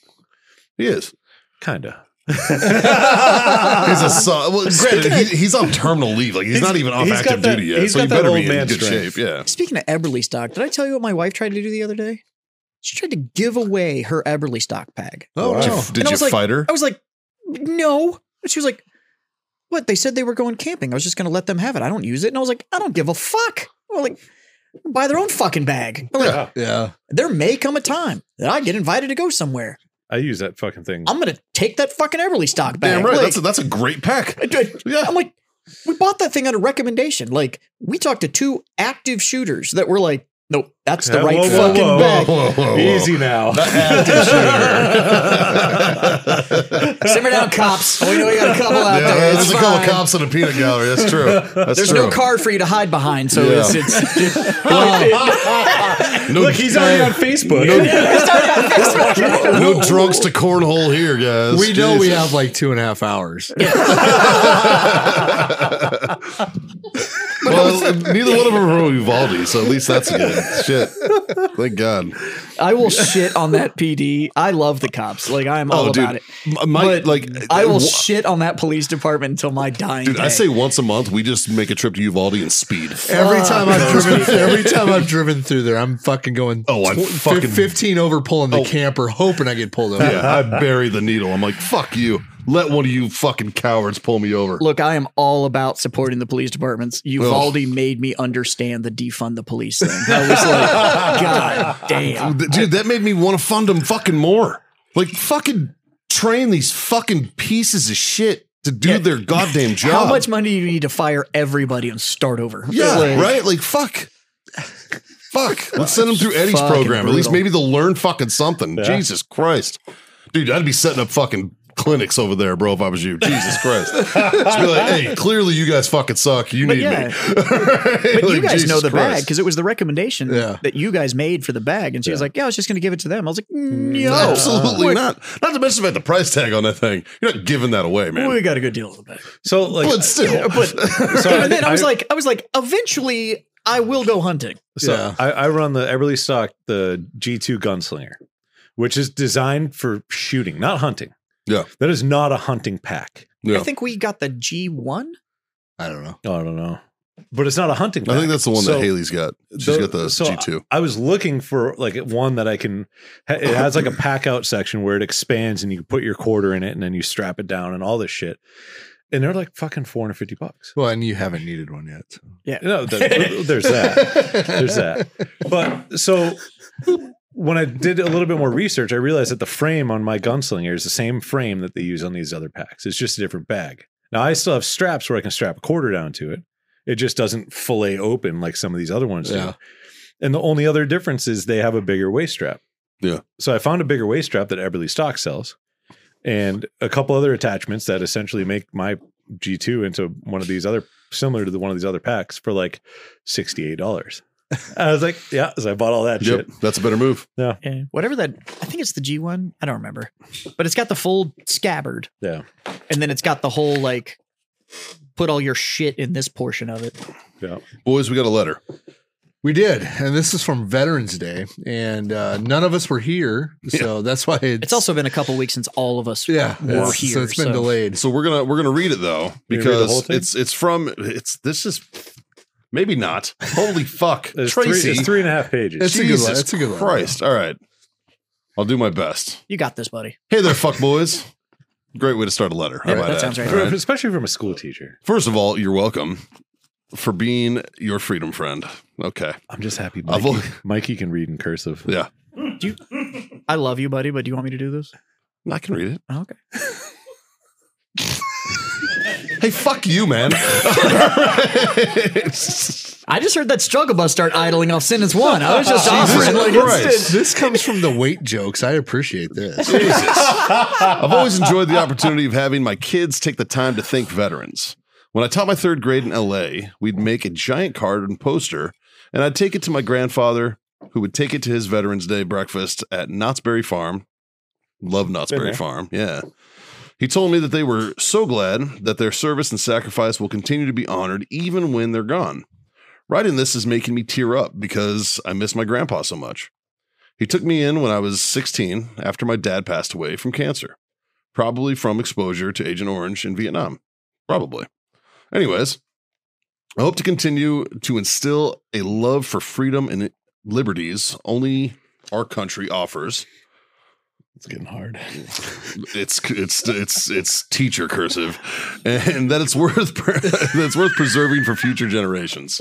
[SPEAKER 4] He is.
[SPEAKER 3] Kinda.
[SPEAKER 4] He's a so- well, granted, he, he's on terminal leave. Like he's,
[SPEAKER 3] He's-
[SPEAKER 4] not even off
[SPEAKER 3] he's got
[SPEAKER 4] active
[SPEAKER 3] that-
[SPEAKER 4] duty yet.
[SPEAKER 3] he's
[SPEAKER 4] So
[SPEAKER 3] got
[SPEAKER 4] you
[SPEAKER 3] that
[SPEAKER 4] better
[SPEAKER 3] old
[SPEAKER 4] be in
[SPEAKER 3] man
[SPEAKER 4] good
[SPEAKER 3] strength.
[SPEAKER 4] shape. Yeah.
[SPEAKER 2] Speaking of Eberly stock, did I tell you what my wife tried to do the other day? She tried to give away her Eberly stock bag.
[SPEAKER 4] Oh, did
[SPEAKER 3] Wow.
[SPEAKER 4] you, did
[SPEAKER 2] And I
[SPEAKER 4] you
[SPEAKER 2] was like-
[SPEAKER 4] fight
[SPEAKER 3] "Oh,
[SPEAKER 4] her?
[SPEAKER 2] I was like, no. And she was like, what? They said they were going camping. I was just going to let them have it. I don't use it. And I was like, I don't give a fuck. Well, like, buy their own fucking bag. I'm like,
[SPEAKER 3] Yeah.
[SPEAKER 5] Yeah.
[SPEAKER 2] there may come a time that I get invited to go somewhere.
[SPEAKER 3] I use that fucking thing.
[SPEAKER 2] I'm going to take that fucking Everly stock bag.
[SPEAKER 4] Damn right.
[SPEAKER 2] Like,
[SPEAKER 4] that's a, that's a great pack.
[SPEAKER 2] I did-
[SPEAKER 4] Yeah.
[SPEAKER 2] I'm like, we bought that thing on a recommendation. Like, we talked to two active shooters that were like, nope, that's the
[SPEAKER 3] Yeah,
[SPEAKER 2] right
[SPEAKER 3] whoa, whoa,
[SPEAKER 2] fucking
[SPEAKER 3] whoa,
[SPEAKER 2] bag.
[SPEAKER 4] whoa, whoa, whoa.
[SPEAKER 3] Easy now.
[SPEAKER 2] Simmer down, cops. We know we got a couple out
[SPEAKER 4] Yeah,
[SPEAKER 2] there. It's
[SPEAKER 4] there's a couple
[SPEAKER 2] fine.
[SPEAKER 4] cops in a peanut gallery. That's true. That's
[SPEAKER 2] There's
[SPEAKER 4] true.
[SPEAKER 2] no card for you to hide behind, so
[SPEAKER 4] Yeah.
[SPEAKER 2] it's, it's
[SPEAKER 4] No-
[SPEAKER 3] Look, he's already on Facebook.
[SPEAKER 4] no drunks to cornhole here, guys.
[SPEAKER 5] We know we
[SPEAKER 4] Jesus.
[SPEAKER 5] have like two and a half hours.
[SPEAKER 4] well, Well, neither one of them are from Uvalde, so at least that's good. Shit. Thank God.
[SPEAKER 2] I will shit on that PD. I love the cops. Like I am all
[SPEAKER 4] Oh, dude.
[SPEAKER 2] about it.
[SPEAKER 4] M- My,
[SPEAKER 2] But
[SPEAKER 4] like,
[SPEAKER 2] I will
[SPEAKER 4] wa-
[SPEAKER 2] shit on that police department until my dying
[SPEAKER 4] Dude,
[SPEAKER 2] day.
[SPEAKER 4] I say once a month we just make a trip to Uvalde and speed.
[SPEAKER 5] Every time I've
[SPEAKER 4] Those
[SPEAKER 5] driven,
[SPEAKER 4] people.
[SPEAKER 5] every time I've driven through there, I'm fucking going.
[SPEAKER 4] Oh, I'm
[SPEAKER 5] tw- fif-
[SPEAKER 4] fucking-
[SPEAKER 5] fifteen over pulling the
[SPEAKER 4] Oh.
[SPEAKER 5] camper, hoping I get pulled over.
[SPEAKER 4] Yeah, I bury the needle. I'm like, fuck you. Let one of you fucking cowards pull me over.
[SPEAKER 2] Look, I am all about supporting the police departments. Uvalde made me understand the defund the police thing. I was like, God damn.
[SPEAKER 4] Dude, that made me want to fund them fucking more. Like, fucking train these fucking pieces of shit to do their goddamn job.
[SPEAKER 2] How much money do you need to fire everybody and start over?
[SPEAKER 4] Yeah,
[SPEAKER 2] Like,
[SPEAKER 4] right? Like, fuck. Fuck. Let's send them through Eddie's
[SPEAKER 2] fucking
[SPEAKER 4] program. At least
[SPEAKER 2] brutal.
[SPEAKER 4] maybe they'll learn fucking something.
[SPEAKER 3] Yeah.
[SPEAKER 4] Jesus Christ. Dude, I'd be setting up fucking clinics over there, bro, if I was you. Jesus Christ. Just be like, hey, clearly you guys fucking suck. You
[SPEAKER 2] But
[SPEAKER 4] need
[SPEAKER 2] yeah.
[SPEAKER 4] me.
[SPEAKER 2] But you guys know the bag because it was the recommendation
[SPEAKER 5] Yeah.
[SPEAKER 2] that you guys made for the bag. And she was like, Yeah, I was just going to give it to them. I was like, No.
[SPEAKER 4] Mm, Absolutely
[SPEAKER 2] We're-
[SPEAKER 4] not. Not to mention about the price tag on that thing. You're not giving that away, man.
[SPEAKER 2] We got a good deal on the bag.
[SPEAKER 3] So like,
[SPEAKER 4] but still,
[SPEAKER 3] so
[SPEAKER 2] and then I was like, I was like, eventually I will go hunting.
[SPEAKER 3] So
[SPEAKER 5] Yeah.
[SPEAKER 3] I, I run the Everly Stock, the G2 Gunslinger, which is designed for shooting, not hunting.
[SPEAKER 4] Yeah.
[SPEAKER 3] That is not a hunting pack.
[SPEAKER 4] yeah.
[SPEAKER 2] I think we got the G one.
[SPEAKER 5] I don't know.
[SPEAKER 3] Oh, I don't know. But it's not a hunting pack.
[SPEAKER 4] I think that's the one
[SPEAKER 3] So
[SPEAKER 4] that Haley's got. She's
[SPEAKER 3] tho-
[SPEAKER 4] got the
[SPEAKER 3] so
[SPEAKER 4] G2.
[SPEAKER 3] I was looking for like one that I can, ha- it has like a pack out section where it expands and you can put your quarter in it and then you strap it down and all this shit. And they're like fucking 450 bucks.
[SPEAKER 5] Well, and you haven't needed one yet.
[SPEAKER 3] No, th- there's that. There's that. But so when I did a little bit more research, I realized that the frame on my gunslinger is the same frame that they use on these other packs. It's just a different bag. Now I still have straps where I can strap a quarter down to it. It just doesn't fillet open like some of these other ones
[SPEAKER 5] Yeah.
[SPEAKER 3] do. And the only other difference is they have a bigger waist strap.
[SPEAKER 4] Yeah.
[SPEAKER 3] So I found a bigger waist strap that Eberly Stock sells and a couple other attachments that essentially make my G2 into one of these other similar to the one of these other packs for like $68. I was like, yeah, so I bought all that
[SPEAKER 4] Yep,
[SPEAKER 3] shit.
[SPEAKER 4] that's a better move.
[SPEAKER 2] Whatever that I think it's the G one. I don't remember. But it's got the full scabbard.
[SPEAKER 3] Yeah.
[SPEAKER 2] And then it's got the whole like put all your shit in this portion of it.
[SPEAKER 4] Boys, we got a letter.
[SPEAKER 5] We did, and this is from Veterans Day, and uh, none of us were here, so that's why it's,
[SPEAKER 2] It's also been a couple weeks since all of us
[SPEAKER 5] yeah,
[SPEAKER 2] were
[SPEAKER 5] it's-
[SPEAKER 2] here.
[SPEAKER 5] so it's been delayed.
[SPEAKER 4] So we're gonna we're gonna read it though
[SPEAKER 3] You gonna read the whole
[SPEAKER 4] because
[SPEAKER 3] thing?
[SPEAKER 4] it's it's from it's this is maybe not. Holy fuck,
[SPEAKER 3] It's
[SPEAKER 4] Tracy!
[SPEAKER 3] three, it's three and a half pages.
[SPEAKER 5] It's a good
[SPEAKER 4] Jesus
[SPEAKER 5] one. It's a good one.
[SPEAKER 4] Christ! All right, I'll do my best.
[SPEAKER 2] You got this, buddy.
[SPEAKER 4] Hey there, fuck boys! Great way to start a letter. How
[SPEAKER 2] Yeah,
[SPEAKER 4] about
[SPEAKER 2] that sounds right.
[SPEAKER 4] All right.
[SPEAKER 3] Especially from a school teacher.
[SPEAKER 4] First of all, you're welcome for being your freedom friend. Okay,
[SPEAKER 3] I'm just happy
[SPEAKER 4] I've
[SPEAKER 3] Mikey,
[SPEAKER 4] al-
[SPEAKER 3] Mikey can read in cursive.
[SPEAKER 4] yeah,
[SPEAKER 2] I love you, buddy, but do you want me to do this? Oh,
[SPEAKER 4] I can read it.
[SPEAKER 2] Okay.
[SPEAKER 4] Hey, fuck you, man.
[SPEAKER 2] I just heard that struggle bus start idling off sentence one. I was just offering like
[SPEAKER 4] Christ.
[SPEAKER 2] instant.
[SPEAKER 5] This comes from the weight jokes. I appreciate this.
[SPEAKER 4] I've always enjoyed the opportunity of having my kids take the time to thank veterans. When I taught my third grade in LA, we'd make a giant card and poster, and I'd take it to my grandfather, who would take it to his Veterans Day breakfast at Knott's Berry Farm. Love Knott's
[SPEAKER 3] Been
[SPEAKER 4] Berry
[SPEAKER 3] there.
[SPEAKER 4] Farm. Yeah. He told me that they were so glad that their service and sacrifice will continue to be honored even when they're gone. Writing this is making me tear up because I miss my grandpa so much. He took me in when I was 16 after my dad passed away from cancer, probably from exposure to Agent Orange in Vietnam. Probably. Anyways, I hope to continue to instill a love for freedom and liberties only our country offers.
[SPEAKER 3] It's getting hard.
[SPEAKER 4] It's it's it's it's teacher cursive, and that it's worth that it's worth preserving for future generations.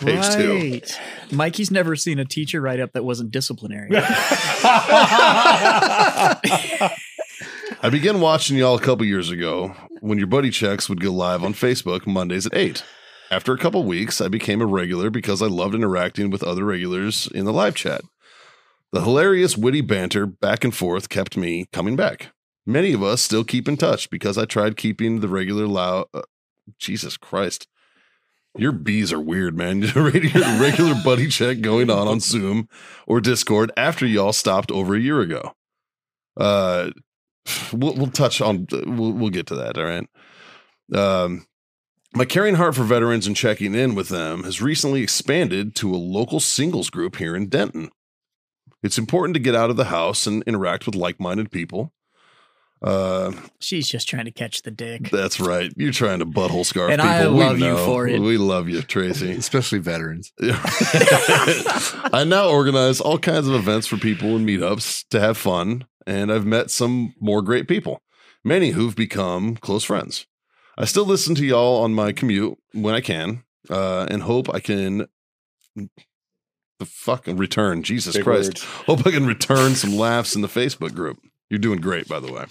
[SPEAKER 4] Page two.
[SPEAKER 2] Right. Mikey's never seen a teacher write up that wasn't disciplinary.
[SPEAKER 4] I began watching y'all a couple years ago when your buddy checks would go live on Facebook Mondays at 8. After a couple weeks, I became a regular because I loved interacting with other regulars in the live chat. The hilarious, witty banter back and forth kept me coming back. Many of us still keep in touch because I tried keeping the regular loud. Uh, Jesus Christ. Your bees are weird, man. Your regular regular buddy check going on on Zoom or Discord after y'all stopped over a year ago. Uh, we'll, we'll touch on we'll, we'll get to that all right um My caring heart for veterans and checking in with them has recently expanded to a local singles group here in Denton. It's important to get out of the house and interact with like minded people. Uh,
[SPEAKER 2] She's just trying to catch the dick.
[SPEAKER 4] that's right. You're trying to butthole scarf
[SPEAKER 2] And
[SPEAKER 4] people.
[SPEAKER 2] I
[SPEAKER 4] we
[SPEAKER 2] love you
[SPEAKER 4] know.
[SPEAKER 2] for it.
[SPEAKER 4] We love you, Tracy.
[SPEAKER 5] especially veterans.
[SPEAKER 4] I now organize all kinds of events for people and meetups to have fun, and I've met some more great people, many who've become close friends. I still listen to y'all on my commute when I can, uh, and hope I can. mm, The fucking return, Jesus
[SPEAKER 3] Big
[SPEAKER 4] Christ!
[SPEAKER 3] words.
[SPEAKER 4] Hope I can return some laughs in the Facebook group. You're doing great, by the way.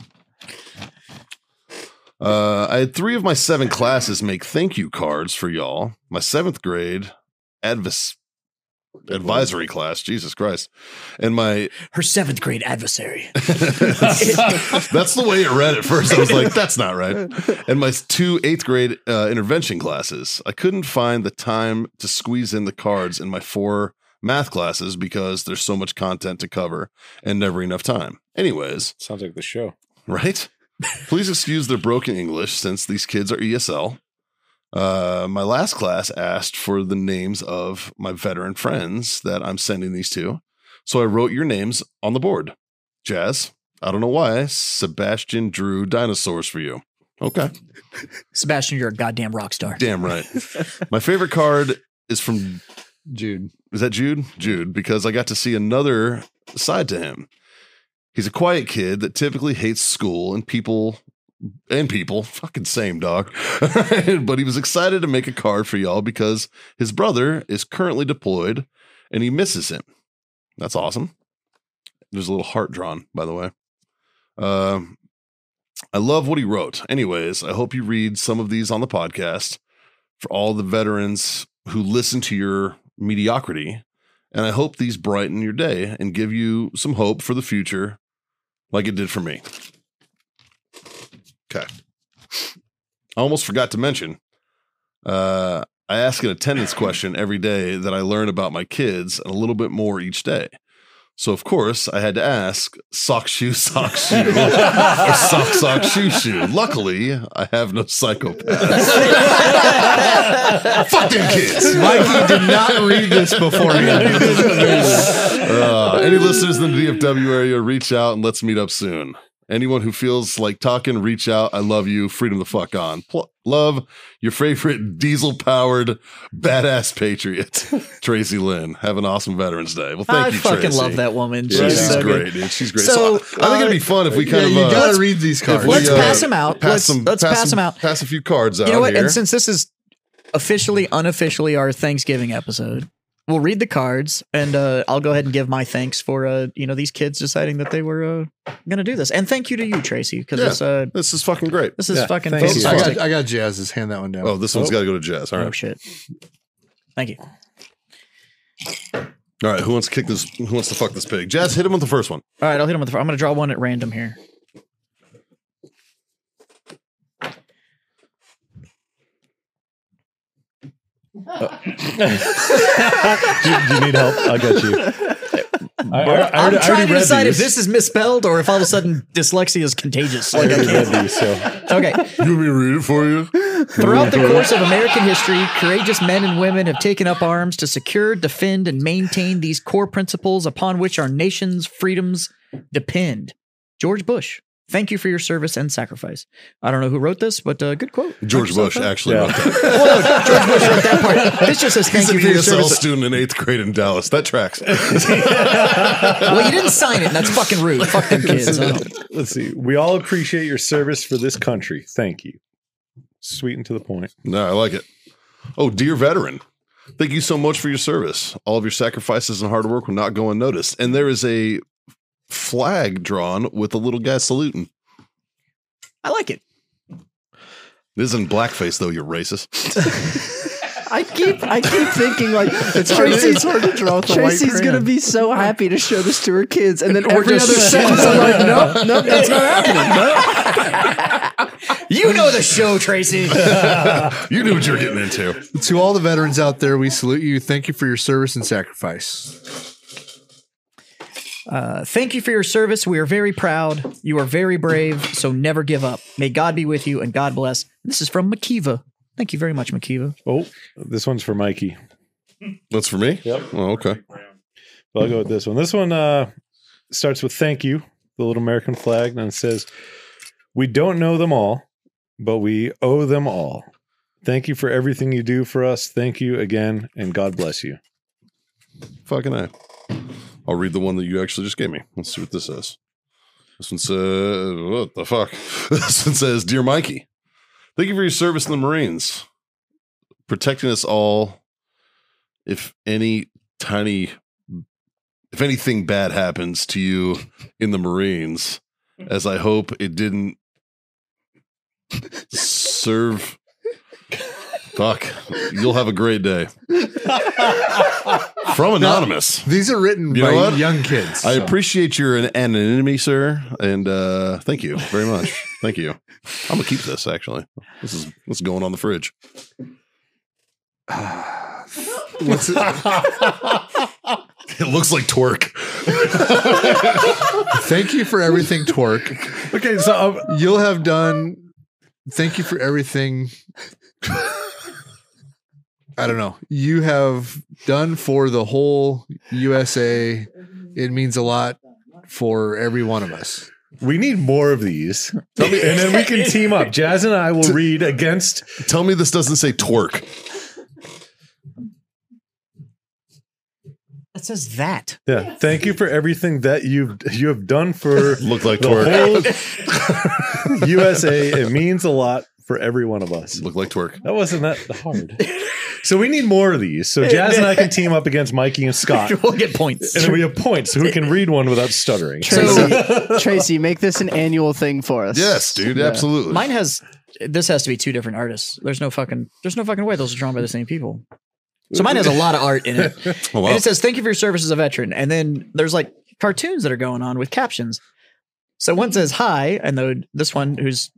[SPEAKER 4] Uh, I had three of my seven classes make thank you cards for y'all. My seventh grade advis- advisory class, Jesus Christ, and my
[SPEAKER 2] Her seventh grade adversary.
[SPEAKER 4] that's the way it read at first. I was like, that's not right. And my two eighth grade uh, intervention classes. I couldn't find the time to squeeze in the cards in my four math classes because there's so much content to cover and never enough time. Anyways,
[SPEAKER 3] Sounds like the show.
[SPEAKER 4] right? Please excuse their broken English since these kids are ESL. Uh, my last class asked for the names of my veteran friends that I'm sending these to. So I wrote your names on the board. Jazz, I don't know why, Sebastian drew dinosaurs for you. Okay.
[SPEAKER 2] Sebastian, you're a goddamn rock star.
[SPEAKER 4] Damn right. my favorite card is from
[SPEAKER 5] Jude.
[SPEAKER 4] is that Jude? Jude, because I got to see another side to him. He's a quiet kid that typically hates school and people and people. Fucking same dog. but he was excited to make a card for y'all because his brother is currently deployed and he misses him. That's awesome. There's a little heart drawn, by the way. Um, I love what he wrote. Anyways, I hope you read some of these on the podcast for all the veterans who listen to your mediocrity. And I hope these brighten your day and give you some hope for the future, like it did for me. Okay. I almost forgot to mention uh, I ask an attendance question every day that I learn about my kids and a little bit more each day. So, of course, I had to ask sock shoe, sock shoe, or sock, sock, shoe, shoe. Luckily, I have no psychopaths. Fuck them kids.
[SPEAKER 5] Mikey did not read this beforehand.
[SPEAKER 4] Uh, any listeners in the DFW area, reach out and let's meet up soon. Anyone who feels like talking, reach out. I love you. Freedom the fuck on. Pl- love your favorite diesel powered badass patriot, Tracy Lynn. Have an awesome Veterans Day. Well, thank
[SPEAKER 2] I
[SPEAKER 4] you,
[SPEAKER 2] fucking
[SPEAKER 4] Tracy.
[SPEAKER 2] love that woman.
[SPEAKER 4] She's,
[SPEAKER 3] Yeah.
[SPEAKER 2] She's so
[SPEAKER 4] great,
[SPEAKER 2] good.
[SPEAKER 4] dude. She's great. So,
[SPEAKER 2] So,
[SPEAKER 4] I, I think it'd be
[SPEAKER 2] uh,
[SPEAKER 4] fun if we
[SPEAKER 5] yeah,
[SPEAKER 4] kind
[SPEAKER 5] you
[SPEAKER 4] of uh,
[SPEAKER 5] gotta read these cards.
[SPEAKER 2] Let's
[SPEAKER 4] we, uh,
[SPEAKER 2] pass him out.
[SPEAKER 4] pass
[SPEAKER 2] let's
[SPEAKER 4] some.
[SPEAKER 2] let's pass, him out.
[SPEAKER 4] Pass a few cards out
[SPEAKER 2] You know what?
[SPEAKER 4] here.
[SPEAKER 2] And since this is officially, unofficially our Thanksgiving episode, we'll read the cards, and uh, I'll go ahead and give my thanks for uh, you know these kids deciding that they were uh, going to do this, and thank you to you, Tracy, because
[SPEAKER 4] Yeah.
[SPEAKER 2] this uh,
[SPEAKER 4] this is fucking great.
[SPEAKER 2] this is
[SPEAKER 3] Yeah,
[SPEAKER 2] fucking
[SPEAKER 3] thank you.
[SPEAKER 5] I
[SPEAKER 2] fantastic.
[SPEAKER 5] got, I got Jazz's. Hand that one down.
[SPEAKER 4] Oh, this one's
[SPEAKER 3] Oh.
[SPEAKER 4] got to go to Jazz. All
[SPEAKER 2] Oh
[SPEAKER 4] right,
[SPEAKER 2] shit! Thank you. All Oh,
[SPEAKER 4] all right. Who wants to kick this? Who wants to fuck this pig? Jazz, hit him with the first one.
[SPEAKER 2] right, I'll hit him with. The, I'm going to draw one at random here.
[SPEAKER 3] Do, do you need help? I got you. I, I, I, already- I
[SPEAKER 2] I'm
[SPEAKER 3] already
[SPEAKER 2] trying to
[SPEAKER 3] read
[SPEAKER 2] decide
[SPEAKER 3] these.
[SPEAKER 2] if this is misspelled or if all of a sudden dyslexia is contagious.
[SPEAKER 3] I
[SPEAKER 2] Like I
[SPEAKER 3] already
[SPEAKER 2] can't.
[SPEAKER 3] read these, so
[SPEAKER 2] Okay.
[SPEAKER 4] You want me to read it for you?
[SPEAKER 2] Throughout the course of American history, courageous men and women have taken up arms to secure, defend, and maintain these core principles upon which our nation's freedoms depend. George Bush, thank you for your service and sacrifice. I don't know who wrote this, but uh, good quote.
[SPEAKER 4] George Bush actually
[SPEAKER 3] Yeah.
[SPEAKER 4] wrote that.
[SPEAKER 2] George Bush wrote that part. This just says thank
[SPEAKER 4] He's an
[SPEAKER 2] you for your
[SPEAKER 4] ESL
[SPEAKER 2] service.
[SPEAKER 4] student in eighth grade in Dallas. That tracks.
[SPEAKER 2] Well, you didn't sign it, and that's fucking rude. Fuck them kids. I don't-
[SPEAKER 3] let's see. We all appreciate your service for this country. Thank you. Sweet and to the point.
[SPEAKER 4] no, I like it. Oh, dear veteran, thank you so much for your service. All of your sacrifices and hard work will not go unnoticed. And there is a flag drawn with a little guy saluting.
[SPEAKER 2] I like it.
[SPEAKER 4] This isn't blackface though. You're racist.
[SPEAKER 1] I keep I keep thinking like
[SPEAKER 5] hard to-
[SPEAKER 1] Tracy's
[SPEAKER 5] it's hard to draw with a white
[SPEAKER 1] Tracy's
[SPEAKER 5] crayon.
[SPEAKER 1] gonna be so happy to show this to her kids, and then
[SPEAKER 2] Or
[SPEAKER 1] every
[SPEAKER 2] just-
[SPEAKER 1] other sentence I'm like, no, no, that's not happening.
[SPEAKER 2] You know the show, Tracy.
[SPEAKER 4] you knew what you were getting into.
[SPEAKER 5] To all the veterans out there, we salute you. Thank you for your service and sacrifice.
[SPEAKER 2] Uh, thank you for your service. We are very proud. You are very brave, so never give up. May God be with you and God bless. This is from Makiva. Thank you very much, Makiva.
[SPEAKER 3] Oh, this one's for Mikey.
[SPEAKER 4] That's for me.
[SPEAKER 3] Yep.
[SPEAKER 4] Oh, okay.
[SPEAKER 3] But I'll go with this one. This one uh, starts with thank you, the little American flag, and it says, We don't know them all, but we owe them all. Thank you for everything you do for us. Thank you again, and God bless you.
[SPEAKER 4] Fucking I. I'll read the one that you actually just gave me. Let's see what this says. This one says, what the fuck? This one says, Dear Mikey, thank you for your service in the Marines, protecting us all. If any tiny, if anything bad happens to you in the Marines, as I hope it didn't serve. Fuck. You'll have a great day. From Anonymous.
[SPEAKER 5] These are written
[SPEAKER 4] You know
[SPEAKER 5] by
[SPEAKER 4] what?
[SPEAKER 5] young kids.
[SPEAKER 4] I
[SPEAKER 5] so.
[SPEAKER 4] appreciate your an- anonymity, sir, and uh, thank you very much. thank you. I'm gonna keep this. Actually, this is what's going on the fridge.
[SPEAKER 5] What's it?
[SPEAKER 4] It looks like twerk.
[SPEAKER 5] Thank you for everything, Twerk.
[SPEAKER 3] Okay, so um,
[SPEAKER 5] You'll have done. Thank you for everything. I don't know. You have done for the whole USA. It means a lot for every one of us.
[SPEAKER 3] we need more of these. and then we can team up. Jazz and I will read against.
[SPEAKER 4] Tell me this doesn't say twerk.
[SPEAKER 2] That says that.
[SPEAKER 3] Yeah. Thank you for everything that you've you have done for
[SPEAKER 4] Looked like
[SPEAKER 3] the
[SPEAKER 4] twerk.
[SPEAKER 3] whole USA. It means a lot for every one of us.
[SPEAKER 4] Looked like twerk.
[SPEAKER 3] That wasn't that hard. So we need more of these. So Jazz and I can team up against Mikey and Scott. Uh, And
[SPEAKER 2] We'll get points.
[SPEAKER 3] then we have points. Who can read one without stuttering?
[SPEAKER 1] Tracy, Tracy, make this an annual thing for us.
[SPEAKER 4] Yes, dude.
[SPEAKER 1] Yeah.
[SPEAKER 4] Absolutely.
[SPEAKER 2] Mine has this has to be two different artists. There's no fucking there's no fucking way those are drawn by the same people. So mine has a lot of art in it.
[SPEAKER 4] Oh, wow.
[SPEAKER 2] And it says, Thank you for your service as a veteran. And then there's like cartoons that are going on with captions. So one says hi, and the, this one who's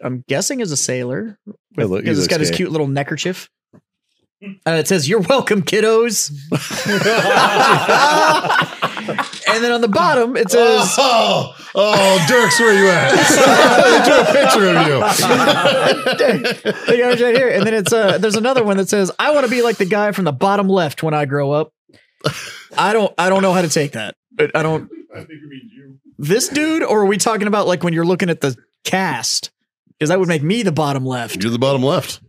[SPEAKER 2] I'm guessing is a sailor.
[SPEAKER 3] Hey, look, he
[SPEAKER 2] Because it's got
[SPEAKER 3] looks
[SPEAKER 2] his
[SPEAKER 3] gay.
[SPEAKER 2] cute little neckerchief. Uh, it says, You're welcome, kiddos. and then on the bottom it says
[SPEAKER 4] Oh, oh, Dirks, where you at? they drew a picture of you.
[SPEAKER 2] They got it right here. And then it's uh there's another one that says, I want to be like the guy from the bottom left when I grow up. I don't I don't know how to take that. I I don't
[SPEAKER 7] I think it means you.
[SPEAKER 2] this dude, or are we talking about like when you're looking at the cast? Because that would make me the bottom left,
[SPEAKER 4] You're the bottom left.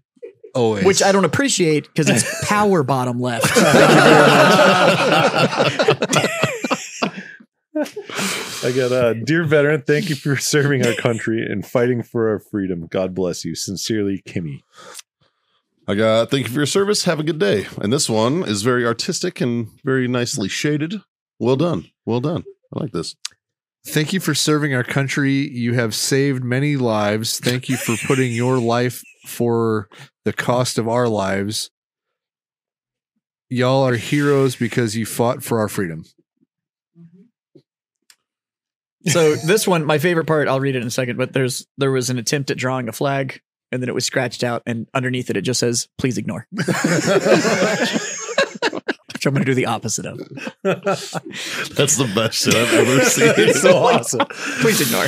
[SPEAKER 5] Always.
[SPEAKER 2] which I don't appreciate because it's power bottom left.
[SPEAKER 3] I got uh, dear veteran. Thank you for serving our country and fighting for our freedom. God bless you. Sincerely, Kimmy.
[SPEAKER 4] I got thank you for your service. Have a good day. And this one is very artistic and very nicely shaded. Well done. Well done. I like this.
[SPEAKER 5] Thank you for serving our country. You have saved many lives. Thank you for putting your life for the cost of our lives. Y'all are heroes because you fought for our freedom.
[SPEAKER 2] so this one, my favorite part, I'll read it in a second, but there's there was an attempt at drawing a flag, and then it was scratched out, and underneath it it just says, please ignore. Which I'm gonna do the opposite of.
[SPEAKER 4] That's the best shit I've ever seen.
[SPEAKER 3] It's so awesome.
[SPEAKER 2] Please ignore.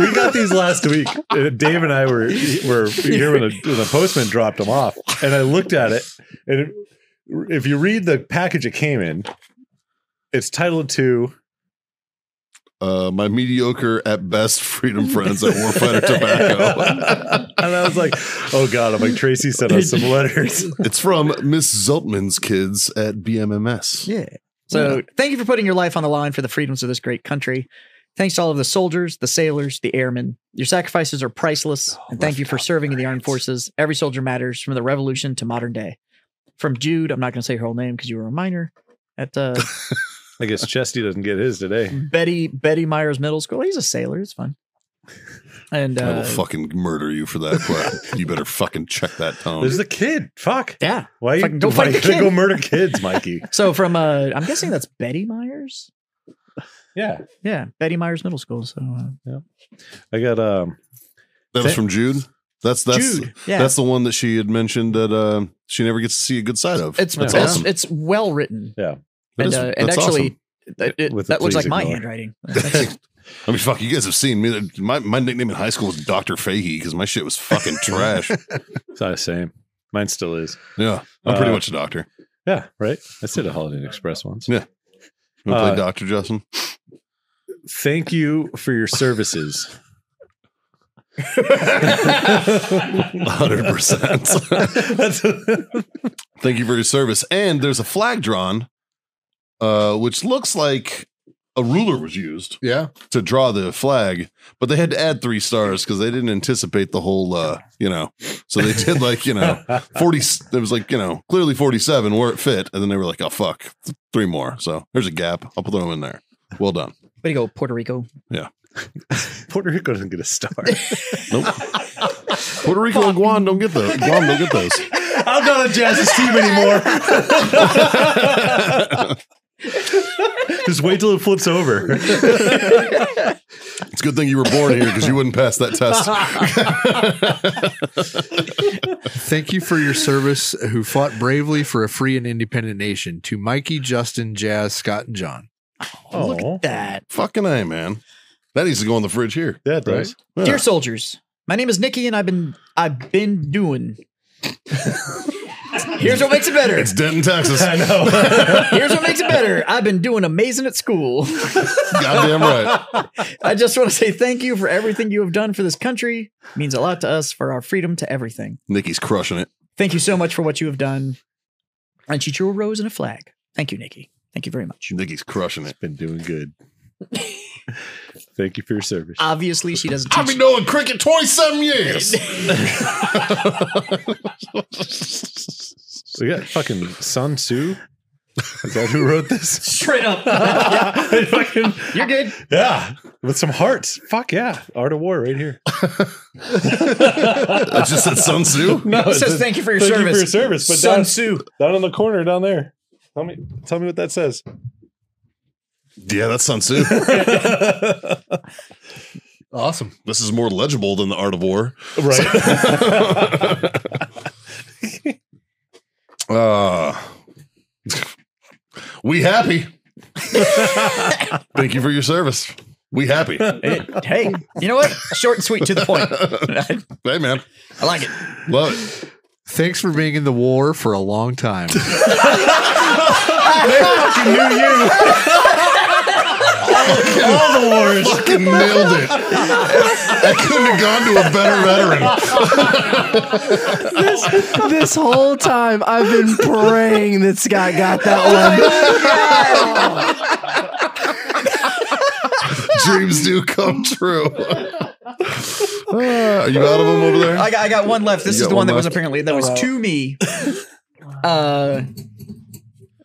[SPEAKER 3] we got these last week. Uh, Dave and I were were here when the, when the postman dropped them off, and I looked at it, and it, if you read the package it came in, it's titled to
[SPEAKER 4] uh, my mediocre at best freedom friends at Warfighter Tobacco.
[SPEAKER 3] and I was like, "Oh God!" I'm like, Tracy sent us some letters.
[SPEAKER 4] it's from Miss Zeltman's kids at BMMS.
[SPEAKER 2] Yeah. So thank you for putting your life on the line for the freedoms of this great country. Thanks to all of the soldiers, the sailors, the airmen. Your sacrifices are priceless, and thank you for serving in the armed forces. Every soldier matters from the revolution to modern day. From Jude, I'm not going to say her whole name because you were a minor at uh,
[SPEAKER 3] I guess Chesty doesn't get his today.
[SPEAKER 2] Betty Betty Myers Middle School. He's a sailor. It's fine. And
[SPEAKER 4] I will
[SPEAKER 2] uh,
[SPEAKER 4] fucking murder you for that. But you better fucking check that tone.
[SPEAKER 3] There's the kid. Fuck.
[SPEAKER 2] yeah.
[SPEAKER 3] Why you
[SPEAKER 2] Fucking go fight
[SPEAKER 3] why
[SPEAKER 2] the
[SPEAKER 3] you gonna
[SPEAKER 2] kid.
[SPEAKER 3] go murder kids, Mikey?
[SPEAKER 2] So from uh, I'm guessing that's Betty Myers.
[SPEAKER 3] Yeah.
[SPEAKER 2] Yeah, Betty Myers Middle School. So uh,
[SPEAKER 3] I got um.
[SPEAKER 4] that was from Jude. That's that's
[SPEAKER 2] Jude. Yeah.
[SPEAKER 4] that's the one that she had mentioned that uh, she never gets to see a good side of.
[SPEAKER 2] It's
[SPEAKER 3] That's
[SPEAKER 2] it's,
[SPEAKER 4] awesome.
[SPEAKER 2] it's well written.
[SPEAKER 3] Yeah.
[SPEAKER 4] That
[SPEAKER 2] and,
[SPEAKER 4] is-
[SPEAKER 2] uh, and
[SPEAKER 4] that's
[SPEAKER 2] actually,
[SPEAKER 4] awesome.
[SPEAKER 2] that, it-
[SPEAKER 3] With the
[SPEAKER 2] that looks
[SPEAKER 3] please
[SPEAKER 2] like my
[SPEAKER 3] ignore.
[SPEAKER 2] handwriting. That's-
[SPEAKER 4] I mean, fuck, you guys have seen me. My, my nickname in high school was Dr. Fahey because my shit was fucking trash.
[SPEAKER 3] It's not the same. Mine still is.
[SPEAKER 4] Yeah. I'm pretty
[SPEAKER 3] Uh,
[SPEAKER 4] much a doctor.
[SPEAKER 3] Yeah, right. I did a Holiday Inn Express once.
[SPEAKER 4] Yeah. You want to
[SPEAKER 3] uh,
[SPEAKER 4] play Dr. Justin?
[SPEAKER 3] Thank you for your services.
[SPEAKER 4] 100%. Thank you for your service. And there's a flag drawn, uh, which looks like a ruler was used
[SPEAKER 5] Yeah.
[SPEAKER 4] to draw the flag, but they had to add three stars because they didn't anticipate the whole, uh, you know. So they did like, you know, 40, it was like, you know, clearly 47 where it fit. And then they were like, oh, fuck, th- three more. So there's a gap. I'll put them in there. Well done.
[SPEAKER 2] Way to go, Puerto Rico.
[SPEAKER 3] Puerto Rico doesn't get a star.
[SPEAKER 4] Nope. Puerto Rico and Guam don't get those. Guam don't get those.
[SPEAKER 3] I'm not on Jazz's team anymore. Just wait till it flips over.
[SPEAKER 4] It's a good thing you were born here because you wouldn't pass that test.
[SPEAKER 5] Thank you for your service, who fought bravely for a free and independent nation. To Mikey, Justin, Jazz, Scott, and John.
[SPEAKER 3] Oh,
[SPEAKER 2] Look at that.
[SPEAKER 4] Fucking A, man. That needs to go on the fridge here.
[SPEAKER 3] yeah, it does.
[SPEAKER 4] Yeah.
[SPEAKER 2] Dear soldiers, my name is Nikki, and I've been I've been doing. Here's what makes it better.
[SPEAKER 4] It's Denton, Texas.
[SPEAKER 2] Here's what makes it better. I've been doing amazing at school.
[SPEAKER 4] Goddamn right.
[SPEAKER 2] I just want to say thank you for everything you have done for this country. It means a lot to us for our freedom to everything.
[SPEAKER 4] Nikki's crushing it.
[SPEAKER 2] Thank you so much for what you have done. And she drew a rose and a flag. Thank you, Nikki. Thank you very much.
[SPEAKER 4] Nikki's crushing it.
[SPEAKER 3] Been doing good. Thank you for your service.
[SPEAKER 2] Obviously, she doesn't
[SPEAKER 4] I've been
[SPEAKER 2] teach.
[SPEAKER 4] doing cricket 27 years.
[SPEAKER 3] So yeah, fucking Sun Tzu. Is that who wrote this?
[SPEAKER 2] Straight up.
[SPEAKER 3] Fucking-
[SPEAKER 2] You're good.
[SPEAKER 3] yeah, with some hearts. Fuck yeah, Art of War right here.
[SPEAKER 4] That's just said Sun Tzu.
[SPEAKER 3] No,
[SPEAKER 2] It says thank you for your
[SPEAKER 3] thank you
[SPEAKER 2] service.
[SPEAKER 3] for your service, but
[SPEAKER 2] Sun
[SPEAKER 3] down-
[SPEAKER 2] Tzu.
[SPEAKER 3] down in the corner down there. Tell me, tell me what that says.
[SPEAKER 4] Yeah, that's Sun Tzu.
[SPEAKER 5] Awesome.
[SPEAKER 4] This is more legible than the Art of War.
[SPEAKER 3] Right.
[SPEAKER 4] Uh, we happy. Thank you for your service. We happy. Hey,
[SPEAKER 2] Hey, you know what? Short and sweet to the point.
[SPEAKER 4] man.
[SPEAKER 2] I like it.
[SPEAKER 4] Love it.
[SPEAKER 5] Thanks for being in the war for a long time.
[SPEAKER 3] All the wars.
[SPEAKER 4] Fucking nailed it. I couldn't have gone to a better veteran.
[SPEAKER 1] this whole time I've been praying that Scott got that one.
[SPEAKER 4] Dreams do come true. Ah, are you out of them over there?
[SPEAKER 2] I got, I got one left. This is
[SPEAKER 4] You got
[SPEAKER 2] the
[SPEAKER 4] one
[SPEAKER 2] one that was
[SPEAKER 4] left?
[SPEAKER 2] apparently
[SPEAKER 3] Oh,
[SPEAKER 2] that was to me. Uh,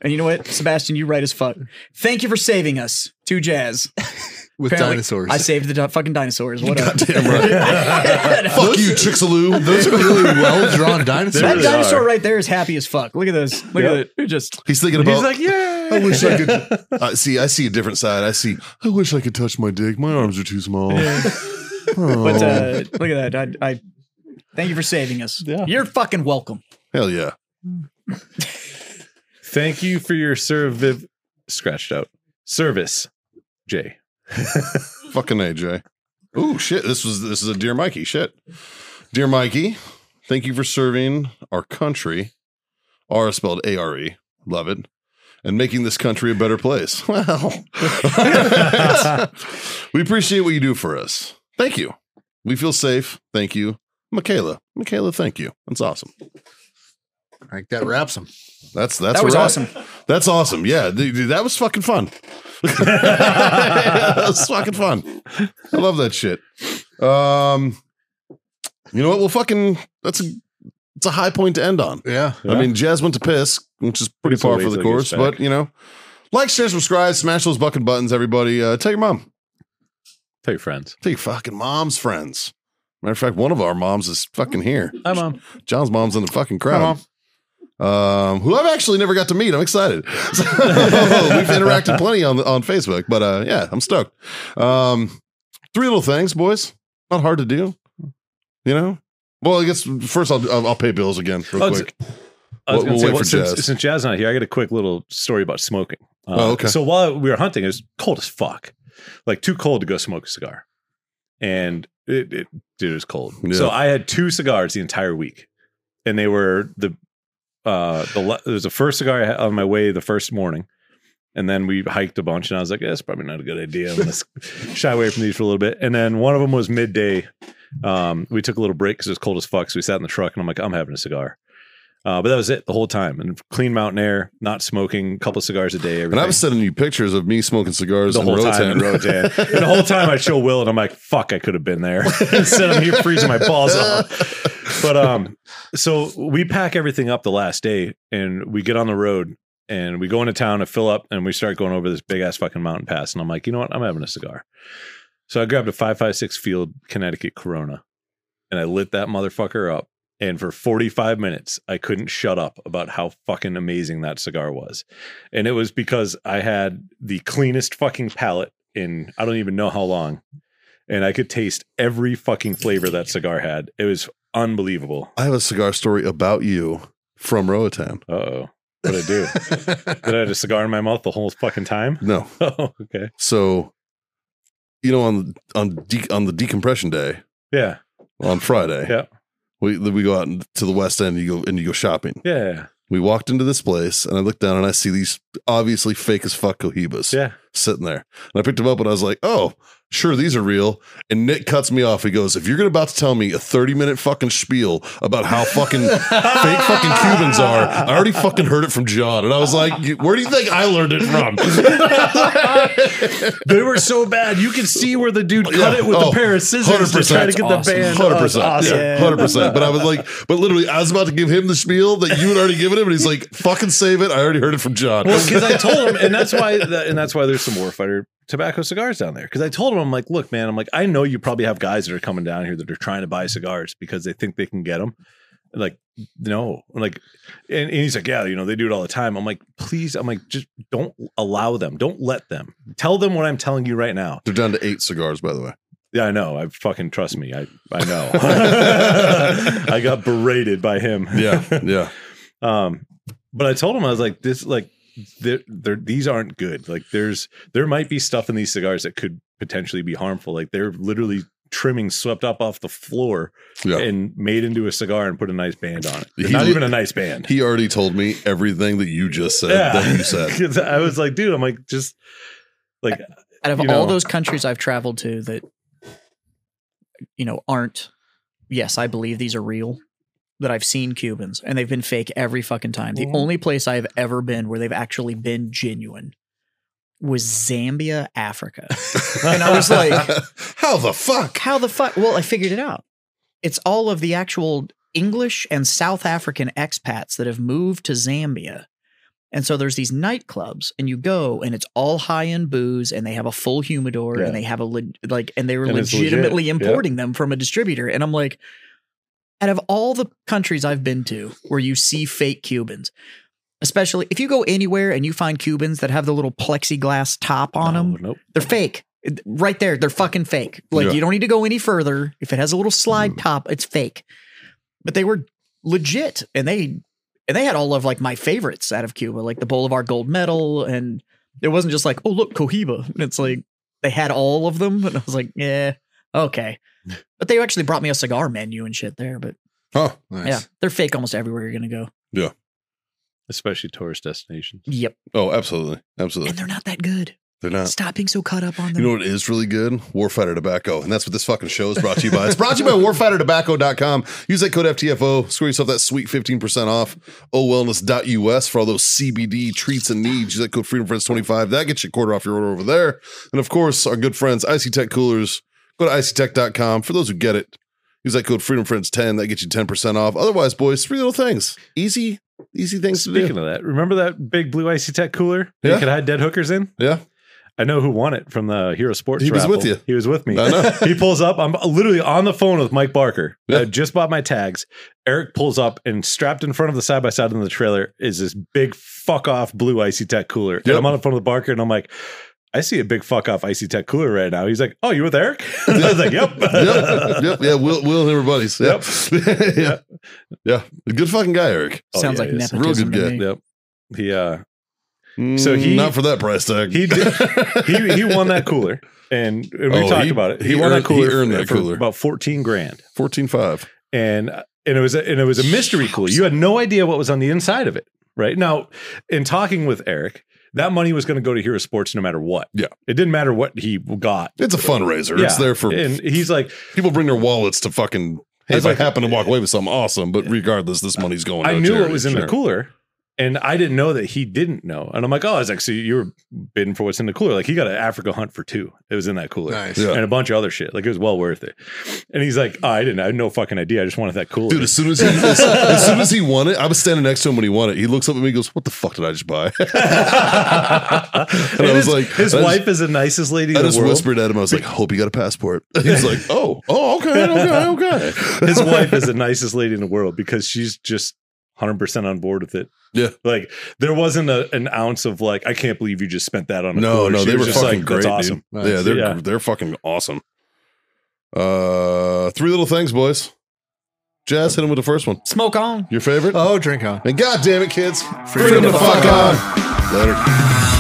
[SPEAKER 2] and you know what, Sebastian, you right as fuck. Thank you for saving us, two jazz.
[SPEAKER 5] With
[SPEAKER 2] Apparently,
[SPEAKER 5] dinosaurs.
[SPEAKER 2] I saved the di- fucking dinosaurs. What up?
[SPEAKER 4] Damn right. Fuck you, Chicxulub. Those are really
[SPEAKER 5] well drawn
[SPEAKER 2] That
[SPEAKER 3] Really
[SPEAKER 5] dinosaurs.
[SPEAKER 2] dinosaur
[SPEAKER 3] are.
[SPEAKER 2] right there is happy as fuck. Look at this. Look
[SPEAKER 3] Yep.
[SPEAKER 2] at it. It just
[SPEAKER 4] He's thinking
[SPEAKER 3] He's
[SPEAKER 4] about.
[SPEAKER 3] like, yeah.
[SPEAKER 4] I wish I could. Uh, see, I see a different side. I see. I wish I could touch my dick. My arms are too small. Oh,
[SPEAKER 2] but uh, look at that. I, I thank you for saving us.
[SPEAKER 3] Yeah.
[SPEAKER 2] You're fucking welcome.
[SPEAKER 4] Hell yeah.
[SPEAKER 3] Thank you for your serviv scratched out service, Jay.
[SPEAKER 4] Fucking AJ. Ooh shit. This was this is a dear Mikey shit. Dear Mikey, thank you for serving our country. R is spelled A R E. Love it. And making this country a better place. Well, we appreciate what you do for us. Thank you. We feel safe. Thank you. Michaela. Michaela, thank you. That's awesome.
[SPEAKER 5] I think that wraps them.
[SPEAKER 4] That's that's
[SPEAKER 2] That was
[SPEAKER 4] right.
[SPEAKER 2] awesome.
[SPEAKER 4] That's awesome. Yeah, th- th- that was fucking fun. that was fucking fun. I love that shit. Um, you know what? Well, fucking that's a it's a high point to end on.
[SPEAKER 5] Yeah.
[SPEAKER 4] I mean, Jazz went to piss, which is pretty
[SPEAKER 3] It's a
[SPEAKER 4] far
[SPEAKER 3] wait
[SPEAKER 4] for the
[SPEAKER 3] till he gets
[SPEAKER 4] course, but
[SPEAKER 3] back.
[SPEAKER 4] you know, like, share, subscribe, smash those bucket buttons, everybody. Uh, tell your mom,
[SPEAKER 3] tell your friends.
[SPEAKER 4] tell your fucking mom's friends. Matter of fact, one of our moms is fucking here.
[SPEAKER 3] Hi, mom.
[SPEAKER 4] John's mom's in the fucking crowd. Um, who I've actually never got to meet. I'm excited. So, we've interacted plenty on on Facebook, but uh, yeah, I'm stoked. Um, three little things, boys. Not hard to do, you know. Well, I guess first I'll I'll, I'll pay bills again real
[SPEAKER 3] Oh,
[SPEAKER 4] quick.
[SPEAKER 3] I was
[SPEAKER 4] We'll-
[SPEAKER 3] gonna
[SPEAKER 4] we'll
[SPEAKER 3] say,
[SPEAKER 4] wait
[SPEAKER 3] well,
[SPEAKER 4] for
[SPEAKER 3] since,
[SPEAKER 4] Jazz.
[SPEAKER 3] since Jazz not here, I got a quick little story about smoking. Uh,
[SPEAKER 4] Oh, okay.
[SPEAKER 3] So while we were hunting, it was cold as fuck. like too cold to go smoke a cigar, and it, it dude it was cold.
[SPEAKER 4] Yeah.
[SPEAKER 3] So I had two cigars the entire week, and they were the uh the le- there was the first cigar I had on my way the first morning. And then we hiked a bunch, and I was like, "That's probably not a good idea. I'm gonna s- shy away from these for a little bit." And then one of them was midday. Um, we took a little break because it was cold as fuck, so we sat in the truck, and I'm like, "I'm having a cigar." Uh, but that was it the whole time. And clean mountain air, not smoking, a couple cigars a day.
[SPEAKER 4] And I was
[SPEAKER 3] Everything.
[SPEAKER 4] sending you pictures of me smoking cigars
[SPEAKER 3] The
[SPEAKER 4] in
[SPEAKER 3] whole time in
[SPEAKER 4] Roatan.
[SPEAKER 3] Roatan. And the whole time I show Will, and I'm like, "Fuck, I could have been there." Instead, I'm here freezing my balls off. But um, so we pack everything up the last day, and we get on the road, and we go into town to fill up, and we start going over this big ass fucking mountain pass. And I'm like, you know what? I'm having a cigar. So I grabbed a five five six Field Connecticut Corona, and I lit that motherfucker up. And for 45 minutes, I couldn't shut up about how fucking amazing that cigar was. And it was because I had the cleanest fucking palate in I don't even know how long. And I could taste every fucking flavor that cigar had. It was unbelievable.
[SPEAKER 4] I have a cigar story about you from Roatan.
[SPEAKER 3] Uh oh. What did I do? did I have a cigar in my mouth the whole fucking time?
[SPEAKER 4] No,
[SPEAKER 3] Oh, okay.
[SPEAKER 4] so you know on on de- on the decompression day
[SPEAKER 3] Yeah.
[SPEAKER 4] on Friday,
[SPEAKER 3] Yeah.
[SPEAKER 4] we we go out and- to the West End. You go and you go shopping.
[SPEAKER 3] Yeah.
[SPEAKER 4] We walked into this place, and I looked down and I see these obviously fake as fuck cohibas.
[SPEAKER 3] Yeah.
[SPEAKER 4] sitting there. And I picked them up and I was like, oh, sure, these are real. And Nick cuts me off. He goes, if you're gonna about to tell me a 30 minute fucking spiel about how fucking fake fucking Cubans are, I already fucking heard it from John. And I was like, "You- where do you think I learned it
[SPEAKER 3] um,
[SPEAKER 4] from?
[SPEAKER 3] They were so bad. You could see where the dude
[SPEAKER 4] Yeah. Oh,
[SPEAKER 2] 100%.
[SPEAKER 4] Hundred
[SPEAKER 3] Oh, it's
[SPEAKER 4] percent,
[SPEAKER 3] awesome.
[SPEAKER 4] hundred percent. But I was like, but literally, I was about to give him the spiel that you had already given him, and he's like, "Fucking save it! I already heard it from John."
[SPEAKER 3] Well, because I told him, and that's why, that, and that's why there's some warfighter tobacco cigars down there. Because I told him, I'm like, look, man, I'm like, I know you probably have guys that are coming down here that are trying to buy cigars because they think they can get them. Like, no, I'm like, and, and he's like, yeah, you know, they do it all the time. I'm like, please, I'm like, just don't allow them, don't let them. Tell them what I'm telling you right now.
[SPEAKER 4] They're down to eight cigars, by the way.
[SPEAKER 3] Yeah, I know. I fucking trust me. I I know. I got berated by him.
[SPEAKER 4] Yeah, yeah.
[SPEAKER 3] Um, but I told him I was like, this like they're, they're, these aren't good. Like there's there might be stuff in these cigars that could potentially be harmful. Like they're literally trimming swept up off the floor
[SPEAKER 4] Yeah.
[SPEAKER 3] and made into a cigar and put a nice band on it. They're
[SPEAKER 4] He
[SPEAKER 3] not
[SPEAKER 4] li-
[SPEAKER 3] even a nice band.
[SPEAKER 4] He already told me everything that you just said that you said.
[SPEAKER 3] 'Cause I was like, dude, I'm like just like
[SPEAKER 2] Out of
[SPEAKER 3] You
[SPEAKER 2] all
[SPEAKER 3] know.
[SPEAKER 2] those countries I've traveled to that, you know, aren't, yes, I believe these are real, that I've seen Cubans and they've been fake every fucking time.
[SPEAKER 3] Mm-hmm.
[SPEAKER 2] The only place I've ever been where they've actually been genuine was Zambia, Africa. and I was
[SPEAKER 3] Oh,
[SPEAKER 2] like,
[SPEAKER 4] how the fuck?
[SPEAKER 2] how the fuck? Well, I figured it out. It's all of the actual English and South African expats that have moved to Zambia. And so there's these nightclubs, and you go, and it's all high end booze, and they have a full humidor,
[SPEAKER 3] Yeah.
[SPEAKER 2] and they have a le- like, and they were
[SPEAKER 3] And it's legit,
[SPEAKER 2] legitimately
[SPEAKER 3] yeah.
[SPEAKER 2] importing them from a distributor. And I'm like, out of all the countries I've been to where you see fake Cubans, especially if you go anywhere and you find Cubans that have the little plexiglass top on
[SPEAKER 3] no,
[SPEAKER 2] them,
[SPEAKER 3] Nope.
[SPEAKER 2] they're fake. It- Right there, they're fucking fake. Like
[SPEAKER 4] Yeah.
[SPEAKER 2] you don't need to go any further. If it has a little slide
[SPEAKER 3] Mm.
[SPEAKER 2] top, it's fake. But they were legit, and they and they had all of like my favorites out of Cuba, like the Bolivar gold medal, and it wasn't just like, oh look, Cohiba. And it's like they had all of them, and I was like, yeah, okay. But they actually brought me a cigar menu and shit there. But
[SPEAKER 4] Huh.
[SPEAKER 5] Nice.
[SPEAKER 2] yeah, they're fake almost everywhere you're gonna go.
[SPEAKER 3] Especially tourist destinations.
[SPEAKER 2] Yep,
[SPEAKER 4] Oh, absolutely.
[SPEAKER 2] and
[SPEAKER 4] Absolutely.
[SPEAKER 2] they're not that good.
[SPEAKER 4] They're not.
[SPEAKER 2] Stop being so caught up on
[SPEAKER 4] You
[SPEAKER 2] them.
[SPEAKER 4] know what is really good? Warfighter Tobacco. And that's what this fucking show is brought to you by. It's brought to you by warfightertobacco.com. Use that code FTFO. Score yourself that sweet 15% off. Owellness.us for all those CBD treats and needs. Use that code Freedom Friends 25 That gets you a quarter off your order over there. And of course, our good friends, Icy Tech Coolers. Go to ictech.com. For those who get it, use that code Freedom Friends 10 That gets you 10% off. Otherwise, boys, three little things. Easy, easy things to do.
[SPEAKER 3] Speaking of that, remember that big blue icy tech cooler that
[SPEAKER 4] Yeah.
[SPEAKER 3] you could hide dead hookers in?
[SPEAKER 4] Yeah.
[SPEAKER 3] I know who won it from the Hero Sports.
[SPEAKER 4] He was
[SPEAKER 3] raffle.
[SPEAKER 4] with you.
[SPEAKER 3] He was with me.
[SPEAKER 4] I know.
[SPEAKER 3] he pulls up. I'm literally on the phone with Mike Barker.
[SPEAKER 4] Yeah.
[SPEAKER 3] I just bought my tags. Eric pulls up and strapped in front of the side by side in the trailer is this big fuck off blue icy tech cooler. And
[SPEAKER 4] Yep.
[SPEAKER 3] I'm on the phone with Barker and I'm like, I see a big fuck off icy tech cooler right now. He's like, Oh, you with Eric? And I was like, Yep.
[SPEAKER 4] yep, yep, yeah. Will, Will and her buddies. Yep, yeah, yeah. Good fucking guy, Eric.
[SPEAKER 3] Oh,
[SPEAKER 2] Sounds
[SPEAKER 3] yeah,
[SPEAKER 2] like
[SPEAKER 3] it is.
[SPEAKER 2] nepotism.
[SPEAKER 4] Real good
[SPEAKER 2] to me.
[SPEAKER 3] Yep.
[SPEAKER 4] guy.
[SPEAKER 3] He uh So he-
[SPEAKER 4] not for that price tag.
[SPEAKER 3] He did- He he won that cooler, and, and we
[SPEAKER 4] Oh,
[SPEAKER 3] talked
[SPEAKER 4] he-
[SPEAKER 3] about it. He,
[SPEAKER 4] he
[SPEAKER 3] won
[SPEAKER 4] earned-
[SPEAKER 3] that
[SPEAKER 4] he
[SPEAKER 3] cooler.
[SPEAKER 4] earned
[SPEAKER 3] for-
[SPEAKER 4] that
[SPEAKER 3] for
[SPEAKER 4] cooler.
[SPEAKER 3] about fourteen grand,
[SPEAKER 4] fourteen five.
[SPEAKER 3] and and it was a, and it was a mystery cooler. You had no idea what was on the inside of it. Right now, in talking with Eric, that money was going to go to Hero Sports no matter what.
[SPEAKER 4] Yeah.
[SPEAKER 3] it didn't matter what he got.
[SPEAKER 4] It's a fundraiser. It's
[SPEAKER 3] Yeah.
[SPEAKER 4] there for
[SPEAKER 3] and he's like,
[SPEAKER 4] people. Bring their wallets to fucking.
[SPEAKER 3] I
[SPEAKER 4] Hey,
[SPEAKER 3] was
[SPEAKER 4] if I
[SPEAKER 3] like-
[SPEAKER 4] happen to walk away with something awesome, but regardless, this money's going.
[SPEAKER 3] I
[SPEAKER 4] to a
[SPEAKER 3] knew what
[SPEAKER 4] charity,
[SPEAKER 3] was in the
[SPEAKER 4] sure.
[SPEAKER 3] cooler, and I didn't know that he didn't know. And I'm like, oh, I was like, so you were bidding for what's in the cooler? Like he got an Africa hunt for two. It was in that cooler.
[SPEAKER 5] Nice.
[SPEAKER 4] Yeah.
[SPEAKER 3] And a bunch of other shit. Like it was well worth it. And he's like, oh, I didn't. I had no fucking idea. I just wanted that cooler.
[SPEAKER 4] Dude, as soon as he as, as soon as he won it, I was standing next to him when he won it. He looks up at me and goes, "What the fuck did I just buy?"
[SPEAKER 3] and
[SPEAKER 4] I was
[SPEAKER 3] his,
[SPEAKER 4] like,
[SPEAKER 3] his
[SPEAKER 4] I just-
[SPEAKER 3] wife is the nicest lady
[SPEAKER 4] I
[SPEAKER 3] in the
[SPEAKER 4] just
[SPEAKER 3] world.
[SPEAKER 4] whispered at him. I was like, "Hope you got a passport." He's like, "Oh, oh, okay, okay, okay."
[SPEAKER 3] his wife is the nicest lady in the world because she's just 100% on board with it.
[SPEAKER 4] Yeah.
[SPEAKER 3] Like there wasn't a, an ounce of like, I can't believe you just spent that on a
[SPEAKER 4] No,
[SPEAKER 3] cooler.
[SPEAKER 4] no,
[SPEAKER 3] She
[SPEAKER 4] they
[SPEAKER 3] was
[SPEAKER 4] were
[SPEAKER 3] just
[SPEAKER 4] fucking
[SPEAKER 3] like,
[SPEAKER 4] great.
[SPEAKER 3] That's
[SPEAKER 4] dude.
[SPEAKER 3] awesome.
[SPEAKER 4] Yeah, they're
[SPEAKER 3] Yeah.
[SPEAKER 4] they're fucking awesome. Uh, three little things, boys. Jazz hit him with the first one.
[SPEAKER 2] Smoke on.
[SPEAKER 4] Your favorite?
[SPEAKER 5] Oh, drink on.
[SPEAKER 4] And god damn it, kids.
[SPEAKER 5] Freedom to fuck
[SPEAKER 4] on. Later.